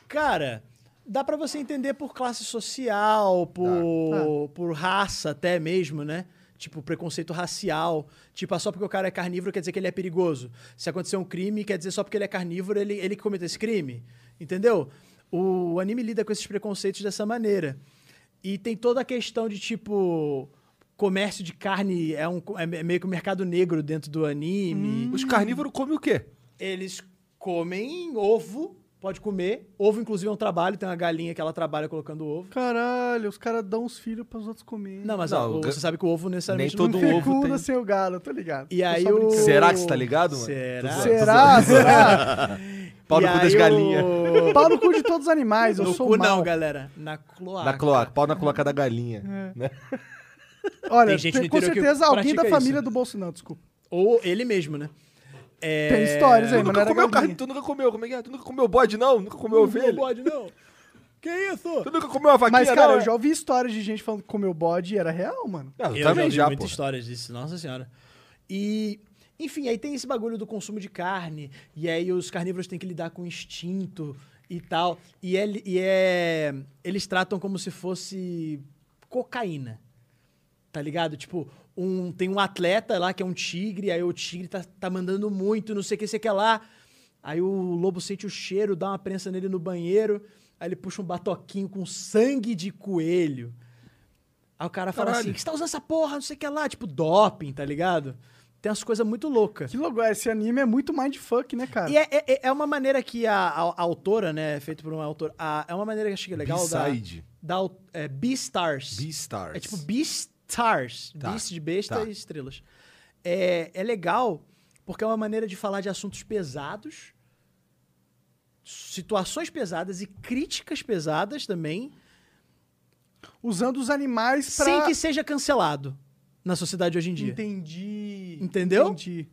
C: Cara, dá pra você entender por classe social, por, por raça até mesmo, né? Tipo, preconceito racial. Tipo, ah, só porque o cara é carnívoro quer dizer que ele é perigoso. Se acontecer um crime, quer dizer só porque ele é carnívoro, ele, ele que cometeu esse crime. Entendeu? O, o anime lida com esses preconceitos dessa maneira. E tem toda a questão de, tipo, comércio de carne é, um, é me- meio que um mercado negro dentro do anime.
B: Os carnívoros comem o quê?
C: Eles comem ovo, pode comer. Ovo, inclusive, é um trabalho. Tem uma galinha que ela trabalha colocando ovo.
A: Caralho, os caras dão os filhos pros outros comerem.
C: Não, mas
B: Não,
C: ó,
B: o
C: o-
B: ga-
C: você sabe que o ovo necessariamente...
B: todo
C: não- é
B: ovo
A: Fecunda
B: tem.
A: sem o galo, tô ligado.
C: E
A: Tô
C: aí
A: só
C: o...
A: brincando.
B: Será que você tá ligado, mano?
C: Será?
B: Tô zoando.
A: Será? Será?
B: Pau no
C: E
B: cu das
C: aí o-
B: galinhas.
A: Pau no cu de todos os animais, eu
C: No
A: sou
C: cu
A: mau.
C: não, galera. Na cloaca.
B: Na cloaca, pau na cloaca da galinha.
C: É.
B: né?
A: Olha,
C: Tem gente
A: tem-
C: no
A: com
C: interior que
A: certeza alguém
C: pratica
A: da
C: isso.
A: família do Bolsonaro, desculpa.
C: Ou ele mesmo, né? É...
A: Tem histórias aí, mas
B: Tu
A: não
B: nunca
A: era
B: comeu carne,
A: galinha.
B: tu nunca comeu, como é que é? Tu nunca comeu bode, não? Nunca comeu
C: Não
B: ovelha?
C: pode, não. Que isso?
B: Tu nunca comeu uma vaquinha,
A: Mas, cara,
C: né?
B: não?
A: eu já ouvi histórias de gente falando que comeu bode e era real, mano.
B: Ah, eu
C: Eu já
B: também
C: ouvi
B: já, pô.
C: muitas histórias disso, nossa senhora. E, enfim, aí tem esse bagulho do consumo de carne, e aí os carnívoros têm que lidar com o instinto e tal. E é, li- e é- eles tratam como se fosse cocaína, tá ligado? Tipo, um, tem um atleta lá que é um tigre, aí o tigre tá, tá mandando muito, não sei o que, sei o que lá. Aí o lobo sente o cheiro, dá uma prensa nele no banheiro, aí ele puxa um batoquinho com sangue de coelho. Aí o cara fala
B: Caralho.
C: assim, que você tá usando essa porra, não sei o que lá, tipo doping, tá ligado? Tem umas coisas muito loucas.
A: Que louco, esse anime é muito mindfuck, né, cara?
C: E é, é- é uma maneira que a, a- a autora, né, feito por uma autora, a- é uma maneira que eu achei que é legal da...
B: B-side.
C: da au- é, Beastars.
B: Beastars.
C: É tipo Beastars.
B: Tá,
C: Beast de besta
B: tá.
C: e estrelas. É, é legal porque é uma maneira de falar de assuntos pesados, situações pesadas e críticas pesadas também,
A: Usando os animais pra...
C: sem que seja cancelado na sociedade hoje em dia.
A: Entendi.
C: Entendeu?
A: Entendi.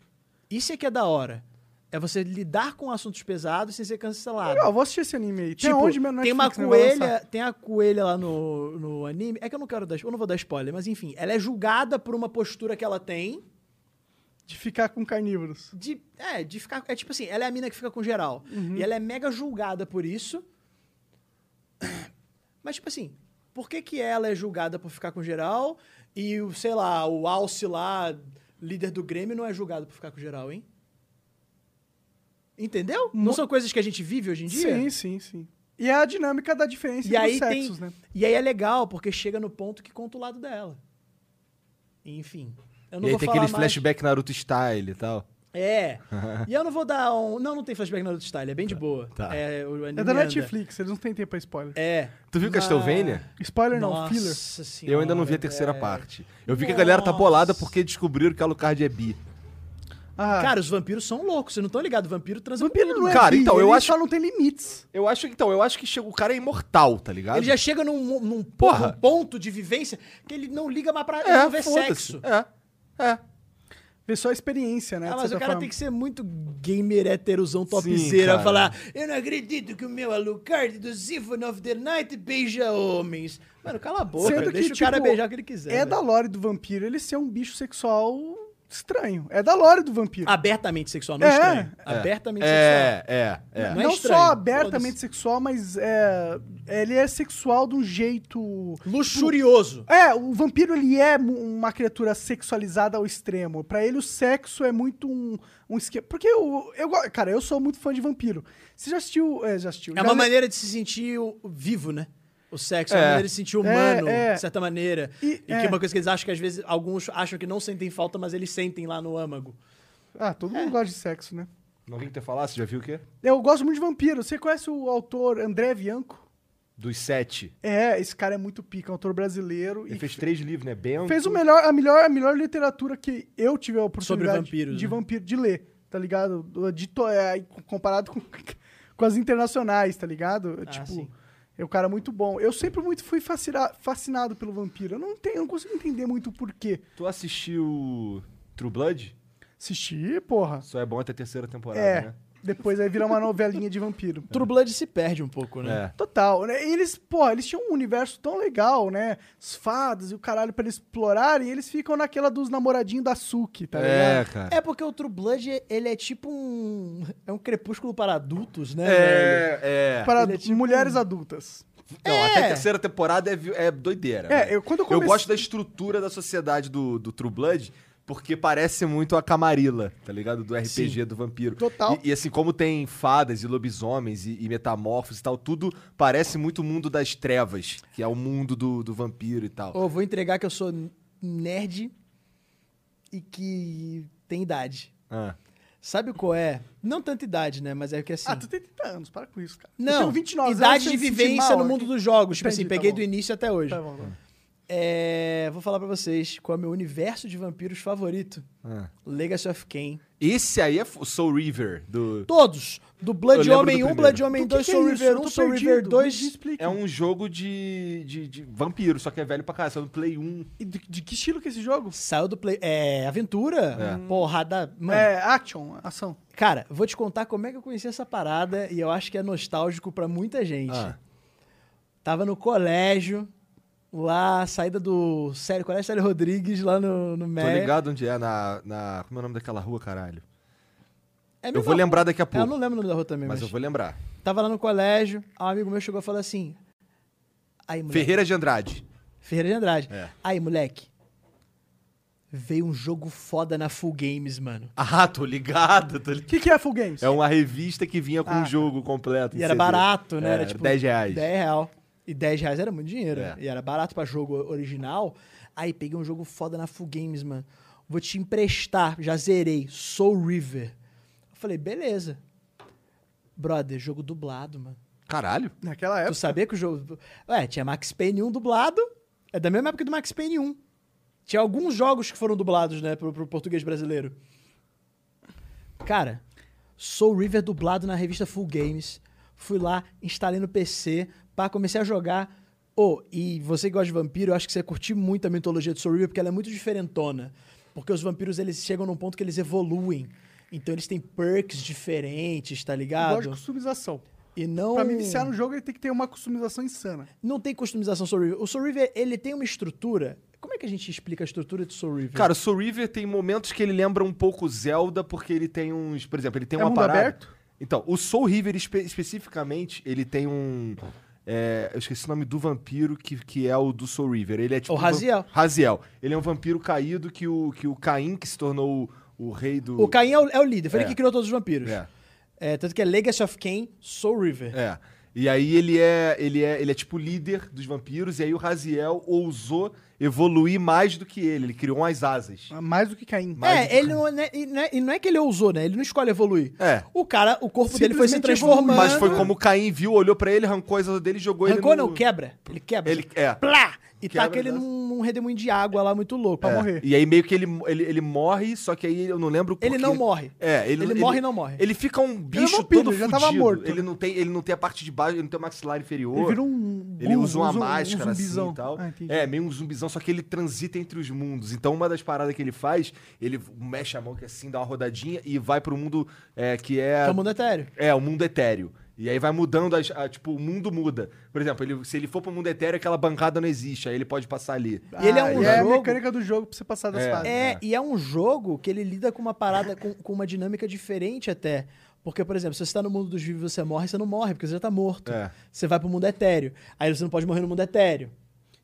C: Isso é que é da hora. É você lidar com assuntos pesados sem ser cancelado.
A: Legal, vou assistir esse anime aí. Tem
C: Tipo,
A: onde mesmo?
C: tem uma
A: Netflix, né, vai
C: coelha,
A: lançar?
C: tem a coelha lá no, no anime. É que eu não quero dar, eu não vou dar spoiler, mas enfim, ela é julgada por uma postura que ela tem
A: De ficar com carnívoros.
C: de é, de ficar, é tipo assim, ela é a mina que fica com geral.
A: Uhum.
C: E ela é mega julgada por isso. <coughs> Mas tipo assim, por que que ela é julgada por ficar com geral e o, sei lá, o Alce lá, líder do Grêmio não é julgado por ficar com geral, hein? Entendeu? Não são coisas que a gente vive hoje em dia?
A: Sim, sim, sim. E é a dinâmica da diferença
C: E
A: entre
C: aí
A: os sexos,
C: tem,
A: né?
C: E aí é legal, porque chega no ponto que conta o lado dela. Enfim. Eu
B: E
C: não
B: aí
C: vou
B: tem
C: falar
B: aquele
C: mais.
B: flashback Naruto Style e tal.
C: É. e eu não vou dar um. Não, não tem flashback na outra style, é bem de boa.
B: tá.
C: É, o anime
A: É da
C: anda.
A: Netflix, eles não têm tempo pra spoiler.
C: É.
B: Tu viu Castlevania?
A: Spoiler não,
C: Nossa
A: filler.
C: senhora,
B: Eu ainda não vi a terceira
C: velho.
B: parte. Eu vi que a galera tá bolada porque descobriram que Alucard é bi.
A: Ah,
C: Cara, os vampiros são loucos, vocês não estão ligados. Vampiro transa com né?
A: vampiro
C: todo
A: não é
C: mundo.
B: Cara,
A: bi,
B: então, eu
A: ele
B: acho-
A: só não tem limites.
B: Eu acho que, então, eu acho que chega, o cara é imortal, tá ligado?
C: Ele já é chega num, num
B: Porra.
C: num ponto de vivência que ele não liga mais pra ele
B: é,
C: não vê
B: foda-se.
C: sexo.
B: É, é.
A: Vê só a experiência, né?
C: Ah,
A: de
C: mas o
A: certa
C: cara
A: forma.
C: tem que ser muito gamer heterosão topzera
B: cara.
C: falar Eu não acredito que o meu Alucard do Symphony of the Night beija homens. Mano, cala a boca,
A: Sendo que,
C: deixa o cara
A: tipo,
C: beijar o que ele quiser. né?
A: É
C: velho.
A: da lore do vampiro ele ser um bicho sexual estranho. É da lore do vampiro.
C: Ah, Abertamente sexual, não
A: É,
C: estranho. Abertamente sexual.
B: É, é, é.
C: Não é
A: não
C: estranho,
A: só abertamente
C: foda-se.
A: sexual, mas é, ele é sexual de um jeito.
C: Luxurioso.
A: É, o vampiro ele é mu- uma criatura sexualizada ao extremo. Pra ele o sexo é muito um, um esquema. Porque eu, eu, go- cara, eu sou muito fã de vampiro. Você já assistiu? É, já assistiu.
C: É
A: já
C: uma
A: le-
C: maneira de se sentir o- vivo, né? O sexo, é uma
B: É.
C: maneira de se sentir humano,
A: é.
C: de certa maneira.
A: E-
C: E, que
A: é.
C: é uma coisa que eles acham que às vezes alguns acham que não sentem falta, mas eles sentem lá no âmago.
A: Ah, todo mundo gosta de sexo, né?
B: Não vi que tu falasse, já viu o quê?
A: Eu gosto muito de vampiro. Você conhece o autor André Bianco?
B: Dos sete.
A: É, esse cara é muito pica, é um autor brasileiro.
B: Ele
A: e
B: fez três livros, né? Bem
A: fez o melhor, a melhor, a melhor literatura que eu tive a
C: Sobre
A: oportunidade
C: vampiros,
A: de
C: né?
A: vampiro de ler, tá ligado? Do- De to- é, aí, comparado com, <laughs> com as internacionais, tá ligado? tipo,
C: sim.
A: é um cara muito bom. Eu sempre muito fui fascina- fascinado pelo vampiro. Eu não tenho, eu não consigo entender muito o porquê.
B: Tu assistiu True Blood?
A: Assistir, porra.
B: Só é bom até a terceira temporada,
A: É.
B: né?
A: Depois aí vira uma novelinha de vampiro.
C: True Blood se perde um pouco, né?
B: É.
A: Total, né? E Eles, pô, eles tinham um universo tão legal, né? As fadas e o caralho pra eles explorarem, e eles ficam naquela dos namoradinhos da Suki, tá ligado?
B: É, cara.
C: É porque o True Blood, ele é tipo um. É um crepúsculo para adultos, né? velho?
B: É, é.
A: Para
C: Ele é tipo
A: mulheres adultas.
B: Não, até a terceira temporada é, vi- é doideira.
A: É,
B: né?
A: eu- quando eu
B: Eu
A: comecei-
B: gosto da estrutura da sociedade do, do True Blood, porque parece muito a Camarilla, tá ligado? Do RPG do vampiro.
A: Total.
B: E, e assim, como tem fadas e lobisomens e, e metamorfos e tal, tudo parece muito o mundo das trevas, que é o mundo do, do vampiro e tal.
C: Ô, vou entregar que eu sou nerd e que tem idade.
B: Ah.
C: Sabe qual é? Não tanta idade, né? Mas é que assim.
A: Ah, tu tem 30 anos, para com isso, cara.
C: Não,
A: eu tenho 29 anos,
C: idade de
A: eu me senti
C: vivência
A: mal
C: no
A: aqui.
C: mundo dos jogos. Tipo
A: Entendi,
C: assim,
A: tá
C: peguei
A: bom.
C: do início até hoje.
A: Tá bom, tá bom.
C: É, vou falar pra vocês qual é meu universo de vampiros favorito.
B: Ah.
C: Legacy of Kain.
B: Esse aí é o Soul River do.
C: Todos! Do Blood
B: Eu lembro
C: Homem
B: do
C: 1,
B: primeiro.
C: Blood
A: Do
C: Homem
A: que
C: 2,
A: que é
C: Soul
A: isso?
C: River
A: Eu
C: 1,
A: tô
C: Soul
A: perdido.
C: River
A: Me
C: 2.
A: explica.
B: É um jogo de, de, de vampiro, só que é velho pra caralho, só no Play 1.
A: E De, de que estilo que é esse jogo?
C: Saiu do Play. É, aventura. Porrada. Mano,
A: É, action, ação.
C: cara, vou te contar como é que eu conheci essa parada e eu acho que é nostálgico pra muita gente.
B: Ah.
C: Tava no colégio, lá, saída do. Sério, Colégio Sério Rodrigues, lá no, no
B: Tô
C: Mé.
B: ligado onde é, na, na. Como é o nome daquela rua, caralho?
C: É
B: Eu
C: mesmo
B: vou
C: a-
B: lembrar daqui a
C: É, Eu
B: pouco.
C: não lembro o nome da rua também, mas.
B: Mas eu vou lembrar.
C: Tava lá no colégio, aí um amigo meu chegou e falou assim. Aí, moleque.
B: Ferreira de Andrade.
C: Ferreira de Andrade.
B: É.
C: Aí, moleque. Veio um jogo foda na Full Games, mano.
B: Ah, tô ligado, tô
A: O
B: ligado.
A: que, que é Full Games?
B: É
C: um
B: uma revista que vinha com
A: Ah,
B: um jogo completo. em
C: tá. E era
B: CD.
C: barato, né?
B: É,
C: era tipo
B: 10 reais.
C: 10 real. E 10 reais era muito dinheiro. né?
B: É.
C: E era barato pra jogo original. Aí peguei um jogo foda na Full Games, mano. Vou te emprestar. Já zerei. Soul River. Eu falei, beleza. Brother, jogo dublado, mano.
B: Caralho.
A: Naquela época.
C: Tu sabia que o jogo. Ué, tinha Max Payne 1 dublado. É da mesma época do Max Payne 1. Tinha alguns jogos que foram dublados, né, pro, pro português brasileiro. Cara, Soul River dublado na revista Full Games. Fui lá, instalei no PC, pá, comecei a jogar. Ô, e você que gosta de vampiro, eu acho que você curtiu muito a mitologia de Soul River, porque ela é muito diferentona. Porque os vampiros, eles chegam num ponto que eles evoluem. Então eles têm perks diferentes, tá
A: Eu
C: ligado?
A: gosto de customização.
C: E não...
A: Pra me iniciar no jogo, ele tem que ter uma customização insana.
C: Não tem customização Soul River. O Soul River, ele tem uma estrutura. Como é que a gente explica a estrutura do Soul River?
B: Cara, o Soul River tem momentos que ele lembra um pouco Zelda, porque ele tem uns. Por exemplo, ele tem
A: É
B: uma
A: mundo
B: parada.
A: aberto?
B: Então, o Soul River espe- especificamente, ele tem um. é, eu esqueci o nome do vampiro que, que é o do Soul River. Ele é tipo.
C: O
B: um va-
C: Raziel.
B: Raziel. Ele é um vampiro caído que o, que o Caim, que se tornou o, o rei do.
C: o Caim é o, é o líder, foi
B: É.
C: ele que criou todos os vampiros.
B: É.
C: É, tanto que é Legacy of Kain, Soul River.
B: É. E aí ele é, ele é, ele é tipo líder dos vampiros, e aí o Raziel ousou evoluir mais do que ele. Ele criou umas asas.
A: Mais do que Caim.
B: Mas-
C: É, ele não, né, e não é, e não é que ele ousou, né? Ele não escolhe evoluir.
B: É.
C: O cara, o corpo dele foi se
A: Simplesmente
C: transformando.
B: Mas foi como o Caim viu, olhou pra ele, arrancou as asas dele e jogou
C: Rancou,
B: ele no...
C: não, é quebra. Ele quebra.
B: Ele- é.
C: Plá! E
B: Quebra
C: taca ele
B: das-
C: num, num redemoinho de água lá muito louco. Pra
B: É.
C: morrer.
B: E aí meio que ele, ele, ele morre, só que aí eu não lembro
C: Ele
B: porque-
C: não morre.
B: É, ele,
C: Ele morre e não morre. é
B: Ele fica um bicho
A: vampiro,
B: todo
A: ele já tava
B: fudido.
A: morto.
B: Ele não tem, ele não tem a parte de baixo, ele não tem o maxilar inferior.
A: Ele vira um
B: Ele
A: gu-
B: usa uma
A: usa um- um
B: máscara assim
A: zumbizão.
B: e tal.
A: Ah, entendi.
B: é, meio um zumbizão, só que ele transita entre os mundos. Então, uma das paradas que ele faz, ele mexe a mão que assim, dá uma rodadinha e vai pro mundo é, que é.
C: Que é o mundo etéreo.
B: É, o mundo etéreo. E aí vai mudando, as, a- tipo, o mundo muda. Por exemplo, ele- se ele for pro mundo etéreo, aquela bancada não existe, aí ele pode passar ali.
C: E ele é um
A: E é a
C: jogo-
A: mecânica do jogo pra você passar das
B: É.
A: fases.
C: É, e é um jogo que ele lida com uma parada, com, com uma dinâmica diferente até. Porque, por exemplo, se você tá no mundo dos vivos e você morre, você não morre, porque você já tá morto.
B: É.
C: Você vai pro mundo etéreo. Aí você não pode morrer no mundo etéreo.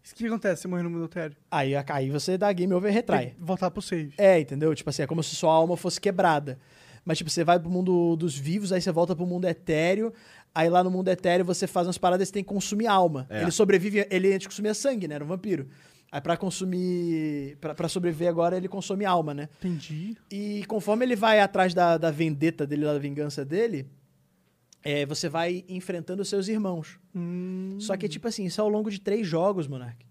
A: Isso que acontece, você morrer no mundo etéreo.
C: Aí, aí você dá game over e
A: Tem
C: retrai.
A: que voltar pro save.
C: É, entendeu? Tipo assim, é como se sua alma fosse quebrada. Mas, tipo, você vai pro mundo dos vivos, aí você volta pro mundo etéreo. Aí lá no mundo etéreo você faz umas paradas e você tem que consumir alma. Ele sobrevive, ele antes consumia sangue, né? Era um vampiro. Aí pra consumir. Pra, pra sobreviver agora, ele consome alma, né?
A: Entendi.
C: E conforme ele vai atrás da, da vendetta dele, da vingança dele, é, você vai enfrentando os seus irmãos.
A: Hum.
C: Só que, tipo assim, isso é ao longo de três jogos, Monark.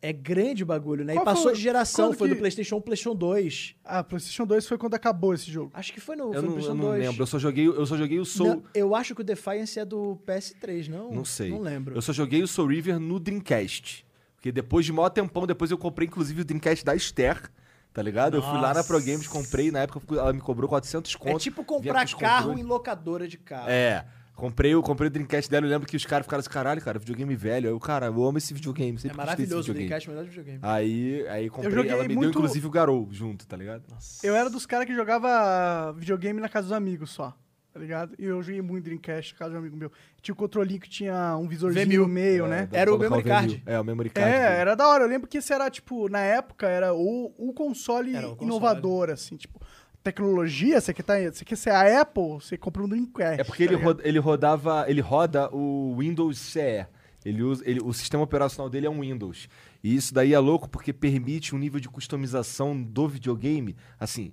C: É grande o bagulho, né?
A: Qual
C: e passou
A: foi-
C: de geração,
A: quando
C: foi do
A: que-
C: PlayStation 1, PlayStation 2.
A: Ah, PlayStation 2 foi quando acabou esse jogo.
C: Acho que foi no,
B: Eu
C: foi no
B: não, eu
C: PlayStation
B: não
C: 2.
B: lembro, eu só joguei, eu só joguei o Soul.
C: Não, eu acho que o Defiance é do PS3, não?
B: Não sei.
C: Não lembro.
B: Eu só joguei o Soul River no Dreamcast. Porque depois de maior tempão, depois eu comprei inclusive o Dreamcast da Esther, tá ligado? Eu fui lá na Pro Games, comprei, na época ela me cobrou 400
C: É
B: conto.
C: tipo
B: vinha
C: comprar
B: com os
C: carro
B: controles.
C: em locadora de carro.
B: É. Comprei, o- comprei o Dreamcast dela, eu lembro que os caras ficaram assim, caralho, cara, videogame velho. Eu, cara, eu amo esse videogame,
C: É
B: sempre gostei desse
C: maravilhoso, o
B: videogame.
C: Dreamcast é o melhor videogame.
B: Ah, Aí, aí comprei,
A: joguei
B: ela me deu
A: muito-
B: inclusive o Garou junto, tá ligado?
A: Eu era dos caras que jogava videogame na casa dos amigos só. Tá ligado? E eu joguei muito Dreamcast na casa de um amigo meu. Tinha o controlinho que tinha um visorzinho
C: V1000.
A: no meio, né?
B: dá pra
C: Era o
B: colocar
C: memory card.
B: vinil. É, o memory card. dele.
A: É, era da hora. Eu lembro que esse era, tipo, na época, era o, o console
C: Era o console.
A: inovador, assim, tipo, tecnologia, você quer, tá, você quer ser a Apple, você compra um Dreamcast.
B: É porque ele,
A: tá ligado?
B: roda- ele rodava. Ele roda o Windows CE. Ele usa, ele- o sistema operacional dele é um Windows. E isso daí é louco porque permite um nível de customização do videogame, assim,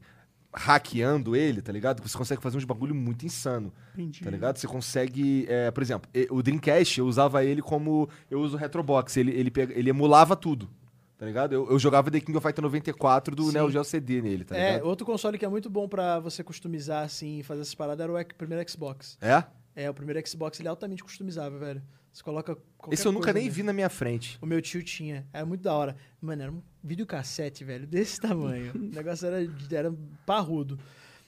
B: hackeando ele, tá ligado? Você consegue fazer uns bagulho muito insano. Tá ligado? Você consegue. é, por exemplo, e- o Dreamcast, eu usava ele como. Eu uso o Retrobox. Ele, ele, pega- ele emulava tudo. Tá ligado? Eu, eu jogava The King of Fighter 94 do Neo Geo CD nele, tá
C: é,
B: ligado?
C: outro console que é muito bom pra você customizar, assim, e fazer essas paradas era o X- primeiro Xbox.
B: É?
C: É, o primeiro Xbox ele é altamente customizável, velho. Você coloca qualquer
B: Esse eu nunca
C: coisa
B: nem
C: nele.
B: vi na minha frente.
C: O meu tio tinha. Era muito da hora. Mano, era um videocassete, velho,
A: <laughs>
C: desse tamanho. o negócio era, era parrudo.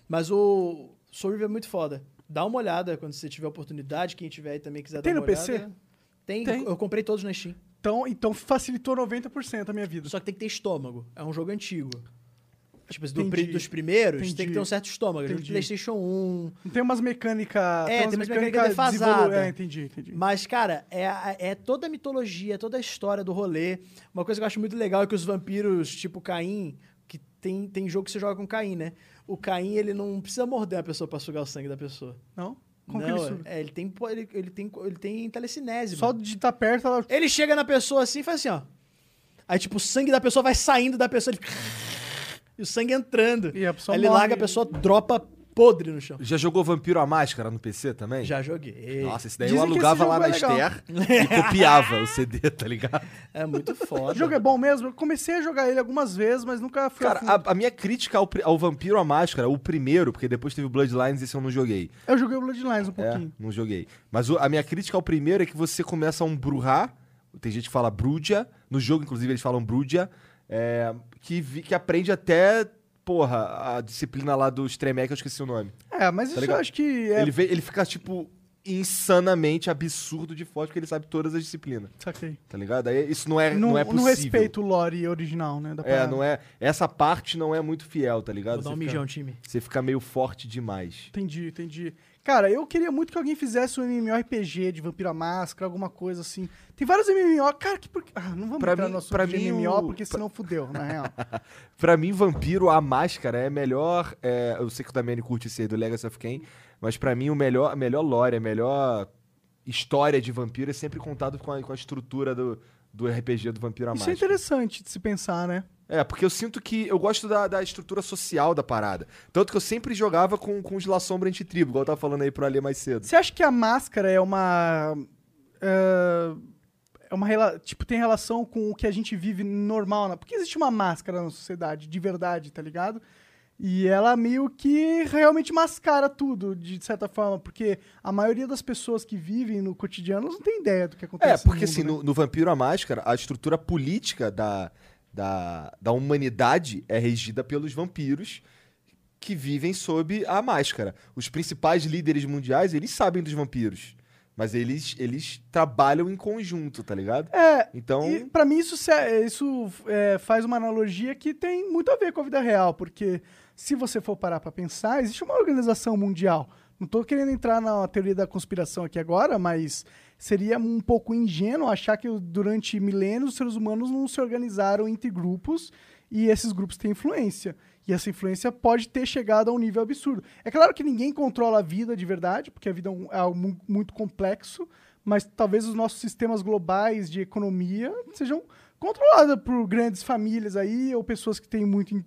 C: Mas o Soul River é muito foda. Dá uma olhada quando você tiver oportunidade, quem tiver aí também quiser
A: Tem
C: dar
A: no
C: uma
A: PC?
C: olhada. Tem,
A: Tem.
C: eu comprei todos na Steam.
A: Então, então facilitou 90% a minha vida.
C: Só que tem que ter estômago. É um jogo antigo. Tipo, do
A: Entendi.
C: pri- dos primeiros, tem
A: Entendi.
C: que ter um certo estômago. Jogo de
A: Entendi.
C: PlayStation 1,
A: Não tem umas mecânicas.
C: É, tem umas mecânicas
A: desvolu-
C: defasadas.
A: É, entendi, entendi.
C: Mas, cara, é, a- é toda a mitologia, toda a história do rolê. Uma coisa que eu acho muito legal é que os vampiros, tipo Caim, que tem, tem jogo que você joga com Caim, né? O Caim, ele não precisa morder a pessoa pra sugar o sangue da pessoa.
A: Não? Como que
C: não,
A: ele suga?
C: é, ele tem, po- ele, ele tem, co- ele tem telecinese.
A: Só
C: mano.
A: de estar perto, ela.
C: Ele chega na pessoa assim e faz assim, ó. Aí, tipo, o sangue da pessoa vai saindo da pessoa, ele fica... E o sangue entrando.
A: E a pessoa
C: Aí ele
A: morre.
C: larga, a pessoa dropa podre no chão.
B: Já jogou Vampiro à Máscara no PC também?
C: Já joguei.
B: Nossa, esse daí
A: Dizem
B: eu
A: que esse
B: alugava lá
A: jogo
B: na
A: é legal. <laughs>
B: Esther e copiava o CD, tá ligado?
C: É muito
A: O
C: foda.
A: jogo é bom mesmo? Eu comecei a jogar ele algumas vezes, mas nunca fui. a
B: Cara,
A: fundo.
B: a, a minha crítica ao, pri- ao Vampiro à Máscara, o primeiro, porque depois teve o Bloodlines, esse eu não joguei.
A: Eu joguei o Bloodlines um
B: É,
A: pouquinho.
B: não joguei. Mas o- a minha crítica ao primeiro é que você começa a embrujar. Tem gente que fala Brudia. No jogo, inclusive, eles falam Brudia. é, que, vi- que aprende até, porra, a disciplina lá do Tremec, eu esqueci o nome.
A: É, mas isso eu
B: Tá ligado?
A: acho que é.
B: Ele, vê- ele fica, tipo, insanamente absurdo de forte, porque ele sabe todas as disciplinas.
A: Saquei.
B: Tá ligado? Aí isso não é, não,
A: Não,
B: é
A: não
B: possível.
A: respeito o lore original, né? Da
B: É, não é. Essa parte não é muito fiel, tá ligado?
K: Vou dar um
B: Você
K: mijão,
B: fica,
K: time.
B: você fica meio forte demais.
A: Entendi, entendi. Cara, eu queria muito que alguém fizesse um MMORPG de Vampiro à Máscara, alguma coisa assim. Tem vários MMO, cara, que por... ah, não vamos
B: Pra
A: entrar
B: mim-
A: no assunto
B: pra
A: de
B: mim,
A: MMO,
B: o- Ah,
A: porque senão fudeu, na
B: <laughs>
A: real.
B: Pra mim, Vampiro, a máscara é melhor. é, eu sei que o Damiani curte ser do Legacy of Kain, mas pra mim, o melhor, a melhor lore, a melhor história de vampiro é sempre contado com a, com a estrutura do, do RPG do Vampiro à
A: Isso é
B: Máscara.
A: interessante de se pensar, né?
B: É, porque eu sinto que eu gosto da, da estrutura social da parada. Tanto que eu sempre jogava com, com os La Sombra Antitribo, igual eu tava falando aí pro Alê mais cedo.
A: Você acha que a máscara é uma. é, É uma rela- tipo, tem relação com o que a gente vive normal, né? Porque existe uma máscara na sociedade, de verdade, tá ligado? E ela meio que realmente mascara tudo, de certa forma, porque a maioria das pessoas que vivem no cotidiano elas não tem ideia do que acontece.
B: É, porque
A: no mundo,
B: assim,
A: né?
B: no, no Vampiro à Máscara, a estrutura política da, da, da humanidade é regida pelos vampiros que vivem sob a máscara. Os principais líderes mundiais, eles sabem dos vampiros. Mas eles, eles trabalham em conjunto, tá ligado?
A: É,
B: Então,
A: E pra mim isso, se- é, isso é, faz uma analogia que tem muito a ver com a vida real, porque se você for parar pra pensar, existe uma organização mundial. Não tô querendo entrar na teoria da conspiração aqui agora, mas seria um pouco ingênuo achar que durante milênios os seres humanos não se organizaram entre grupos e esses grupos têm influência. E essa influência pode ter chegado a um nível absurdo. É claro que ninguém controla a vida de verdade, porque a vida é um- é algo mu- muito complexo, mas talvez os nossos sistemas globais de economia sejam controlados por grandes famílias aí ou pessoas que têm muito, in-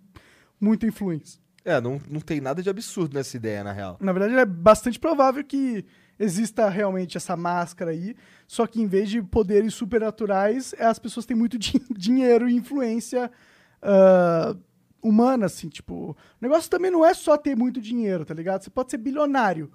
A: muita influência.
B: é, não, não tem nada de absurdo nessa ideia, na real.
A: Na verdade, é bastante provável que exista realmente essa máscara aí, só que em vez de poderes supernaturais, eh, as pessoas têm muito <laughs> din- dinheiro e influência ah, humana, assim, tipo... O negócio também não é só ter muito dinheiro, tá ligado? Você pode ser bilionário,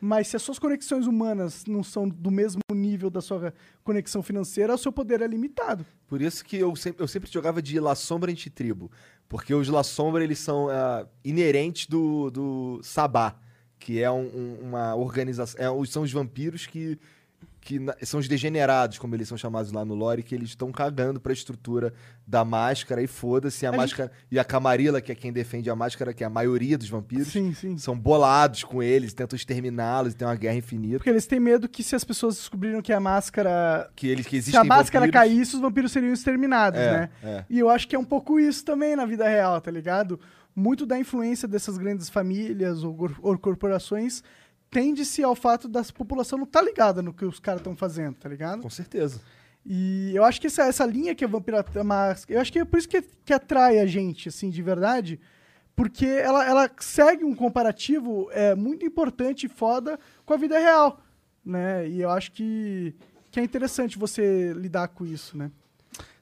A: mas se as suas conexões humanas não são do mesmo nível da sua conexão financeira, o seu poder é limitado.
B: Por isso que eu sempre, eu sempre jogava de La Sombra anti-tribo. Porque os La Sombra, eles são ah, inerentes do, do Sabá, que é um- um- uma organização... é, os- são os vampiros que, que na- são os degenerados, como eles são chamados lá no lore, que eles estão cagando pra estrutura da máscara e foda-se. A,
A: gente-
B: máscara e a Camarilla, que é quem defende a máscara, que é a maioria dos vampiros,
A: Sim, sim.
B: são bolados com eles, tentam exterminá-los, e tem uma guerra infinita.
A: Porque eles têm medo que se as pessoas descobriram que é a máscara
B: Que eles que
A: se
B: existem
A: a máscara
B: vampiros-
A: caísse, os vampiros seriam exterminados,
B: É,
A: né?
B: é.
A: E eu acho que é um pouco isso também na vida real, tá ligado? Muito da influência dessas grandes famílias ou, gor- ou corporações tende-se ao fato da população não estar ligada no que os caras estão fazendo, tá ligado?
B: Com certeza.
A: E eu acho que essa, essa linha que a Vampira mas eu acho que é por isso que, que atrai a gente, assim, de verdade, porque ela, ela segue um comparativo é, muito importante e foda com a vida real, né? E eu acho que, que é interessante você lidar com isso, né?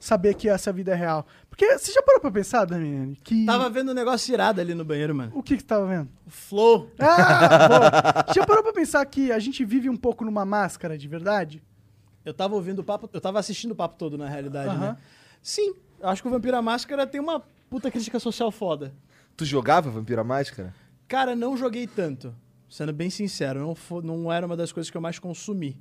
A: Saber que essa vida é real. Porque você já parou pra pensar, Damiani, que...
C: Tava vendo um negócio irado ali no banheiro, mano.
A: O que que você tava vendo?
C: O Flow.
A: Ah, boa. Já parou pra pensar que a gente vive um pouco numa máscara de verdade?
C: Eu tava ouvindo o papo, eu tava assistindo o papo todo, na realidade,
A: Aham.
C: né? Sim, eu acho que o Vampira Máscara tem uma puta crítica social foda.
B: Tu jogava Vampira Máscara?
C: Cara, não joguei tanto. Sendo bem sincero, não, fo- não era uma das coisas que eu mais consumi.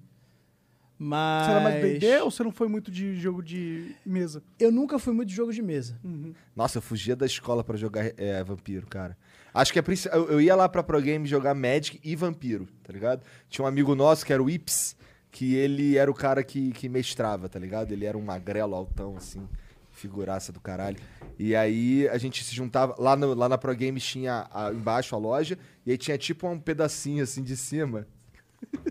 C: Mas.
A: Você era mais D&D ou você não foi muito de jogo de mesa?
C: Eu nunca fui muito de jogo de mesa.
B: Hum. Nossa, eu fugia da escola pra jogar é, vampiro, cara. Acho que a princi- eu, eu ia lá pra Pro Game jogar Magic e vampiro, tá ligado? Tinha um amigo nosso que era o Ips, que ele era o cara que, que mestrava, tá ligado? Ele era um magrelo altão, assim, figuraça do caralho. E aí a gente se juntava. Lá, no- lá na Pro Games tinha a- embaixo a loja, e aí tinha tipo um pedacinho assim de cima. <laughs>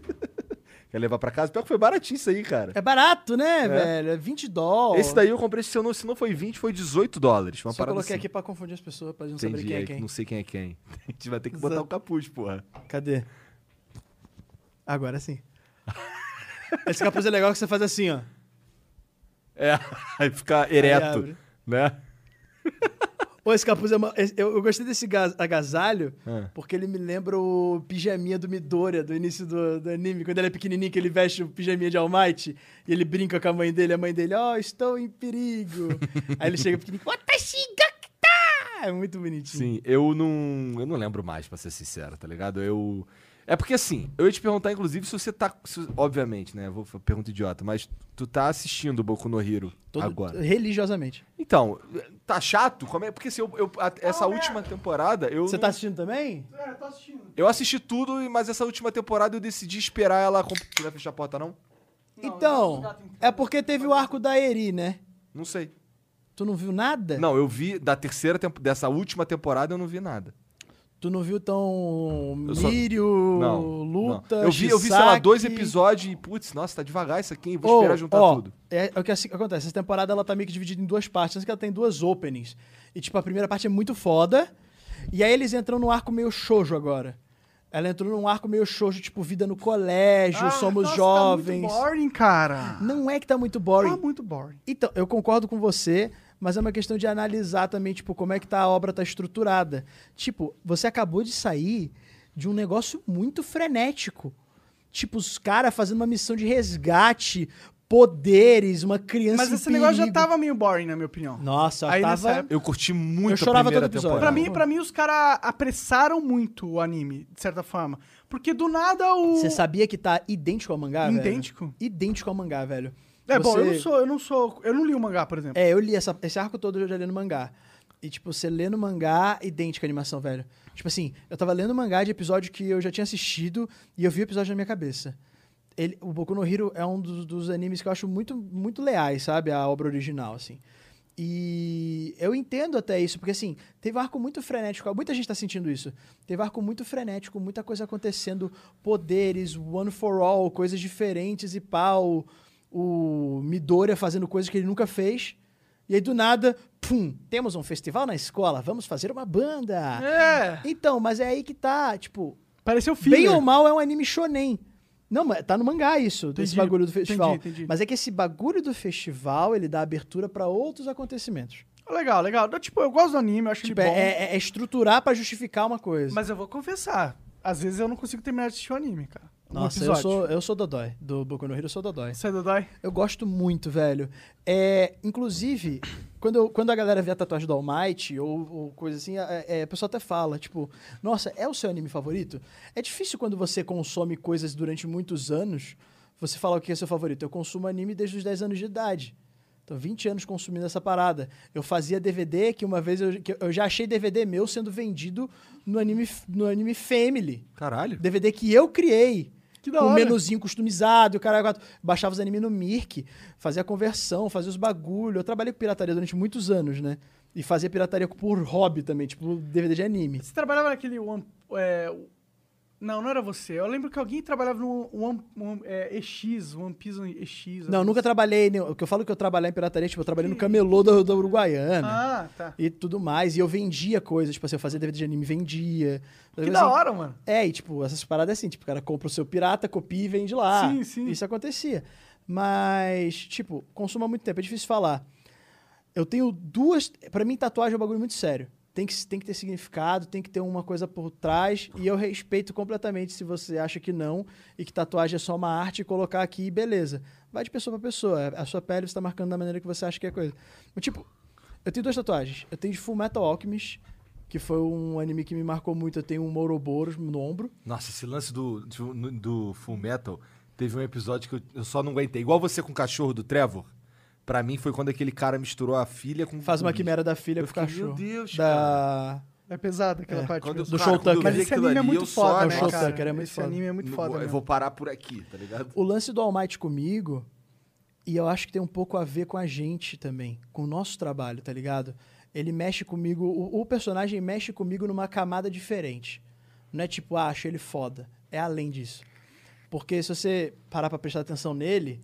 B: Quer levar pra casa? Pior que foi baratinho isso aí, cara.
C: É barato, né, velho? É 20 dólares.
B: Esse daí eu comprei, se eu não, se não foi 20, foi 18 dólares. Uma
C: Só
B: parada
C: coloquei
B: assim.
C: aqui pra confundir as pessoas, pra não
B: Entendi,
C: saber quem é
B: aí
C: quem.
B: não sei quem é quem. <laughs> A gente vai ter que botar o capuz, porra.
C: Cadê?
B: <laughs>
C: Agora sim. Esse capuz é legal que você faz assim, ó.
B: É, <laughs> aí fica ereto,
C: abre.
B: né?
C: Pô, esse capuz é uma... esse- Eu, eu gostei desse ga- agasalho,
B: Ah.
C: porque ele me lembra o pijaminha do Midoriya, do início do, do anime. Quando ele é pequenininho, que ele veste o pijaminha de All Might, e ele brinca com a mãe dele. A mãe dele, ó, estou
B: <laughs>
C: em perigo. Aí ele chega pequenininho, Watashi gakta! É muito bonitinho.
B: Sim, eu não, eu não lembro mais, pra ser sincero, tá ligado? Eu É porque assim, eu ia te perguntar inclusive se você tá, se- obviamente, né, vou pergunta idiota, mas tu tá assistindo o Boku no Hero
C: Todo-
B: agora.
C: Religiosamente.
B: Então, tá chato? Como é? Porque se eu, eu- a- essa última temporada eu
C: é? Você
B: não-
C: tá assistindo também?
A: É, tô assistindo.
B: eu assisti tudo, e- mas essa última temporada eu decidi esperar ela com... Tu vai fechar a porta não?
C: então, é porque teve o arco da Eri, né?
B: Não sei.
C: Tu não viu nada?
B: Não, eu vi da terceira tempo dessa última temporada eu não vi nada.
C: Tu não viu tão
B: Eu só-
C: Mírio,
B: Não,
C: luta,
B: não. Eu vi, eu vi sei lá, dois
C: Shisaki?
B: episódios e, putz, nossa, tá devagar isso aqui, hein? vou
C: Ou,
B: esperar juntar
C: ó,
B: tudo.
C: É, é o que assim- acontece. Essa temporada ela tá meio que dividida em duas partes. Tanto que ela tem duas openings. E, tipo, a primeira parte é muito foda. E aí eles entram num arco meio shoujo agora. Ela entrou num arco meio shoujo, tipo, vida no colégio, somos jovens.
A: Ah, Tá muito boring, cara.
C: não é que tá muito boring.
A: Tá muito boring.
C: Então, eu concordo com você, mas é uma questão de analisar também, tipo, como é que tá a obra tá estruturada. Tipo, você acabou de sair de um negócio muito frenético. Tipo, os caras fazendo uma missão de resgate, poderes, uma criança
A: Mas
C: em
A: esse negócio já
C: perigo.
A: tava meio boring, na minha opinião.
C: Nossa, eu
A: Aí
C: tava...
A: nessa época-
B: Eu curti muito
C: Eu chorava
B: a primeira
C: todo episódio.
B: temporada.
A: Pra mim, pra mim, os caras apressaram muito o anime, de certa forma. Porque do nada o.
C: Você sabia que tá idêntico ao mangá, velho?
A: Idêntico?
C: Idêntico ao mangá, velho.
A: É bom,
C: Você-
A: eu não sou, eu não sou. Eu não li o mangá, por exemplo.
C: É, eu li essa- esse arco todo, eu já li no mangá. E, tipo, você lê no mangá, idêntica a animação, velho. Tipo assim, eu tava lendo mangá de episódio que eu já tinha assistido e eu vi o episódio na minha cabeça. Ele- o Boku no Hero é um dos, dos animes que eu acho muito, muito leais, sabe? A obra original, assim. E eu entendo até isso, porque assim, teve um arco muito frenético, muita gente tá sentindo isso. Teve um arco muito frenético, muita coisa acontecendo, poderes, one for all, coisas diferentes e pau. O Midoriya fazendo coisas que ele nunca fez. E aí do nada, pum, temos um festival na escola, vamos fazer uma banda.
A: É.
C: Então, mas é aí que tá, tipo,
A: Pareceu filler.
C: Bem ou mal é um anime shonen. Não, mas tá no mangá isso, desse
A: Entendi,
C: bagulho do festival.
A: entendi, entendi.
C: Mas é que esse bagulho do festival, ele dá abertura pra outros acontecimentos.
A: Legal, legal. Eu, tipo, eu gosto do anime, eu acho
C: Tipo,
A: ele
C: é,
A: bom.
C: é- é estruturar pra justificar uma coisa.
A: Mas eu vou confessar. Às vezes eu não consigo terminar de assistir o anime, cara. Um
C: Nossa, eu
A: episódio.
C: sou, eu sou Dodói. Do Boku no Hero, eu sou Dodói.
A: Você é Dodói?
C: Eu gosto muito, velho. É, inclusive, quando, eu- quando a galera vê a tatuagem do All Might ou, ou coisa assim, a, é, a pessoa até fala, tipo, nossa, é o seu anime favorito? É difícil quando você consome coisas durante muitos anos, você falar o que é seu favorito. Eu consumo anime desde os 10 anos de idade. Então, 20 anos consumindo essa parada. Eu fazia DVD, que uma vez eu, que eu já achei DVD meu sendo vendido no anime, no anime Family.
B: Caralho.
C: DVD que eu criei.
A: Que da
C: com
A: hora.
C: menuzinho customizado, o cara quatro. baixava os anime no Mirk, fazia conversão, fazia os bagulho. Eu trabalhei com pirataria durante muitos anos, né? E fazia pirataria por hobby também, tipo DVD de anime.
A: Você trabalhava naquele One. É, Não, não era você. Eu lembro que alguém trabalhava no One, One- é, EX, One Piece EX.
C: Não, nunca trabalhei. né? O que eu falo que eu trabalhei em pirataria, tipo, eu trabalhei no camelô da, da Uruguaiana
A: Ah, tá.
C: e tudo mais. E eu vendia coisas, tipo assim, eu fazia DVD de anime, vendia.
A: Que da hora, mano.
C: É, e tipo, essas paradas assim, tipo, o cara compra o seu pirata, copia e vende lá.
A: Sim, sim.
C: Isso acontecia. Mas, tipo, consuma muito tempo, é difícil falar. Eu tenho duas. Pra mim, tatuagem é um bagulho muito sério. Tem que, tem que ter significado, tem que ter uma coisa por trás. E eu respeito completamente se você acha que não e que tatuagem é só uma arte e colocar aqui e beleza. Vai de pessoa pra pessoa. A sua pele você tá marcando da maneira que você acha que é coisa. Mas, tipo, eu tenho duas tatuagens. Eu tenho de Full Metal Alchemist, que foi um anime que me marcou muito. Eu tenho um Mouroboros no ombro.
B: Nossa, esse lance do, do, do Full Metal teve um episódio que eu, eu só não aguentei. Igual você com o cachorro do Trevor. Pra mim foi quando aquele cara misturou a filha com.
C: Faz
B: com
C: uma
B: o bicho.
C: quimera da filha
B: Uhum. Eu
C: pro
B: fiquei,
C: cachorro.
B: meu Deus,
C: da...
A: É pesada aquela
C: É,
A: parte.
B: Quando
A: mesmo.
C: Do
B: cara,
C: Show
B: quando eu
C: Tucker.
B: vi
A: Mas esse
B: aquilo
A: anime é
B: ali,
A: muito
B: eu
A: foda,
B: só
C: né,
A: né,
C: Show
B: achava-
A: cara?
C: Tucker, é muito
A: Esse
C: foda.
A: anime é muito
B: Não
A: foda
B: vou- Eu
A: mesmo.
B: vou parar por aqui, tá ligado?
C: O lance do All Might comigo, e eu acho que tem um pouco a ver com a gente também, com o nosso trabalho, tá ligado? Ele mexe comigo, o, o personagem mexe comigo numa camada diferente. Não é tipo, ah, acho ele foda. É além disso. Porque se você parar pra prestar atenção nele,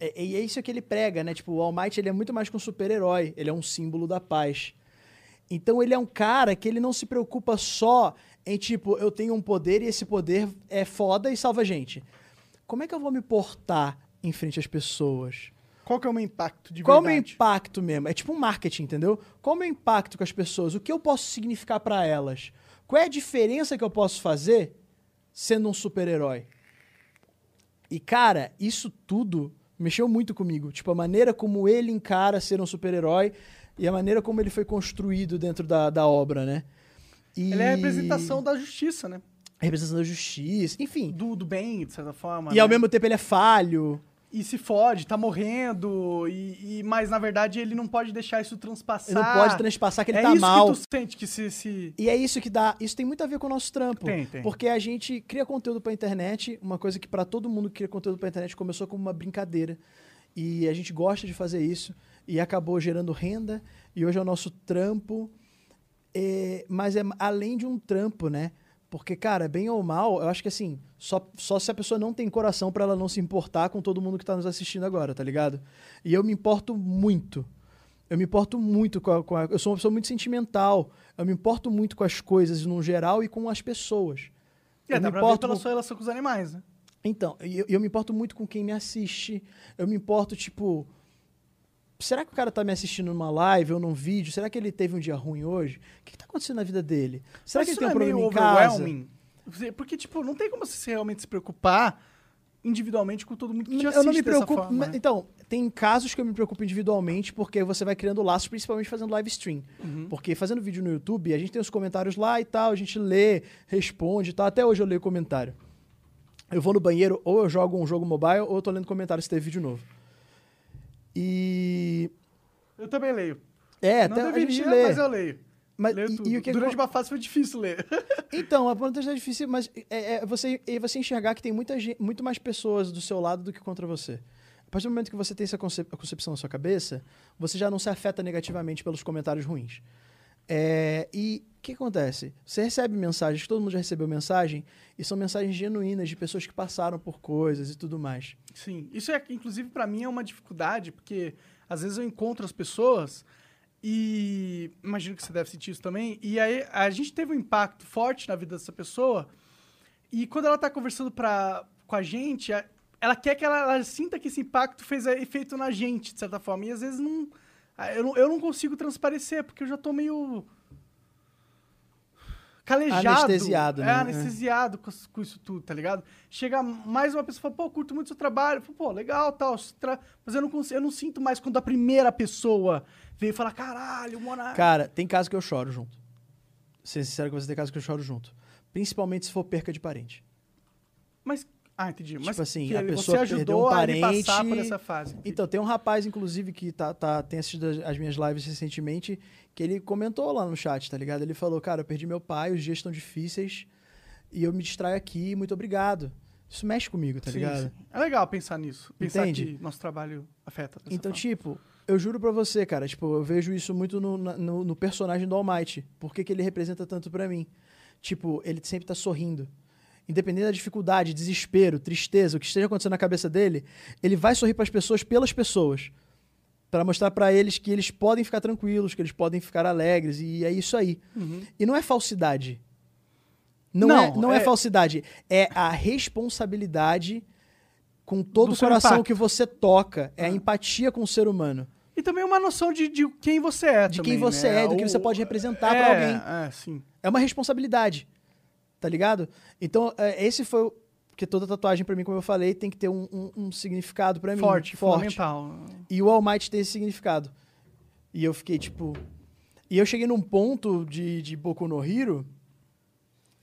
C: é- e é, isso que ele prega, né? Tipo, o All Might ele é muito mais que um super-herói, ele é um símbolo da paz. Então ele é um cara que ele não se preocupa só em tipo, eu tenho um poder e esse poder é foda e salva gente. Como é que eu vou me portar em frente às pessoas?
A: Qual que é o meu impacto de
C: Qual o meu
A: verdade?
C: impacto mesmo? É tipo um marketing, entendeu? Qual o meu impacto com as pessoas? O que eu posso significar pra elas? Qual é a diferença que eu posso fazer sendo um super-herói? E, cara, isso tudo mexeu muito comigo. Tipo, a maneira como ele encara ser um super-herói e a maneira como ele foi construído dentro da, da obra, né? E-
A: Ele é a representação da justiça, né?
C: a representação da justiça, enfim.
A: Do, do bem, de certa forma.
C: E ao
A: né?
C: mesmo tempo ele é falho.
A: E se fode, tá morrendo, e, e- mas na verdade ele não pode deixar isso transpassar.
C: Ele não pode transpassar que ele
A: é
C: tá
A: isso
C: mal.
A: que tu sente que se... se...
C: E é isso que dá. Isso tem muito a ver com o nosso trampo.
A: Tem, tem.
C: Porque a gente cria conteúdo pra internet, uma coisa que pra todo mundo que cria conteúdo pra internet começou como uma brincadeira. E a gente gosta de fazer isso e acabou gerando renda. E hoje é o nosso trampo. É, mas é além de um trampo, né? Porque, cara, bem ou mal, eu acho que assim, só, só se a pessoa não tem coração pra ela não se importar com todo mundo que tá nos assistindo agora, tá ligado? E eu me importo muito. Eu me importo muito com a, com a- Eu sou uma pessoa muito sentimental. Eu me importo muito com as coisas no geral e com as pessoas.
A: É,
C: eu
A: dá
C: me
A: pra ver
C: importo
A: pela
C: com-
A: sua relação com os animais, né?
C: Então, e eu, eu me importo muito com quem me assiste. Eu me importo, tipo. Será que o cara tá me assistindo numa live ou num vídeo? Será que ele teve um dia ruim hoje? O que, que tá acontecendo na vida dele? Será
A: Mas
C: que ele
A: isso
C: tem um
A: não é
C: problema
A: meio
C: em casa?
A: overwhelming? Você- Porque, tipo, não tem como você se realmente se preocupar individualmente com todo mundo que te assiste
C: eu não me
A: dessa
C: preocupo.
A: forma,
C: mas-
A: né?
C: Então, tem casos que eu me preocupo individualmente, porque você vai criando laços, principalmente fazendo live stream.
A: Uhum.
C: Porque fazendo vídeo no YouTube, a gente tem os comentários lá e tal, a gente lê, responde e tal. Até hoje eu leio comentário. Eu vou no banheiro, ou eu jogo um jogo mobile, ou eu tô lendo comentário se teve vídeo novo. E.
A: Eu também leio.
C: É,
A: não
C: até a
A: deveria,
C: gente lê.
A: mas eu leio.
C: Mas
A: leio
C: e- e
A: tudo.
C: o que
A: Durante
C: acon-
A: uma fase foi difícil ler.
C: Então, a plantação é difícil, mas é, é você, é você enxergar que tem muita, gen- muito mais pessoas do seu lado do que contra você. A partir do momento que você tem essa concep- a concepção na sua cabeça, você já não se afeta negativamente pelos comentários ruins. É, e o que acontece? Você recebe mensagens, todo mundo já recebeu mensagem, e são mensagens genuínas de pessoas que passaram por coisas e tudo mais.
A: Sim, isso é, inclusive, pra mim é uma dificuldade, porque às vezes eu encontro as pessoas e imagino que você deve sentir isso também. E aí a gente teve um impacto forte na vida dessa pessoa. E quando ela tá conversando pra, com a gente, a- ela quer que ela, ela sinta que esse impacto fez eh, efeito na gente, de certa forma. E às vezes não. ah, Eu não, eu não consigo transparecer, porque eu já tô meio. Calejado.
C: Anestesiado,
A: é,
C: né?
A: anestesiado com, as- com isso tudo, tá ligado? Chega mais uma pessoa e fala, pô, eu curto muito seu trabalho. Eu falo, pô, legal, tal. isso tra- Mas eu não, consigo, eu não sinto mais quando a primeira pessoa veio falar, caralho, Monark.
C: Cara, tem caso que eu choro junto. Ser sincero com você, tem caso que eu choro junto. Principalmente se for perca de parente.
A: Mas. Ah, entendi. Mas
C: tipo assim,
A: que
C: a
A: ele-
C: pessoa
A: você
C: perdeu
A: ajudou
C: um
A: a
C: parente.
A: ele passar por essa fase.
C: Então, tem um rapaz, inclusive, que tá, tá, tem assistido as- as minhas lives recentemente, que ele comentou lá no chat, tá ligado? Ele falou, cara, eu perdi meu pai, os dias estão difíceis, e eu me distraio aqui, muito obrigado. Isso mexe comigo, tá
A: Sim,
C: ligado?
A: sim. É legal pensar nisso. Pensar
C: Entende?
A: que nosso trabalho afeta. dessa
C: Então,
A: forma.
C: tipo, eu juro pra você, cara, tipo, eu vejo isso muito no, na- no, no personagem do All Might. Por que, que ele representa tanto pra mim? Tipo, ele sempre tá sorrindo. independente da dificuldade, desespero, tristeza, o que esteja acontecendo na cabeça dele, ele vai sorrir para as pessoas pelas pessoas. Pra mostrar pra eles que eles podem ficar tranquilos, que eles podem ficar alegres, e é isso aí. E não é falsidade. Não,
A: Não,
C: é, não é...
A: é-
C: falsidade. É a responsabilidade com todo
A: Do
C: o
A: seu
C: coração
A: impacto. Ah.
C: que você toca. É a empatia com o ser humano.
A: E também uma noção de, de quem você é.
C: De
A: também,
C: quem você
A: né?
C: é, do que
A: O-
C: você pode representar pra
A: é,
C: alguém.
A: É, sim.
C: É uma responsabilidade. Tá ligado? Então, é, esse foi o. Porque toda tatuagem, pra mim, como eu falei, tem que ter um, um- um significado pra mim.
A: Forte,
C: forte.
A: fundamental.
C: E o All Might tem esse significado. E eu fiquei tipo. E eu cheguei num ponto de, de Boku no Hero.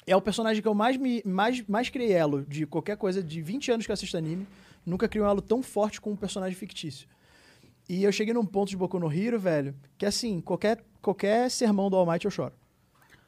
C: É o personagem que eu mais, me, mais, mais criei elo de qualquer coisa de 20 anos que eu assisto anime. Nunca criei um elo tão forte com um personagem fictício. E eu cheguei num ponto de Boku no Hero, velho, que assim, qualquer, qualquer sermão do All Might eu choro.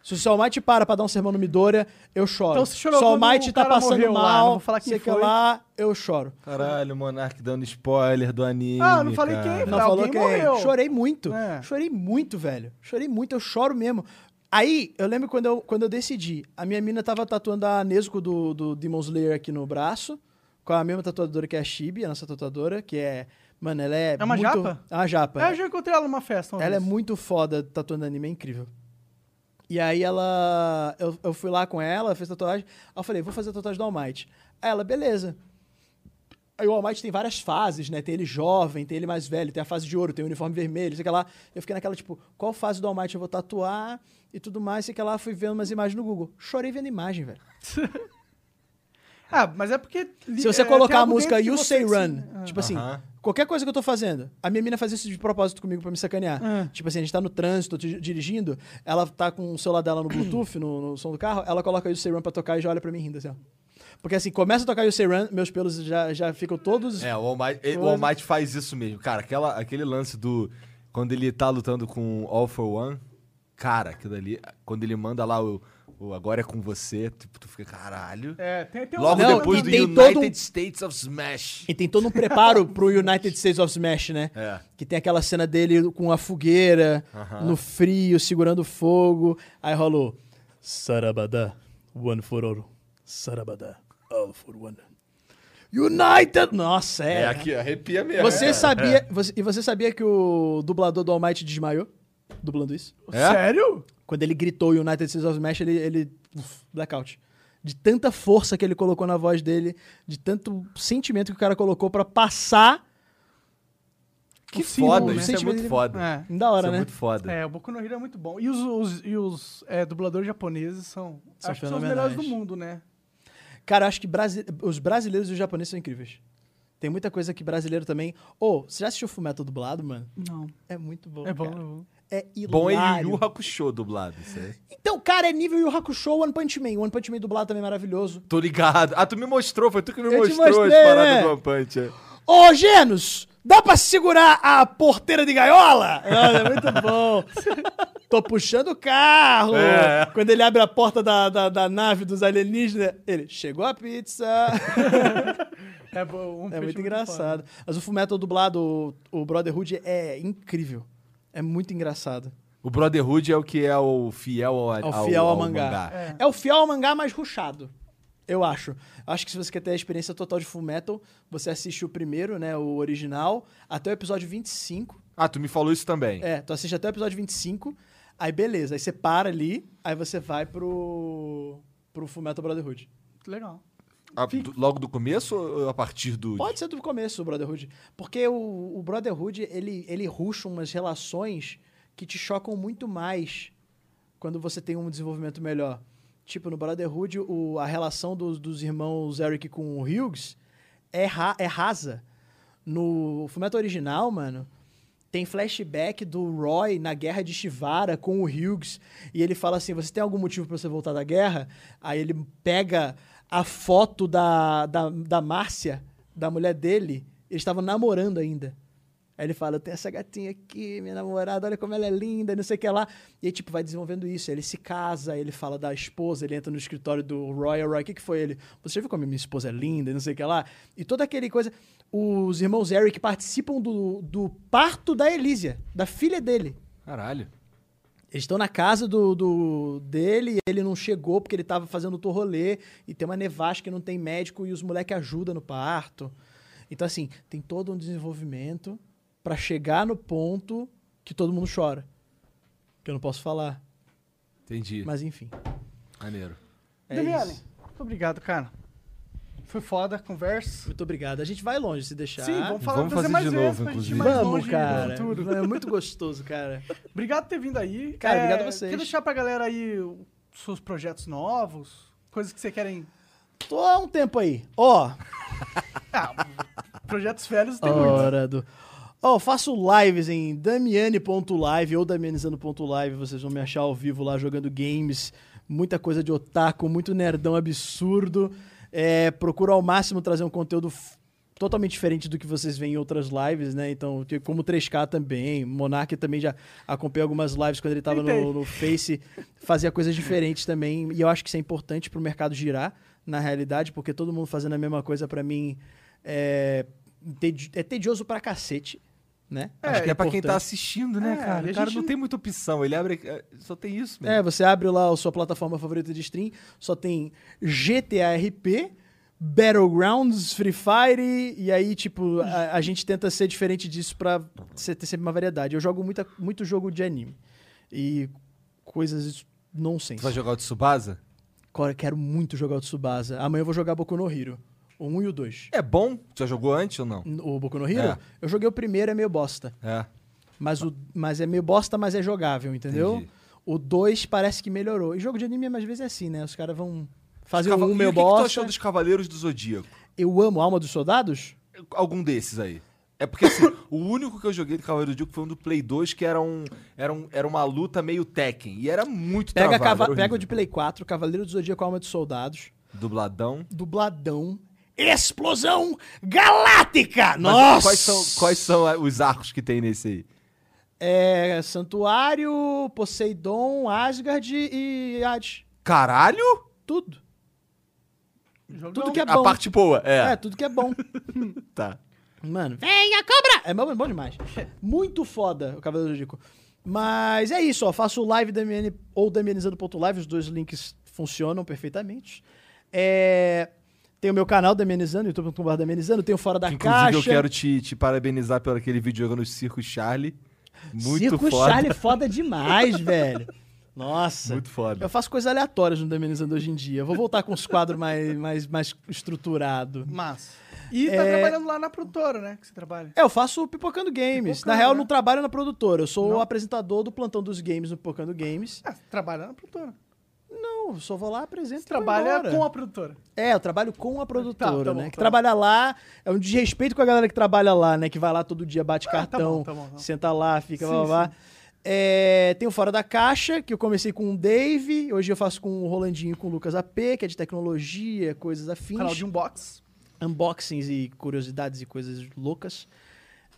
C: Se o seu All Might para pra dar um sermão no Midoriya, eu choro.
A: Então você chorou
C: se o All
A: quando
C: Might
A: o
C: tá
A: cara
C: passando
A: morreu lá,
C: mal,
A: não vou falar quem
C: sei que
A: foi.
C: lá, eu choro.
B: Caralho, Monark dando spoiler do anime.
A: Ah, não falei
B: cara.
A: quem,
C: Não
A: Alguém
C: falou que é.
A: morreu.
C: Chorei muito.
A: É.
C: Chorei muito, velho. Chorei muito, eu choro mesmo. Aí, eu lembro quando eu, quando eu decidi. A minha mina tava tatuando a Nezuko do, do Demon Slayer aqui no braço. Com a mesma tatuadora que é a Shibi, a nossa tatuadora, que é. Mano, ela é.
A: É uma
C: muito-
A: japa?
C: É uma japa.
A: É, eu já encontrei ela numa festa. uma
C: Ela é
A: vez.
C: muito foda tatuando anime, é incrível. E aí ela. Eu, eu fui lá com ela, fez tatuagem. Aí eu falei, vou fazer a tatuagem do All Might. Aí ela, beleza. Aí o All Might tem várias fases, né? Tem ele jovem, tem ele mais velho, tem a fase de ouro, tem o uniforme vermelho, sei que lá. Eu fiquei naquela, tipo, qual fase do All Might eu vou tatuar e tudo mais, sei que lá. Fui vendo umas imagens no Google. Chorei vendo imagem, velho.
A: Ah, mas é porque.
C: Se você
A: é, tem
C: colocar a
A: algo
C: música
A: dentro de
C: You
A: você
C: Say
A: que
C: Run,
A: se- Ah.
C: tipo assim, qualquer coisa que eu tô fazendo, a minha mina fazia isso de propósito comigo pra me sacanear.
A: Ah.
C: Tipo assim, a gente tá no trânsito, eu tô di- dirigindo, ela tá com o
A: <clears throat>
C: celular dela no Bluetooth, no, no som do carro, ela coloca You Say Run pra tocar e já olha pra mim rindo assim, ó. Porque assim, começa a tocar You Say Run, meus pelos já, já ficam todos...
B: É, o All, Might, ele- o All Might faz isso mesmo. Cara, aquela, aquele lance do. Quando ele tá lutando com All for One, cara, aquilo ali. Quando ele manda lá o, o Agora é com você, tipo, tu fica, caralho.
A: É, tem, tem um-
B: Logo
C: Não,
B: depois
C: e
B: do
C: tem
B: United
C: todo um-
B: States of Smash.
C: E tem todo
B: <laughs>
C: um preparo pro United States of Smash, né?
B: É.
C: Que tem aquela cena dele com a fogueira, no frio, segurando fogo. Aí rolou. Sarabada, one for all. Sarabada, all for one. United! Nossa, é.
B: É, aqui, arrepia mesmo.
C: Você sabia. você- e você sabia que o dublador do All Might desmaiou? Dublando isso?
B: É?
A: Sério?
C: Quando ele gritou United States of Smash, ele. ele uf, blackout. De tanta força que ele colocou na voz dele, de tanto sentimento que o cara colocou pra passar.
B: Que
C: símbolo,
B: foda,
C: né?
B: isso é muito
C: Sentimento-
B: foda.
A: É.
C: Da hora,
B: isso é
C: né?
B: muito foda.
A: É, o Boku no Hero é muito bom. E os, os- e os é, dubladores japoneses são,
C: São
A: acho que são os
C: fenomenais.
A: melhores do mundo, né?
C: Cara, eu acho que brasi- os brasileiros e os japoneses são incríveis. Tem muita coisa que brasileiro também. Ô, você já assistiu Fullmetal dublado, mano?
A: Não.
C: É muito bom.
A: É bom, é
C: cara.
A: bom.
C: É
B: Bom é
C: hilário.
B: Yu Yu Hakusho dublado, isso aí.
C: Então, cara, é nível Yu Hakusho One Punch Man. One Punch Man dublado também é maravilhoso.
B: Tô ligado. Ah, tu me mostrou, foi tu que me
C: Eu te
B: mostrou
C: mostrei,
B: as paradas
C: né?
B: do One Punch. é.
C: Ô, Genos, dá pra segurar a porteira de gaiola? Olha, é
B: <laughs>
C: muito bom. Tô puxando o carro.
B: É.
C: Quando ele abre a porta da, da, da nave dos alienígenas, ele chegou
B: <laughs>
C: a pizza.
A: É, bom, um <laughs>
C: É
A: peixe
C: muito engraçado. Mas o Fullmetal dublado, o, o Brotherhood, é incrível. É muito engraçado.
B: O Brotherhood é o que é o fiel ao,
C: É o fiel ao, mangá. É. o fiel ao mangá mais ruchado, eu acho. Acho que se você quer ter a experiência total de Fullmetal, você assiste o primeiro, né, o original, até o episódio 25.
B: Ah, tu me falou isso também.
C: É, tu assiste até o episódio 25, aí beleza. Aí você para ali, aí você vai pro, pro Fullmetal Brotherhood.
A: Muito legal.
B: A- Ah, do- logo do começo ou a partir do.
C: Pode ser do começo, o Brotherhood. Porque o, o Brotherhood, ele, ele ruxa umas relações que te chocam muito mais quando você tem um desenvolvimento melhor. Tipo, no Brotherhood, o, a relação dos, dos irmãos Eric com o Hughes é, ra- é rasa. No fumeto original, mano, tem flashback do Roy na guerra de Shivara com o Hughes. E ele fala assim: Você tem algum motivo pra você voltar da guerra? Aí ele pega a foto da, da, da Márcia, da mulher dele. Eles estavam namorando ainda. Aí ele fala: Eu tenho essa gatinha aqui, minha namorada, olha como ela é linda, não sei o que lá. E aí, tipo, vai desenvolvendo isso. Aí ele se casa, aí ele fala da esposa, ele entra no escritório do Roy. O Roy, o que, que foi ele? Você já viu como a minha esposa é linda, e não sei o que lá? E toda aquele coisa. Os irmãos Eric participam do, do parto da Elísia, da filha dele.
B: Caralho.
C: Eles estão na casa do, do- dele e ele não chegou porque ele tava fazendo o torrolê e tem uma nevasca que não tem médico e os moleques ajudam no parto. Então, assim, tem todo um desenvolvimento pra chegar no ponto que todo mundo chora. Que eu não posso falar.
B: Entendi.
C: Mas enfim.
B: Maneiro.
C: É
A: Damiane,
C: isso.
A: muito obrigado, cara. Foi foda a conversa.
K: Muito obrigado. A gente vai longe se deixar.
A: Sim, vamos falar
B: Vamos
A: fazer
B: fazer
A: mais
B: de
A: vezes
B: novo,
A: pra gente ir
B: inclusive.
A: mais
C: Vamos,
A: longe no
C: cara.
A: futuro.
K: É muito gostoso, cara.
A: Obrigado por ter vindo aí. É,
C: Cara, obrigado a vocês.
A: Quer deixar pra galera aí os seus projetos novos? Coisas que você querem.
C: Tô há um tempo aí. Ó,
A: Ah, projetos velhos
C: <laughs>
A: tem muito. né?
C: hora do. Ó, eu faço lives em damiane.live ou damianizando.live. Vocês vão me achar ao vivo lá jogando games. Muita coisa de otaku, muito nerdão absurdo. É, procuro ao máximo trazer um conteúdo f- totalmente diferente do que vocês veem em outras lives, né? Então, tem como 3K também. Monark também já acompanhei algumas lives quando ele tava no,
A: Tentei.
C: no Face. Fazia coisas diferentes também. E eu acho que isso é importante pro mercado girar, na realidade, porque todo mundo fazendo a mesma coisa, pra mim, é, tedi- é tedioso pra cacete, né?
B: Acho que é pra quem tá
C: importante.
B: assistindo, né,
A: É,
B: cara?
A: e a
B: O cara
A: gente-
B: não tem muita opção. Ele abre. é, Só tem isso, mesmo.
C: É, você abre lá a sua plataforma favorita de stream, só tem GTA RP, Battlegrounds, Free Fire, e aí, tipo, a, a gente tenta ser diferente disso pra você ter sempre uma variedade. Eu jogo muita, muito jogo de anime e coisas nonsense.
B: Tu vai jogar o Tsubasa?
C: Cara, eu quero muito jogar o Tsubasa. Amanhã eu vou jogar Boku no Hero, o 1 e o 2.
B: É bom? Tu já jogou antes ou não?
C: O Boku no Hero,
B: É.
C: eu joguei o primeiro, é meio bosta.
B: É.
C: Mas, o, mas é meio bosta, mas é jogável, entendeu?
B: Entendi.
C: O 2 parece que melhorou. E jogo de anime, às vezes, é assim, né? Os caras vão fazer
B: Cava-
C: um
B: E
C: meio
B: o que, que tu
C: bosta.
B: achou dos Cavaleiros do Zodíaco?
C: Eu amo Alma dos Soldados?
B: Algum desses aí. É porque assim, <laughs> o único que eu joguei do Cavaleiro do Zodíaco foi um do Play 2, que era, um, era, um, era uma luta meio Tekken. E era muito
C: Pega,
B: travado,
C: cava-
B: era
C: pega o
B: horrível.
C: de Play 4, Cavaleiro do Zodíaco Alma dos Soldados,
B: Dubladão.
C: dubladão, Explosão Galáctica!
B: Mas
C: Nossa!
B: Quais são, quais são é, os arcos que tem nesse aí?
C: É Santuário, Poseidon, Asgard e Hades.
B: Caralho?
C: Tudo.
A: Jogão.
C: Tudo que é
B: A
C: bom.
B: parte boa,
C: É,
B: é.
C: tudo que
B: <laughs>
C: é bom.
B: Tá.
C: Mano, venha cobra! É bom, bom demais. Muito foda o Cavaleiro do Zodíaco. Mas é isso, ó. Faço live Damiani ou damianizando.live, os dois links funcionam perfeitamente. É, Tem o meu canal Damianizando, youtube.com.br Damianizando, tem o Fora da
B: Inclusive,
C: Caixa.
B: eu quero te, te parabenizar por aquele vídeo jogando Circo Charlie. Muito
C: Circo
B: foda.
C: Charlie
B: <laughs>
C: foda demais, velho. Nossa.
B: Muito foda.
C: Eu faço coisas aleatórias no Damianizando hoje em dia. Eu vou voltar com os quadros mais, mais, mais estruturado.
A: Mas. E tá
C: É.
A: trabalhando lá na produtora, né? Que você trabalha.
C: É, eu faço o Pipocando Games.
A: Pipocando,
C: na real, eu
A: né?
C: não trabalho na produtora. Eu sou o apresentador do plantão dos games no Pipocando Games.
A: Ah, você trabalha na produtora.
C: Não, eu só vou lá, apresento
A: Você
C: e vou
A: trabalha
C: embora.
A: com a produtora.
C: É, eu trabalho com a produtora,
A: Tá, tá bom,
C: né?
A: tá
C: que
A: bom.
C: trabalha lá, é um desrespeito com a galera que trabalha lá, né? Que vai lá todo dia, bate
A: tá
C: cartão,
A: bom, tá bom, tá bom.
C: senta lá, fica
A: Sim,
C: blá, blá, blá. É, tem o Fora da Caixa, que eu comecei com o Dave, hoje eu faço com o Rolandinho e com o Lucas AP, que é de tecnologia, coisas afins
A: Canal de unbox.
C: unboxings e curiosidades e coisas loucas.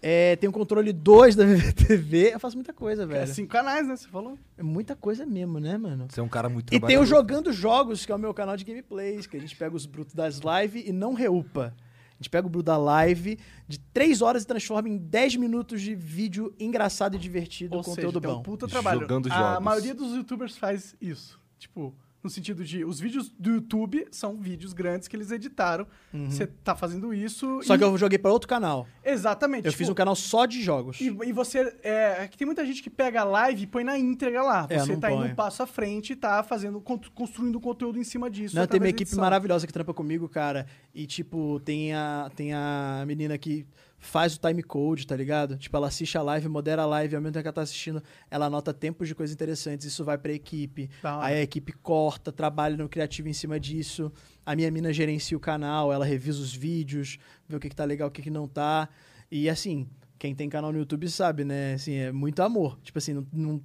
C: É, tem o controle 2 da VVTV. Eu faço muita coisa,
A: É
C: velho.
A: cinco canais, né? Você falou.
C: É muita coisa mesmo, né, mano?
B: Você é um cara muito
C: E tem o
B: trabalhador.
C: Jogando Jogos, que é o meu canal de gameplays, que a gente pega os brutos das lives e não reupa. A gente pega o bruto da live de 3 horas e transforma em 10 minutos de vídeo engraçado e divertido,
A: Ou
C: conteúdo
A: seja, tem
C: bom.
A: um puta trabalho.
B: Jogando
A: A
B: jogos.
A: maioria dos youtubers faz isso. Tipo, no sentido de... Os vídeos do YouTube são vídeos grandes que eles editaram. Você tá fazendo isso
C: Uhum. Só
A: e...
C: que eu joguei pra outro canal.
A: Exatamente.
C: Eu
A: tipo,
C: fiz um canal só de jogos.
A: E, e você. É, é que tem muita gente que pega a live e põe na íntegra lá.
C: É,
A: Você
C: não
A: tá indo
C: põe.
A: um passo à frente e tá fazendo, con- construindo conteúdo em cima disso.
C: Não, tem uma
A: é através da
C: equipe
A: edição.
C: maravilhosa que trampa comigo, cara. E, tipo, tem a, tem a menina que faz o time code, tá ligado? Tipo, ela assiste a live, modera a live, ao mesmo tempo que ela tá assistindo, ela anota tempos de coisas interessantes, isso vai pra equipe.
A: Da hora.
C: Aí a equipe corta, trabalha no criativo em cima disso. A minha mina gerencia o canal, ela revisa os vídeos, vê o que, que tá legal, o que, que não tá. E, assim, quem tem canal no YouTube sabe, né? Assim, é muito amor. Tipo assim, não- não,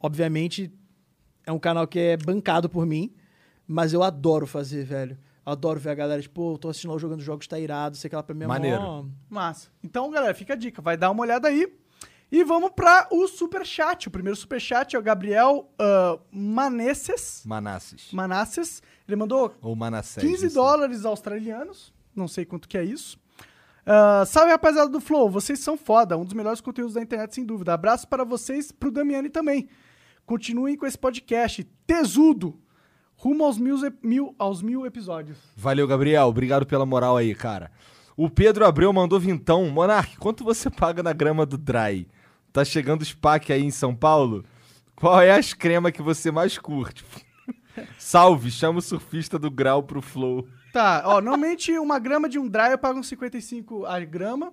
C: obviamente é um canal que é bancado por mim, mas eu adoro fazer, velho. Adoro ver a galera, tipo, pô, eu tô assistindo lá o jogando jogos, tá irado, sei que lá pra mim é mó-
B: Maneiro.
A: Massa. Então, galera, fica a dica. Vai dar uma olhada aí. E vamos pra o superchat. O primeiro superchat é o Gabriel ah, Manesses.
B: Manasses.
A: Manasses. Ele mandou
B: Ou Manassés.
A: 15
B: não sei.
A: dólares australianos. Não sei quanto que é isso. Ah, salve, rapaziada do Flow. Vocês são foda. Um dos melhores conteúdos da internet, sem dúvida. Abraço para vocês, pro Damiani também. Continuem com esse podcast tesudo, rumo aos mil, mil- aos mil episódios.
B: Valeu, Gabriel. Obrigado pela moral aí, cara. O Pedro Abreu mandou vintão. Monark, quanto você paga na grama do Dry? Tá chegando os pack aí em São Paulo? Qual é as crema que você mais curte? <laughs> Salve, chama o surfista do grau pro flow.
A: Tá, ó, normalmente <laughs> uma grama de um dry eu pago uns 55 a grama.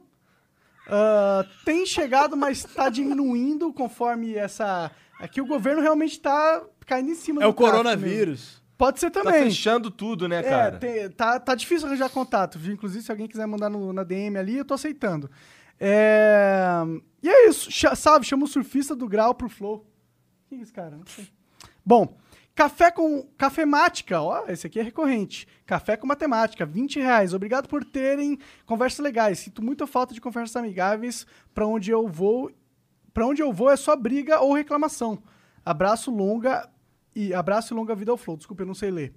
A: Ah, tem chegado, mas tá diminuindo conforme essa. Aqui o governo realmente tá caindo em cima
C: É o
A: do tráfico mesmo.
C: coronavírus.
A: Pode ser
B: Tá
A: também.
B: fechando tudo, né,
A: É,
B: cara?
A: tem- tá, tá difícil arranjar contato. viu? Inclusive, se alguém quiser mandar no- na DM ali, eu tô aceitando. É, E é isso. Cha- sabe, chama o surfista do grau pro flow. Quem é esse cara? Não sei. Bom, café com... Cafemática, ó, esse aqui é recorrente. Café com matemática, 20 reais. Obrigado por terem conversas legais. Sinto muita falta de conversas amigáveis pra onde eu vou... Pra onde eu vou é só briga ou reclamação. Abraço longa... E abraço e longa vida ao flow. Desculpa, eu não sei ler.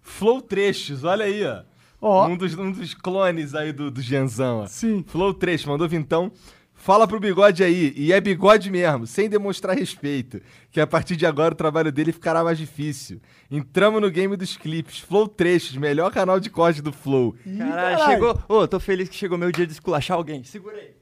B: Flow Trechos, olha aí, ó.
A: Ó,
B: Um, dos, um dos clones aí do, do Genzão, ó.
A: Sim.
B: Flow Trecho, mandou vintão. Fala pro bigode aí, e é bigode mesmo, sem demonstrar respeito, que a partir de agora o trabalho dele ficará mais difícil. Entramos no game dos clipes, Flow Trechos, melhor canal de corte do Flow.
F: Caralho, chegou. Ô, tô feliz que chegou meu dia de esculachar alguém. Segura aí.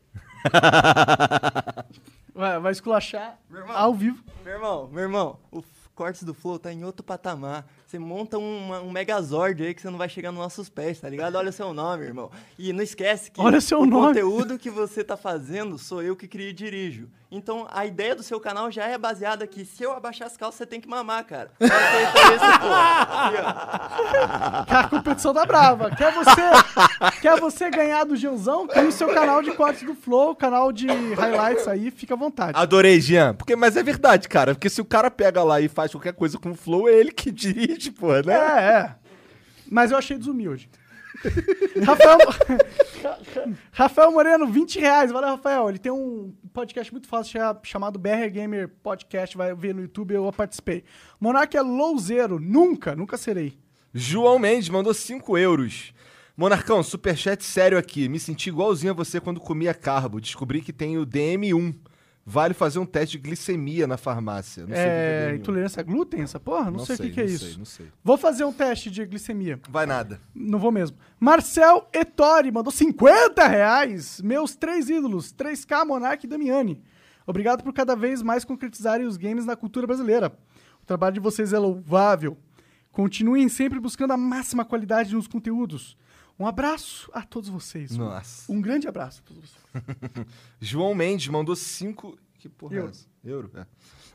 A: Vai, vai esculachar
F: Meu irmão.
A: ao vivo.
F: Meu irmão, meu irmão, o f- Cortes do Flow tá em outro patamar. Você monta uma- um megazord aí que você não vai chegar nos nossos pés, tá ligado? Olha o seu nome, irmão. E não esquece que
A: Olha o seu
F: o
A: nome.
F: conteúdo que você tá fazendo sou eu que crio e dirijo. Então a ideia do seu canal já é baseada que se eu abaixar as calças, você tem que mamar, cara. Aceita isso, <laughs> pô. Aqui,
A: Que a competição tá brava. Quer você, quer você ganhar do Janzão? Tem o seu canal de cortes do Flow, canal de highlights aí, fica à vontade.
B: Adorei, Jean. Porque, mas é verdade, cara, porque se o cara pega lá e faz qualquer coisa com o Flow, é ele que <laughs> dirige, pô,
A: É,
B: né?
A: é. Mas eu achei desumilde. Rafael, <laughs> Rafael Moreno, 20 reais. Valeu, Rafael. Ele tem um podcast muito fácil cha- chamado BR Gamer Podcast. Vai ver no YouTube, eu participei. Monark é louzeiro. Nunca, nunca serei.
B: João Mendes mandou 5 euros. Monarcão, superchat sério aqui. Me senti igualzinho a você quando comia carbo. Descobri que tem o DM1. Vale fazer um teste de glicemia na farmácia. Não sei o
A: É,
B: que que é DM1.
A: intolerância a glúten, essa porra? Não, sei, o que, que é
B: não
A: isso.
B: Sei, não sei.
A: Vou fazer um teste de glicemia.
B: Vai nada.
A: Não vou mesmo. Marcel Ettore mandou 50 reais. Meus três ídolos, 3K, Monark e Damiani. Obrigado por cada vez mais concretizarem os games na cultura brasileira. O trabalho de vocês é louvável. Continuem sempre buscando a máxima qualidade nos conteúdos. Um abraço a todos vocês.
B: Nossa.
A: Um grande abraço a todos vocês.
B: João Mendes mandou 5. Que porra
A: Euro.
B: é essa? Euro? É.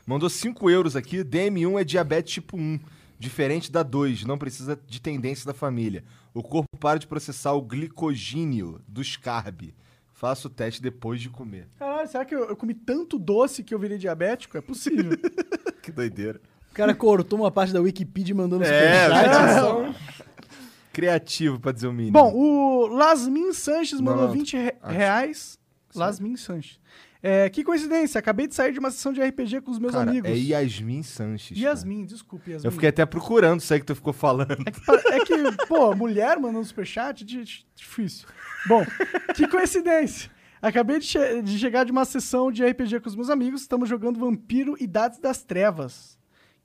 B: Mandou 5 euros aqui. DM1 é diabetes tipo 1. Diferente da 2, não precisa de tendência da família. O corpo para de processar o glicogênio dos carb. Faça o teste depois de comer. <laughs>
A: Caralho, será que eu, eu comi tanto doce que eu virei diabético? É possível.
B: Que doideira.
C: O cara cortou uma parte da Wikipedia e mandou no
B: É,
C: superchat.
B: Criativo, pra dizer o mínimo.
A: Bom, o Lasmin Sanches
B: Não,
A: mandou
B: não,
A: 20 re-
B: acho.
A: reais. Lasmin Sanches. É, que coincidência, acabei de sair de uma sessão de RPG com os meus
B: Cara,
A: amigos.
B: é Yasmin Sanches. cara.
A: Yasmin, desculpa, Yasmin.
B: Eu fiquei até procurando isso aí que tu ficou falando.
A: É que, pa- é que, pô, mulher mandando superchat, di- di- difícil. Bom, que coincidência. Acabei de, che- de chegar de uma sessão de RPG com os meus amigos, estamos jogando Vampiro Idades das Trevas,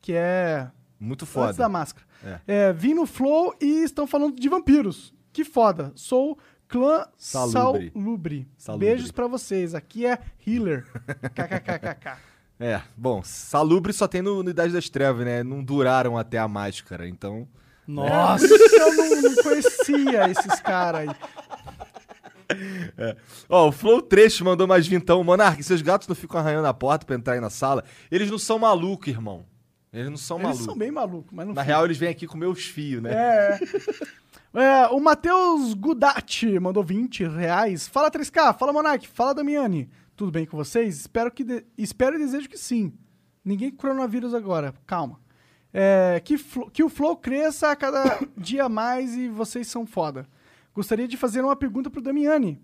A: que é
B: <laughs> Muito
A: Antes da
B: foda.
A: máscara. É, vim no Flow e estão falando de vampiros. Que foda. Sou clã
B: Salubre.
A: Salubre.
B: Salubre.
A: Beijos pra vocês. Aqui é Healer. KKKKK.
B: É, bom, salubre só tem no, no Idade das Trevas, né? Não duraram até a máscara, então.
C: Nossa.
A: Eu não, não conhecia esses caras aí.
B: Ó, o Flow Trecho mandou mais vintão. Monark, seus gatos não ficam arranhando a porta pra entrar aí na sala. Eles não são malucos, irmão. Eles não são
A: Eles
B: malucos.
A: são bem malucos, mas não
B: Na
A: fica.
B: real, eles vêm aqui comer os fios, né?
A: É. É, o Matheus Gudatti mandou 20 reais. Fala 3K, fala Monark, fala Damiani. Tudo bem com vocês? Espero, que de- Espero e desejo que sim. Ninguém com coronavírus agora, calma. É, que, flo- que o flow cresça a cada <coughs> dia mais e vocês são foda. Gostaria de fazer uma pergunta pro Damiani.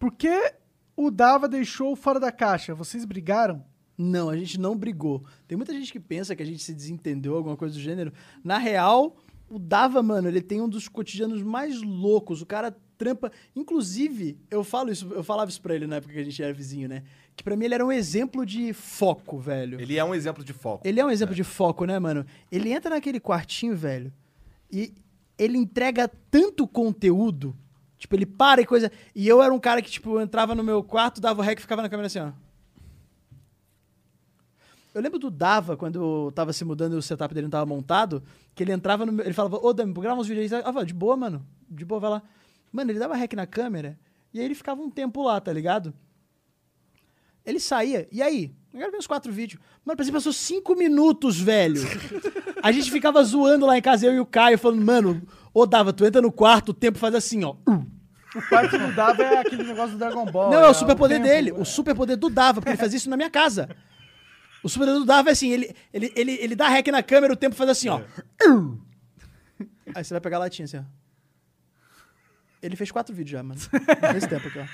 A: Por que o Dava deixou o fora da caixa? Vocês brigaram?
C: Não, a gente não brigou. Tem muita gente que pensa que a gente se desentendeu, alguma coisa do gênero. Na real, o Dava, mano, ele tem um dos cotidianos mais loucos. O cara trampa. Inclusive, eu falo isso, eu falava isso pra ele na época que a gente era vizinho, né? Que pra mim ele era um exemplo de foco, velho.
B: Ele é um exemplo de foco.
C: Ele é um exemplo de foco, né, mano? Ele entra naquele quartinho, velho, e ele entrega tanto conteúdo. Tipo, ele para e coisa. E eu era um cara que, tipo, entrava no meu quarto, dava o rec e ficava na câmera assim, ó. Eu lembro do Dava, quando eu tava se mudando e o setup dele não tava montado, que ele entrava no meu. Ele falava, ô Dami, grava uns vídeos aí. Ah, vai, de boa, mano. De boa, vai lá. Mano, ele dava rec na câmera e aí ele ficava um tempo lá, tá ligado? Ele saía, e aí? Eu gravei uns quatro vídeos. Mano, parece que passou cinco minutos, velho. A gente ficava zoando lá em casa, eu e o Caio, falando, mano, ô Dava, tu entra no quarto, o tempo faz assim, ó.
A: O quarto do Dava é aquele negócio do Dragon Ball.
C: Não, é o superpoder
A: tempo,
C: dele.
A: é.
C: O superpoder do Dava, porque ele fazia isso na minha casa. O superpoder do Dava é assim, ele, ele, ele, ele dá rec na câmera, o tempo faz assim, ó.
A: É.
C: Aí você vai pegar a latinha assim, ó. Ele fez quatro
A: <laughs>
C: vídeos já, mano. Nesse tempo aqui, ó.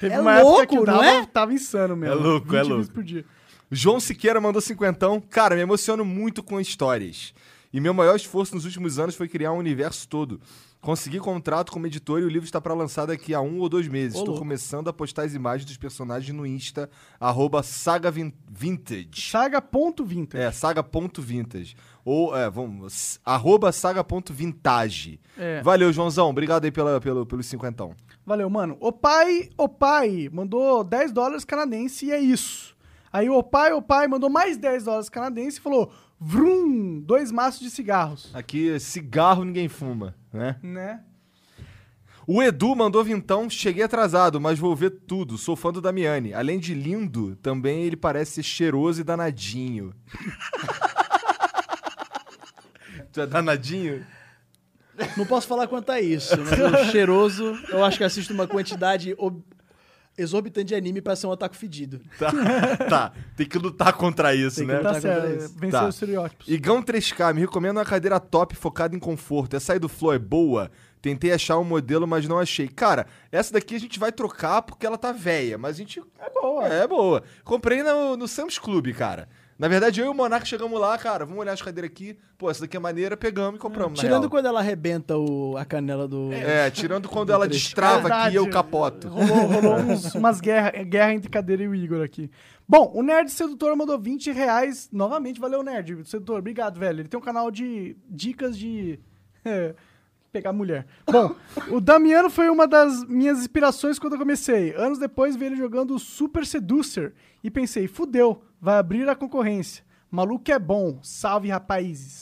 A: Teve
C: É
A: uma época
C: louco,
A: que o
C: não
A: Dava
C: é?
A: tava insano mesmo.
B: É louco,
A: 20
B: é
A: vídeos
B: louco.
A: por dia.
B: João Siqueira mandou cinquentão. Cara, me emociono muito com histórias. E meu maior esforço nos últimos anos foi criar um universo todo. Consegui contrato como editor e o livro está para lançar daqui a um ou dois meses. Estou começando a postar as imagens dos personagens no Insta, arroba sagavintage.
A: Saga.20.
B: É, saga.vintage. Ou, é, vamos, arroba saga.vintage.
A: É.
B: Valeu, Joãozão. Obrigado aí pela, pelo, pelo cinquentão.
A: Valeu, mano. O pai, o pai mandou 10 dólares canadense e é isso. Aí o pai, o pai mandou mais 10 dólares canadense e falou: Vrum, dois maços de cigarros.
B: Aqui, cigarro ninguém fuma, né?
A: Né?
B: O Edu mandou vintão, cheguei atrasado, mas vou ver tudo. Sou fã do Damiani. Além de lindo, também ele parece ser cheiroso e danadinho. <laughs> tu é danadinho?
C: Não posso falar quanto a isso, mas o cheiroso, eu acho que assisto uma quantidade ob- exorbitante de anime pra ser um ataque fedido.
B: Tá, tá. Tem que lutar contra isso,
C: Tem que
B: né?
C: lutar
A: Tá certo.
C: isso.
A: Venceu
B: Tá.
A: os estereótipos.
B: Igão 3K, me recomenda uma cadeira top focada em conforto. Essa aí do Flow é boa. Tentei achar um modelo, mas não achei. Cara, essa daqui a gente vai trocar porque ela tá velha, mas a gente. É boa. É boa. Comprei no, no Sam's Club, cara. Na verdade, eu e o Monark chegamos lá, cara, vamos olhar as cadeiras aqui. Pô, essa daqui é maneira, pegamos e compramos. na
C: Tirando
B: real.
C: quando ela arrebenta o- a canela do.
B: É, tirando quando
A: <laughs>
B: ela destrava aqui e eu capoto.
A: Rolou, <laughs> rolou uns- umas guerras guerra entre Cadeira e o Igor aqui. Bom, o Nerd Sedutor mandou 20 reais. Novamente, valeu, Nerd Sedutor. Obrigado, velho. Ele tem um canal de dicas de... <laughs> é, pegar mulher. Bom, o Damiano foi uma das minhas inspirações quando eu comecei. Anos depois, vi ele jogando o Super Seducer. E pensei, fudeu, vai abrir a concorrência. Maluco é bom. Salve, rapazes.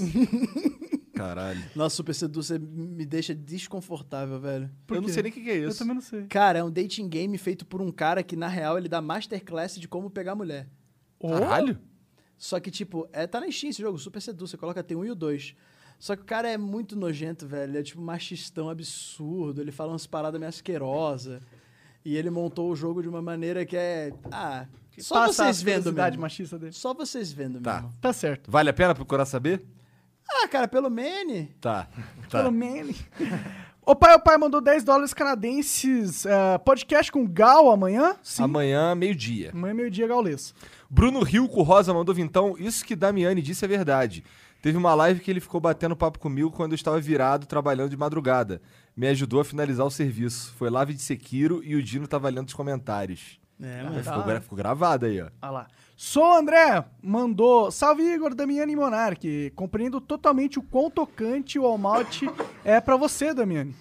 B: Caralho.
C: Nossa, Super Seducer me deixa desconfortável, velho.
B: eu não
A: quê?
B: sei nem o que, que é
A: Eu
B: isso.
A: também não sei.
C: Cara, é um dating game feito por um cara que, na real, ele dá masterclass de como pegar mulher.
B: Caralho?
C: Só que, tipo, é, tá na Steam esse jogo, Super Seduce, você coloca T1 e o 2. Só que o cara é muito nojento, velho. Ele é tipo machistão absurdo, ele fala umas paradas meio asquerosa. E ele montou o jogo de uma maneira que é. Ah, só
A: Passa
C: vocês
A: a
C: vendo
A: curiosidade
C: mesmo.
A: machista dele.
C: Só vocês vendo
B: Tá.
C: mesmo.
A: Tá certo.
B: Vale a pena procurar saber?
C: Ah, cara, pelo Mene.
B: Tá.
A: Pelo <laughs> menos. O pai, o pai mandou 10 dólares canadenses. eh, podcast com Gal amanhã? Sim.
B: Amanhã, meio-dia.
A: Amanhã é meio-dia gaulês.
B: Bruno Rilco Rosa mandou vintão. Isso que Damiani disse é verdade. Teve uma live que ele ficou batendo papo comigo quando eu estava virado trabalhando de madrugada. Me ajudou a finalizar o serviço. Foi live de Sekiro e o Dino tava lendo os comentários.
K: É,
B: Aí
K: mano.
B: ficou, gra- ficou gravado aí, ó.
A: Ah lá. Sou André, mandou. Salve Igor, Damiani e Monark. Compreendo totalmente o quão tocante o <laughs> Almalte é pra você, Damiani.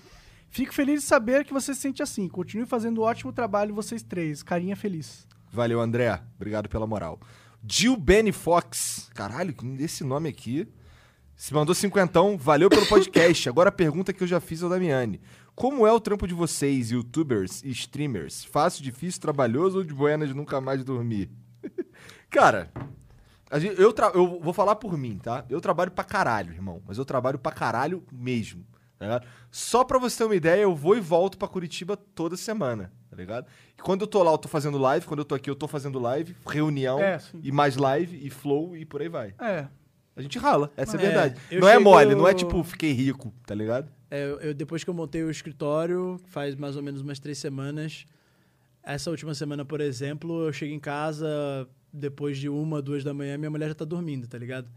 A: Fico feliz de saber que você se sente assim. Continue fazendo um ótimo trabalho, vocês três. Carinha feliz.
B: Valeu, André. Obrigado pela moral. Jill Benny Fox. Caralho, esse nome aqui. Se mandou cinquentão. Valeu pelo podcast. Agora a pergunta que eu já fiz ao Damiani. Como é o trampo de vocês, youtubers e streamers? Fácil, difícil, trabalhoso ou de buenas de nunca mais dormir? <laughs> Cara, a gen- eu, tra- eu vou falar por mim, tá? Eu trabalho pra caralho, irmão. Mas eu trabalho pra caralho mesmo, tá ligado? Só pra você ter uma ideia, eu vou e volto pra Curitiba toda semana, tá ligado? E quando eu tô lá, eu tô fazendo live. Quando eu tô aqui, eu tô fazendo live, reunião
A: É, sim.
B: e mais live e flow e por aí vai.
A: É.
B: A gente rala, essa é a
K: É,
B: verdade.
K: eu
B: não é
K: chego-
B: mole, não é tipo, fiquei rico, tá ligado?
K: É, eu, eu- depois que eu montei o escritório, faz mais ou menos umas três semanas. Essa última semana, por exemplo, eu chego em casa depois de uma, duas da manhã, minha mulher já tá dormindo, tá ligado?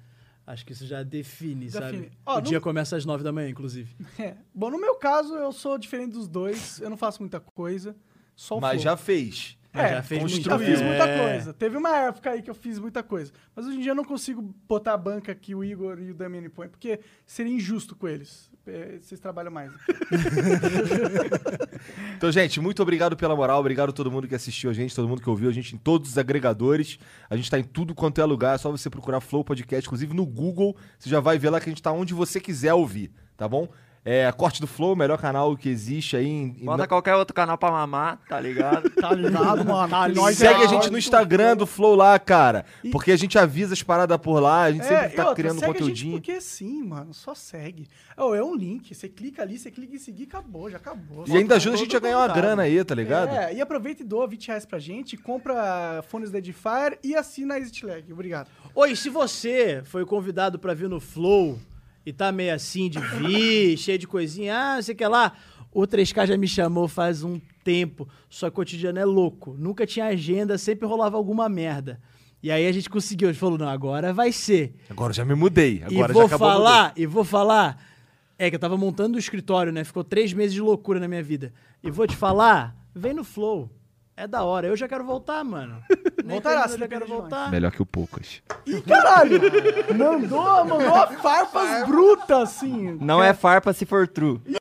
C: Acho que isso já define,
A: Define.
C: sabe?
A: Ó,
C: o dia
A: não-
C: começa às nove da manhã, inclusive.
A: É. Bom, no meu caso, eu sou diferente dos dois, eu não faço muita coisa. Só o
B: Mas
A: fogo.
B: já fez.
C: Mas
A: É,
C: já fez
A: Já
C: muita
A: fiz muita
C: É.
A: coisa. Teve uma época aí que eu fiz muita coisa. Mas hoje em dia eu não consigo botar a banca que o Igor e o Damiani põem, porque seria injusto com eles. É, Vocês trabalham mais.
B: Então, gente, muito obrigado pela moral. Obrigado a todo mundo que assistiu a gente, todo mundo que ouviu a gente em todos os agregadores. A gente tá em tudo quanto é lugar. É só você procurar Flow Podcast, inclusive no Google. Você já vai ver lá que a gente tá onde você quiser ouvir, tá bom? É, Corte do Flow, o melhor canal que existe aí. em- em-
F: Bota qualquer outro canal pra mamar, tá ligado?
A: Tá ligado, <laughs> mano?
B: Segue
A: é
B: a gente no Instagram do Flow lá, cara.
A: E- É,
B: Porque a gente avisa as paradas por lá, a gente sempre tá
A: e outra,
B: criando
A: segue A gente
B: conteúdinho.
A: porque sim, mano, só segue. Ô, é um link, você clica ali, você clica em seguir, acabou, já acabou.
B: E ainda ajuda a gente a ganhar uma
F: vontade.
B: grana aí, tá ligado?
A: É, e aproveita e doa 20 reais pra gente, compra fones da Edifier e assina a ExitLag. Obrigado.
C: Oi, se você foi convidado pra vir no Flow e tá meio assim de
B: <coughs>
C: vir, cheio de coisinha, ah, não sei o que lá, o 3K já me chamou faz um tempo, só que o cotidiano é louco, nunca tinha agenda, sempre rolava alguma merda. E aí a gente conseguiu, a gente falou, não, agora vai ser.
B: Agora eu já me mudei. Agora
C: e vou
B: já acabou.
C: falar, e vou falar, é que eu tava montando o escritório, né, ficou três meses de loucura na minha vida. E vou te falar, vem no Flow, é da hora, eu já quero voltar,
B: <laughs>
C: mano. Nem
A: Voltará,
C: terminou,
A: se
C: já quero
A: depender de nós.
C: voltar.
B: Melhor que o Poucas.
A: Caralho! mandou, mandou farpas brutas, assim.
F: Não é farpa se for true.